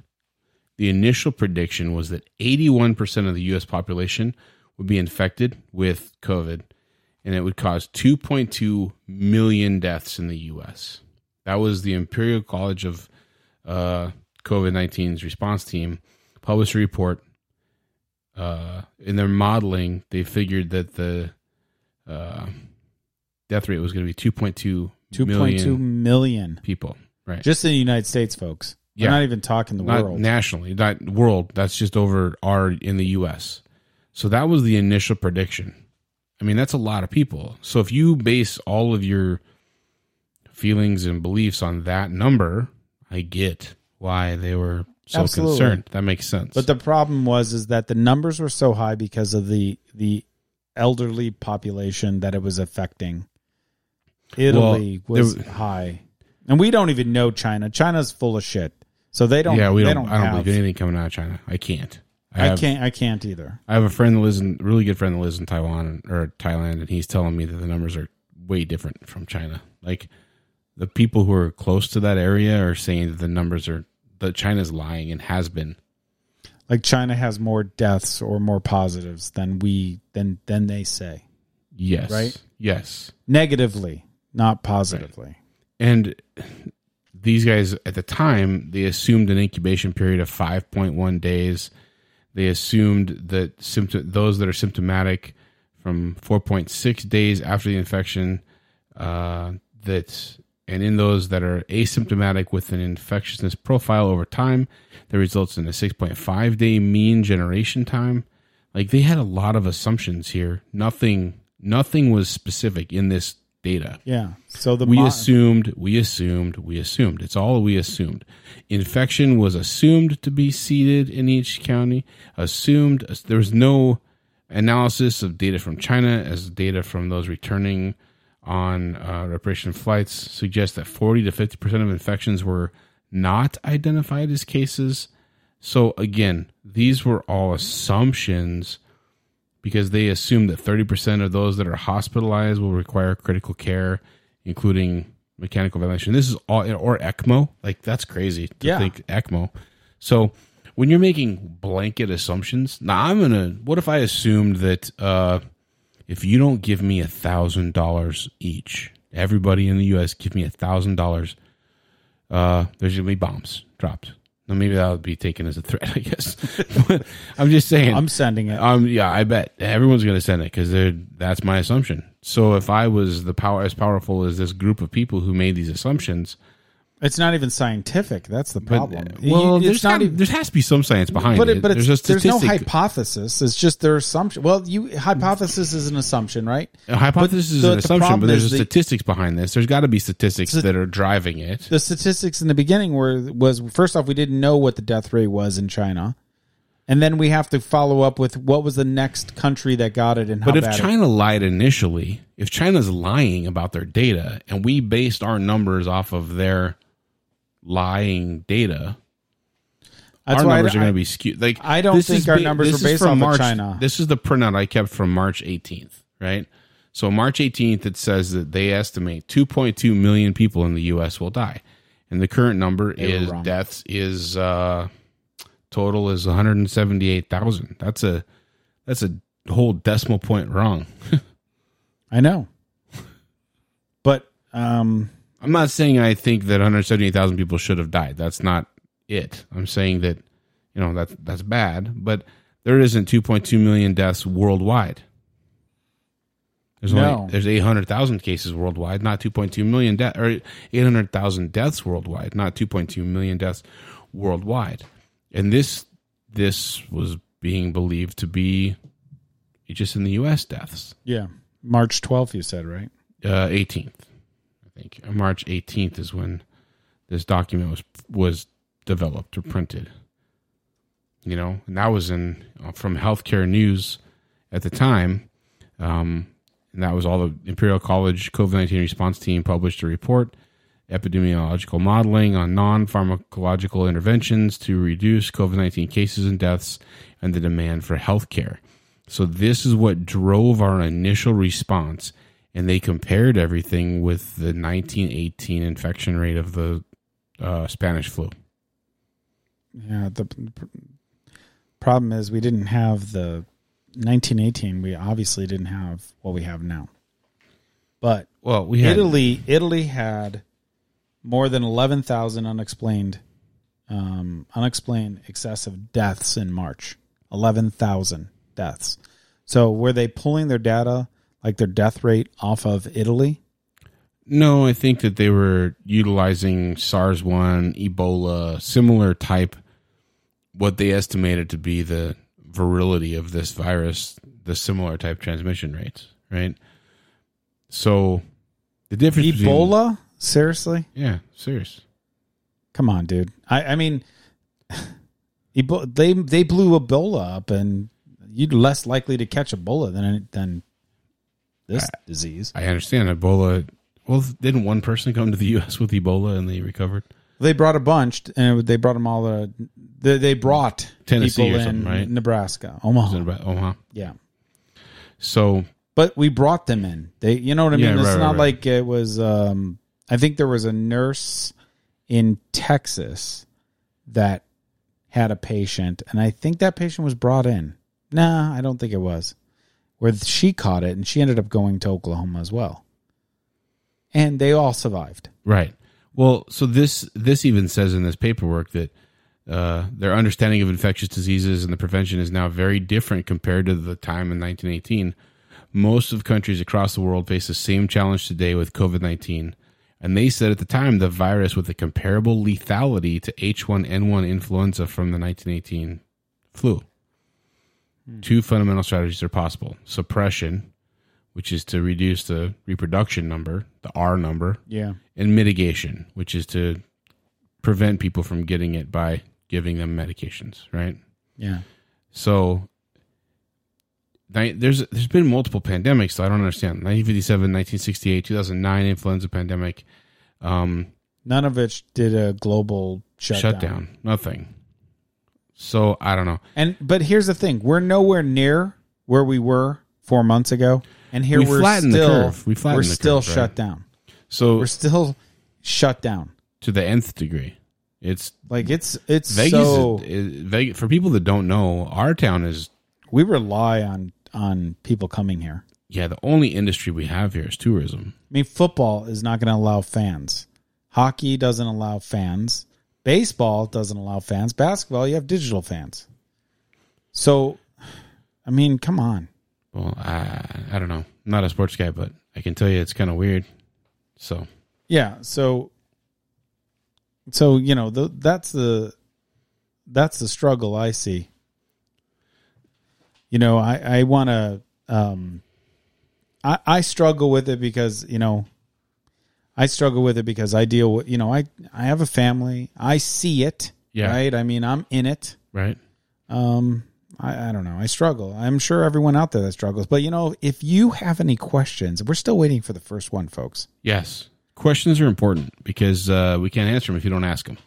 [SPEAKER 6] the initial prediction was that 81% of the US population would be infected with COVID and it would cause 2.2 million deaths in the US. That was the Imperial College of uh, COVID 19's response team published a report. Uh, in their modeling, they figured that the uh, death rate was going to be 2.2
[SPEAKER 7] 2.2
[SPEAKER 6] million
[SPEAKER 7] million.
[SPEAKER 6] people. Right.
[SPEAKER 7] Just in the United States, folks.
[SPEAKER 6] Yeah.
[SPEAKER 7] We're not even talking the
[SPEAKER 6] not
[SPEAKER 7] world.
[SPEAKER 6] nationally, not world. That's just over our in the U.S. So that was the initial prediction. I mean, that's a lot of people. So if you base all of your feelings and beliefs on that number, I get why they were so
[SPEAKER 7] Absolutely.
[SPEAKER 6] concerned. That makes sense.
[SPEAKER 7] But the problem was is that the numbers were so high because of the the elderly population that it was affecting. Italy
[SPEAKER 6] Well,
[SPEAKER 7] was
[SPEAKER 6] there-
[SPEAKER 7] high, and we don't even know China. China's full of shit, so they don't.
[SPEAKER 6] yeah, we
[SPEAKER 7] they
[SPEAKER 6] don't.
[SPEAKER 7] don't.
[SPEAKER 6] I don't
[SPEAKER 7] have,
[SPEAKER 6] believe anything coming out of China. I can't. I,
[SPEAKER 7] I
[SPEAKER 6] have,
[SPEAKER 7] can't. I can't either.
[SPEAKER 6] I have a friend that lives in really good friend that lives in Taiwan or Thailand, and he's telling me that the numbers are way different from China. Like the people who are close to that area are saying that the numbers are that China's lying and has been.
[SPEAKER 7] Like China has more deaths or more positives than we than than they say
[SPEAKER 6] Yes,
[SPEAKER 7] Right?
[SPEAKER 6] Yes,
[SPEAKER 7] negatively, not positively.
[SPEAKER 6] and these guys at the time they assumed an incubation period of five point one days. They assumed that symptom those that are symptomatic from four point six days after the infection uh, that and in those that are asymptomatic with an infectiousness profile over time that results in a 6.5 day mean generation time like they had a lot of assumptions here nothing nothing was specific in this data
[SPEAKER 7] Yeah. So the
[SPEAKER 6] we
[SPEAKER 7] mo-
[SPEAKER 6] assumed, we assumed, we assumed. It's all we assumed. Infection was assumed to be seeded in each county. Assumed there was no analysis of data from China as data from those returning on uh, reparation flights suggests that 40 to 50 percent of infections were not identified as cases. So again, these were all assumptions because they assume that 30% of those that are hospitalized will require critical care, including mechanical ventilation. This is all, or ECMO. Like, that's crazy to
[SPEAKER 7] Yeah.
[SPEAKER 6] think ECMO. So, when you're making blanket assumptions, now I'm going to, what if I assumed that uh, if you don't give me a $1,000 each, everybody in the U.S. give me a $1,000, uh, there's going to be bombs dropped. Now, maybe that would be taken as a threat, [LAUGHS] I guess. I'm just saying.
[SPEAKER 7] I'm sending it.
[SPEAKER 6] Um, yeah, I bet everyone's going to send it because that's my assumption. So if I was the power as powerful as this group of people who made these assumptions,
[SPEAKER 7] it's not even scientific. That's the
[SPEAKER 6] but uh,
[SPEAKER 7] problem. You-
[SPEAKER 6] well,
[SPEAKER 7] it's
[SPEAKER 6] there's
[SPEAKER 7] not
[SPEAKER 6] gotta-
[SPEAKER 7] even.
[SPEAKER 6] there has to be some science behind
[SPEAKER 7] but
[SPEAKER 6] it.
[SPEAKER 7] But it's,
[SPEAKER 6] there's a
[SPEAKER 7] there's
[SPEAKER 6] statistic.
[SPEAKER 7] no hypothesis. It's just their assumption. Well, you hypothesis is an assumption, right?
[SPEAKER 6] a hypothesis
[SPEAKER 7] but
[SPEAKER 6] is
[SPEAKER 7] the-
[SPEAKER 6] an
[SPEAKER 7] the
[SPEAKER 6] assumption,
[SPEAKER 7] problem
[SPEAKER 6] but there's
[SPEAKER 7] is
[SPEAKER 6] a
[SPEAKER 7] the-
[SPEAKER 6] statistics behind this. There's got to be statistics
[SPEAKER 7] So-
[SPEAKER 6] that are driving it.
[SPEAKER 7] The statistics in the beginning were was first off, we didn't know what the death rate was in China, and then we have to follow up with what was the next country that got it and how
[SPEAKER 6] But if
[SPEAKER 7] bad it-
[SPEAKER 6] China lied initially, if China's lying about their data, and we based our numbers off of their lying data,
[SPEAKER 7] That's
[SPEAKER 6] our
[SPEAKER 7] why I
[SPEAKER 6] numbers
[SPEAKER 7] don't-
[SPEAKER 6] are going to be skewed. Like
[SPEAKER 7] I don't
[SPEAKER 6] this
[SPEAKER 7] think
[SPEAKER 6] is
[SPEAKER 7] our
[SPEAKER 6] ba-
[SPEAKER 7] numbers
[SPEAKER 6] this
[SPEAKER 7] were
[SPEAKER 6] is
[SPEAKER 7] based
[SPEAKER 6] from
[SPEAKER 7] off of
[SPEAKER 6] March,
[SPEAKER 7] China.
[SPEAKER 6] This is the printout I kept from March 18th, right? So March 18th, it says that they estimate 2.2 million people in the U.S. will die, and the current number
[SPEAKER 7] were
[SPEAKER 6] is
[SPEAKER 7] wrong.
[SPEAKER 6] deaths is uh, total is 178,000. That's a that's a whole decimal point wrong.
[SPEAKER 7] I know, but um,
[SPEAKER 6] I'm not saying I think that 178,000 people should have died. That's not it. I'm saying that, you know, that that's bad, but there isn't 2.2 million deaths worldwide. There's
[SPEAKER 7] No.
[SPEAKER 6] only there's 800,000 cases worldwide, not 2.2 million deaths or 800,000 deaths worldwide, not 2.2 million deaths worldwide. And this this was being believed to be just in the US deaths
[SPEAKER 7] yeah, March twelfth, you said right?
[SPEAKER 6] uh, 18th, I think. Uh, March 18th is when this document was was developed or printed. uh, You know, and that was in from healthcare news at the time. Um, and that was all the Imperial College COVID 19 response team published a report, Epidemiological Modeling on Non Pharmacological Interventions to Reduce COVID 19 Cases and Deaths and the Demand for Healthcare. So, this is what drove our initial response. And they compared everything with the 1918 infection rate of the uh, Spanish flu.
[SPEAKER 7] Yeah, the p- p- problem is we didn't have the 1918. We obviously didn't have what we have now. But
[SPEAKER 6] Well, we had
[SPEAKER 7] Italy, Italy had more than 11,000 unexplained, um, unexplained excessive deaths in March. 11,000 deaths. So were they pulling their data, like their death rate, off of Italy?
[SPEAKER 6] No, I think that they were utilizing SARS 1, Ebola, similar type, what they estimated to be the virility of this virus, the similar type transmission rates, right? So the difference between.
[SPEAKER 7] Ebola? Seriously?
[SPEAKER 6] Yeah, serious.
[SPEAKER 7] Come on, dude. I, I mean, [LAUGHS] Ebo- they they blew Ebola up, and you're less likely to catch Ebola than than this disease.
[SPEAKER 6] I understand Ebola. Well, didn't one person come to the U.S. with Ebola and they recovered?
[SPEAKER 7] They brought a bunch, and they brought them all. To, they they brought
[SPEAKER 6] Tennessee
[SPEAKER 7] people
[SPEAKER 6] or something,
[SPEAKER 7] in
[SPEAKER 6] right?
[SPEAKER 7] Nebraska, Omaha,
[SPEAKER 6] Was it about Omaha?
[SPEAKER 7] yeah.
[SPEAKER 6] So
[SPEAKER 7] But we brought them in. They, you know what I mean.
[SPEAKER 6] Yeah,
[SPEAKER 7] it's
[SPEAKER 6] right, right,
[SPEAKER 7] not
[SPEAKER 6] right.
[SPEAKER 7] like it was. Um, I think there was a nurse in Texas that had a patient, and I think that patient was brought in. Nah, I don't think it was. Where she caught it, and she ended up going to Oklahoma as well, and they all survived.
[SPEAKER 6] Right. Well, so this this even says in this paperwork that uh, their understanding of infectious diseases and the prevention is now very different compared to the time in 1918. Most of countries across the world face the same challenge today with COVID 19. And they said at the time the virus with a comparable lethality to H1N1 influenza from the 1918 flu. Two fundamental strategies are possible suppression, which is to reduce the reproduction number, the R number,
[SPEAKER 7] Yeah,
[SPEAKER 6] and mitigation, which is to prevent people from getting it by giving them medications, right?
[SPEAKER 7] yeah.
[SPEAKER 6] So ni- there's there's been multiple pandemics that I don't understand. 1957, 1968, 2009 influenza pandemic, um,
[SPEAKER 7] None of it did a global shutdown.
[SPEAKER 6] shutdown, nothing. So I don't know.
[SPEAKER 7] And but here's the thing: we're nowhere near where we were four months ago, and here
[SPEAKER 6] We
[SPEAKER 7] we are
[SPEAKER 6] flattened the
[SPEAKER 7] still
[SPEAKER 6] curve. We flattened
[SPEAKER 7] are
[SPEAKER 6] the curve,
[SPEAKER 7] still
[SPEAKER 6] right?
[SPEAKER 7] shut down.
[SPEAKER 6] So
[SPEAKER 7] We're still shut down.
[SPEAKER 6] to the nth degree, it's
[SPEAKER 7] Like it's it's
[SPEAKER 6] Vegas.
[SPEAKER 7] so
[SPEAKER 6] is, is- Vegas for people that don't know, our town is
[SPEAKER 7] we rely on on people coming here.
[SPEAKER 6] yeah the only industry we have here is tourism.
[SPEAKER 7] I mean, football is not going to allow fans. Hockey doesn't allow fans. Baseball doesn't allow fans. Basketball, you have digital fans. So, I mean, come on.
[SPEAKER 6] Well, I I don't know. I'm not a sports guy, but I can tell you it's kind of weird. So
[SPEAKER 7] Yeah. So, so you know the, that's the that's the struggle I see. You know, I I want to um, I I struggle with it because you know, I struggle with it because I deal with you know I I have a family I see it
[SPEAKER 6] Yeah.
[SPEAKER 7] right I mean I'm in it
[SPEAKER 6] right,
[SPEAKER 7] um, I, I don't know. I struggle. I'm sure everyone out there that struggles. But you know, if you have any questions, we're still waiting for the first one, folks.
[SPEAKER 6] yes, questions are important because uh, we can't answer them if you don't ask them.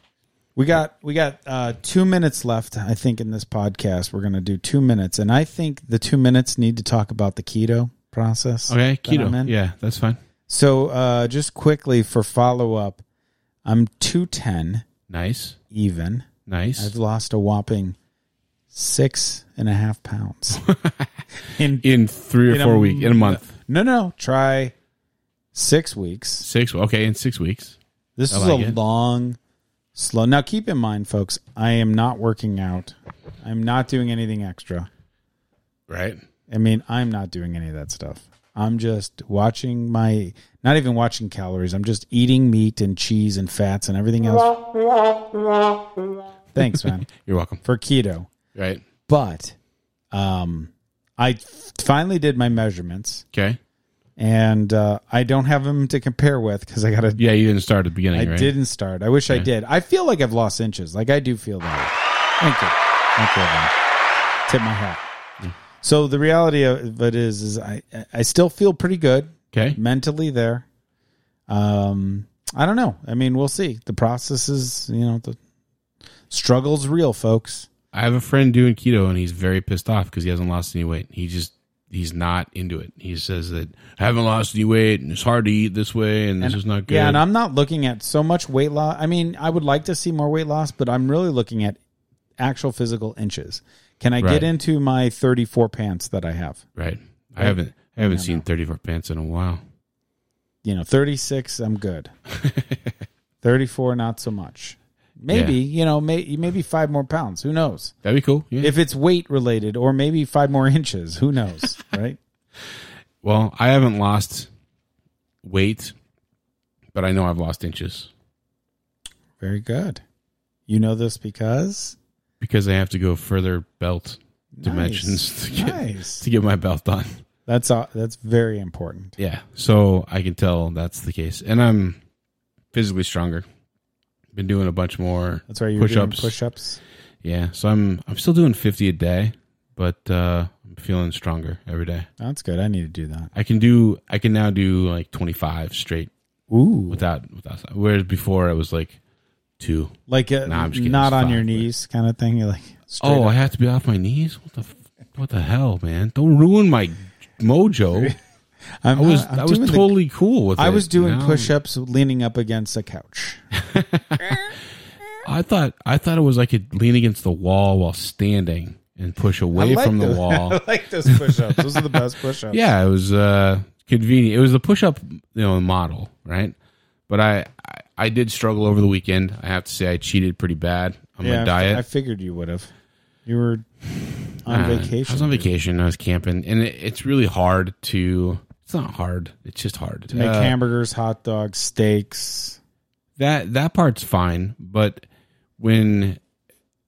[SPEAKER 7] We got we got uh, two minutes left. I think in this podcast we're going to do two minutes, and I think the two minutes need to talk about the keto process.
[SPEAKER 6] Okay,
[SPEAKER 7] that I'm in.
[SPEAKER 6] keto. Yeah, that's fine.
[SPEAKER 7] So uh, just quickly for follow up, I'm two ten
[SPEAKER 6] Nice,
[SPEAKER 7] even.
[SPEAKER 6] nice.
[SPEAKER 7] I've lost a whopping six and a half
[SPEAKER 6] [LAUGHS]
[SPEAKER 7] pounds in
[SPEAKER 6] in three or
[SPEAKER 7] in
[SPEAKER 6] four
[SPEAKER 7] a-
[SPEAKER 6] weeks, in a month,
[SPEAKER 7] No, no. Try six weeks.
[SPEAKER 6] six. Okay, in six weeks.
[SPEAKER 7] This
[SPEAKER 6] I
[SPEAKER 7] is
[SPEAKER 6] like
[SPEAKER 7] a
[SPEAKER 6] it.
[SPEAKER 7] long, slow. Now, keep in mind, folks, I am not working out. I'm not doing anything extra.
[SPEAKER 6] Right.
[SPEAKER 7] I mean, I'm not doing any of that stuff. I'm just watching my, not even watching calories. I'm just eating meat and cheese and fats and everything else.
[SPEAKER 6] [LAUGHS]
[SPEAKER 7] Thanks, man,
[SPEAKER 6] You're welcome.
[SPEAKER 7] for keto.
[SPEAKER 6] Right.
[SPEAKER 7] But um, I finally did my measurements
[SPEAKER 6] Okay.
[SPEAKER 7] and uh, I don't have them to compare with because I got to
[SPEAKER 6] Yeah, you didn't start at the beginning.
[SPEAKER 7] I
[SPEAKER 6] right?
[SPEAKER 7] didn't start. I wish I did. I feel like I've lost inches. Like I do feel that. Thank you. Thank you. Evan. Tip my hat. So the reality of it is, is I I still feel pretty good
[SPEAKER 6] Okay.
[SPEAKER 7] mentally there. Um, I don't know. I mean, we'll see. The process is, you know, the struggle's real, folks.
[SPEAKER 6] I have a friend doing keto and he's very pissed off because he hasn't lost any weight. He just he's not into it. He says that I haven't lost any weight and it's hard to eat this way and, this is not good.
[SPEAKER 7] Yeah, and I'm not looking at so much weight loss. I mean, I would like to see more weight loss, but I'm really looking at actual physical inches. Can I
[SPEAKER 6] Right.
[SPEAKER 7] get into my 34 pants that I have?
[SPEAKER 6] right. I haven't I haven't seen 34 pants in a while.
[SPEAKER 7] You know, 36, I'm
[SPEAKER 6] [LAUGHS]
[SPEAKER 7] good. 34, not so much. Maybe, you know, may, maybe five more pounds. Who knows?
[SPEAKER 6] That'd be cool. Yeah.
[SPEAKER 7] If it's weight related, or maybe five more [LAUGHS] inches.
[SPEAKER 6] [LAUGHS]
[SPEAKER 7] Who knows? right?
[SPEAKER 6] well, I haven't lost weight, but I know I've lost inches
[SPEAKER 7] Very good. You know this because
[SPEAKER 6] because I have to go further belt
[SPEAKER 7] Nice.
[SPEAKER 6] dimensions to get
[SPEAKER 7] Nice.
[SPEAKER 6] to get my belt on.
[SPEAKER 7] that's all, that's very important.
[SPEAKER 6] Yeah. So I can tell that's the case. And I'm physically stronger. Been doing a bunch more
[SPEAKER 7] That's why you're
[SPEAKER 6] push-ups.
[SPEAKER 7] doing push-ups.
[SPEAKER 6] Yeah. So I'm I'm still doing 50 a day, but uh I'm feeling stronger every day.
[SPEAKER 7] That's good. I need to do that.
[SPEAKER 6] I can do I can now do like 25 straight
[SPEAKER 7] Ooh,
[SPEAKER 6] without without whereas before it was like two.
[SPEAKER 7] like uh
[SPEAKER 6] Nah, I'm just kidding.
[SPEAKER 7] not
[SPEAKER 6] It's
[SPEAKER 7] on
[SPEAKER 6] fine,
[SPEAKER 7] your
[SPEAKER 6] but-
[SPEAKER 7] knees kind of thing. You're like, straight
[SPEAKER 6] Oh,
[SPEAKER 7] up.
[SPEAKER 6] I have to be off my knees. What the f- what the hell, man? Don't ruin my
[SPEAKER 7] [LAUGHS]
[SPEAKER 6] mojo.
[SPEAKER 7] I'm
[SPEAKER 6] I was
[SPEAKER 7] not- I'm
[SPEAKER 6] I was
[SPEAKER 7] doing the-
[SPEAKER 6] totally cool with it.
[SPEAKER 7] I was doing
[SPEAKER 6] Now-
[SPEAKER 7] push-ups, leaning up against
[SPEAKER 6] [LAUGHS]
[SPEAKER 7] a couch.
[SPEAKER 6] I thought I thought it was I could lean against the wall while standing and push away
[SPEAKER 7] like
[SPEAKER 6] from the
[SPEAKER 7] [LAUGHS] those-
[SPEAKER 6] wall.
[SPEAKER 7] I like those push-ups. Those are the best push-ups.
[SPEAKER 6] yeah, it was uh, convenient. It was the push up you know model, right? But I, I I did struggle over the weekend. I have to say I cheated pretty bad on
[SPEAKER 7] Yeah, I
[SPEAKER 6] my
[SPEAKER 7] f-
[SPEAKER 6] diet.
[SPEAKER 7] I figured you would have.
[SPEAKER 6] [SIGHS]
[SPEAKER 7] You were on
[SPEAKER 6] Uh,
[SPEAKER 7] vacation.
[SPEAKER 6] I was on vacation. I was camping, and it, it's really hard to. It's not hard. It's just hard
[SPEAKER 7] To make
[SPEAKER 6] Uh,
[SPEAKER 7] hamburgers, hot dogs, steaks.
[SPEAKER 6] that that part's fine but when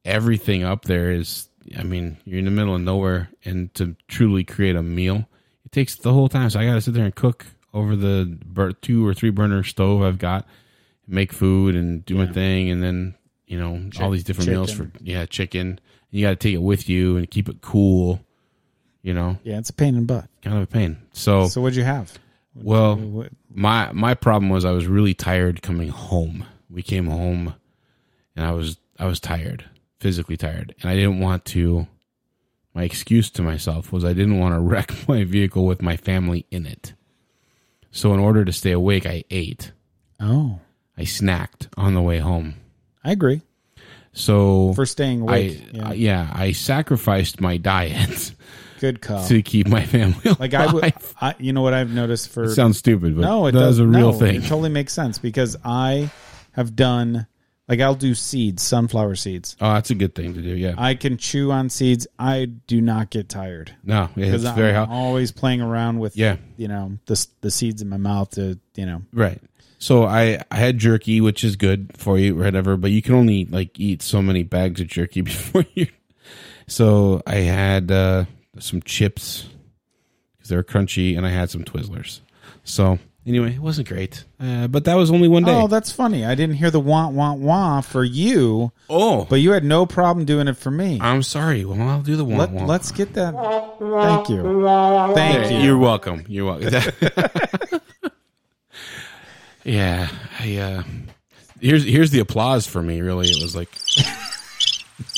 [SPEAKER 6] everything up there is i mean you're in the middle of nowhere and to truly create a meal it takes the whole time so i gotta sit there and cook over the bur- two or three burner stove i've got make food and do my thing and then you know all these different meals for
[SPEAKER 7] chicken.
[SPEAKER 6] yeah chicken and you gotta take it with you and keep it cool you know
[SPEAKER 7] Yeah, it's a pain in the butt.
[SPEAKER 6] kind of a pain so,
[SPEAKER 7] So what'd you have?
[SPEAKER 6] well
[SPEAKER 7] What,
[SPEAKER 6] my my problem was I was really tired coming home. We came home and I was I was tired, physically tired, and I didn't want to my excuse to myself was I didn't want to [LAUGHS] wreck my vehicle with my family in it. So in order to stay awake, I ate.
[SPEAKER 7] oh,
[SPEAKER 6] I snacked on the way home.
[SPEAKER 7] I agree.
[SPEAKER 6] So
[SPEAKER 7] For staying awake.
[SPEAKER 6] I,
[SPEAKER 7] yeah.
[SPEAKER 6] yeah. yeah, I sacrificed my diet [LAUGHS]
[SPEAKER 7] Good call.
[SPEAKER 6] to keep my family alive. [LAUGHS]
[SPEAKER 7] Like I would, I, you know what I've noticed for
[SPEAKER 6] It [LAUGHS] sounds stupid, but
[SPEAKER 7] no, it
[SPEAKER 6] that
[SPEAKER 7] does
[SPEAKER 6] is a real
[SPEAKER 7] no,
[SPEAKER 6] thing.
[SPEAKER 7] It totally makes sense because I have done like I'll do seeds, sunflower seeds.
[SPEAKER 6] oh, that's a good thing to do. Yeah.
[SPEAKER 7] I can chew on seeds. I do not get tired
[SPEAKER 6] no, it's
[SPEAKER 7] I'm
[SPEAKER 6] very hot.
[SPEAKER 7] always playing around with
[SPEAKER 6] Yeah.
[SPEAKER 7] you know the the seeds in my mouth to you know
[SPEAKER 6] Right. So I, I had jerky, which is good for you, whatever, but you can only like eat so many bags of jerky [LAUGHS] before you. So I had uh, some chips because they were crunchy, and I had some Twizzlers. So anyway, it wasn't great, uh, but that was only one day.
[SPEAKER 7] Oh, that's funny. I didn't hear the wah wah wah for you,
[SPEAKER 6] Oh,
[SPEAKER 7] but you had no problem doing it for me.
[SPEAKER 6] I'm sorry. Well, I'll do the one.
[SPEAKER 7] Let, let's get that. Thank you.
[SPEAKER 6] [LAUGHS]
[SPEAKER 7] Thank you.
[SPEAKER 6] You're welcome. You're welcome. [LAUGHS] yeah, I. Uh, here's here's the applause for me. Really, it was like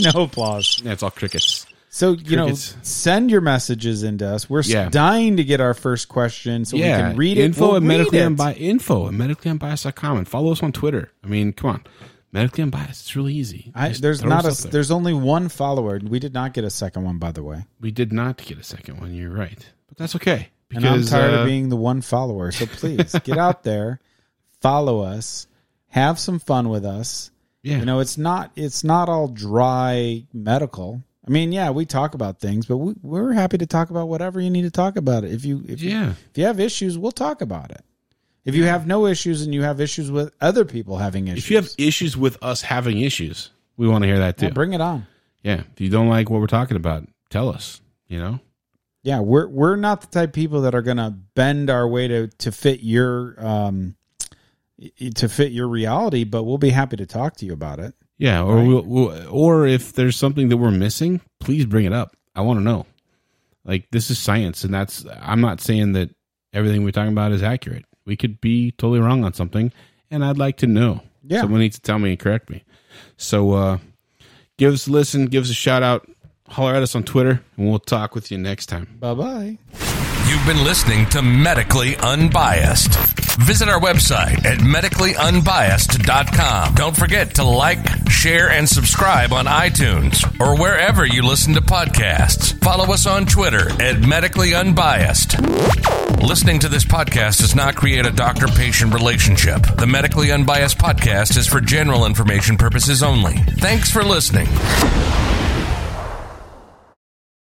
[SPEAKER 7] No applause.
[SPEAKER 6] yeah, it's all crickets.
[SPEAKER 7] So you know,
[SPEAKER 6] Crickets.
[SPEAKER 7] send your messages into us. We're s-
[SPEAKER 6] Yeah.
[SPEAKER 7] dying to get our first question, so we can read it.
[SPEAKER 6] Info
[SPEAKER 7] We'll
[SPEAKER 6] at
[SPEAKER 7] read
[SPEAKER 6] medically
[SPEAKER 7] it.
[SPEAKER 6] unbiased. Info at medicallyunbiased.com and follow us on Twitter. I mean, come on, medically unbiased. It's really easy.
[SPEAKER 7] I,
[SPEAKER 6] Just
[SPEAKER 7] there's
[SPEAKER 6] throw
[SPEAKER 7] not a
[SPEAKER 6] us up there.
[SPEAKER 7] there's only one follower. and We did not get a second one, by the way.
[SPEAKER 6] We did not get a second one. You're right, but that's okay
[SPEAKER 7] And I'm tired
[SPEAKER 6] uh,
[SPEAKER 7] of being the one follower.
[SPEAKER 6] [LAUGHS]
[SPEAKER 7] So please get out there, follow us, have some fun with us.
[SPEAKER 6] yeah.
[SPEAKER 7] You know, it's not it's not all dry medical. I mean, yeah, we talk about things, but we, we're happy to talk about whatever you need to talk about. If you if you
[SPEAKER 6] yeah,
[SPEAKER 7] If you have issues, we'll talk about it. If you have no issues and you have issues with other people having issues,
[SPEAKER 6] if you have issues with us having issues, we want to hear that too.
[SPEAKER 7] yeah, bring it on.
[SPEAKER 6] yeah, if you don't like what we're talking about, tell us. You know,
[SPEAKER 7] Yeah, we're we're not the type of people that are gonna bend our way to to fit your um y- to fit your reality, but we'll be happy to talk to you about it.
[SPEAKER 6] yeah, or we'll, we'll, or if there's something that we're missing, please bring it up. I want to know. Like this is science, and that's I'm not saying that everything we're talking about is accurate. We could be totally wrong on something, and I'd like to know.
[SPEAKER 7] Yeah.
[SPEAKER 6] Someone needs to tell me and correct me. So uh give us a listen, give us a shout out, holler at us on Twitter, and we'll talk with you next time.
[SPEAKER 7] Bye bye.
[SPEAKER 8] You've been listening to Medically Unbiased. Visit our website at medicallyunbiased.com. Don't forget to like, share, and subscribe on iTunes or wherever you listen to podcasts. Follow us on Twitter at Medically Unbiased. Listening to this podcast does not create a doctor patient relationship. The Medically Unbiased podcast is for general information purposes only. Thanks for listening.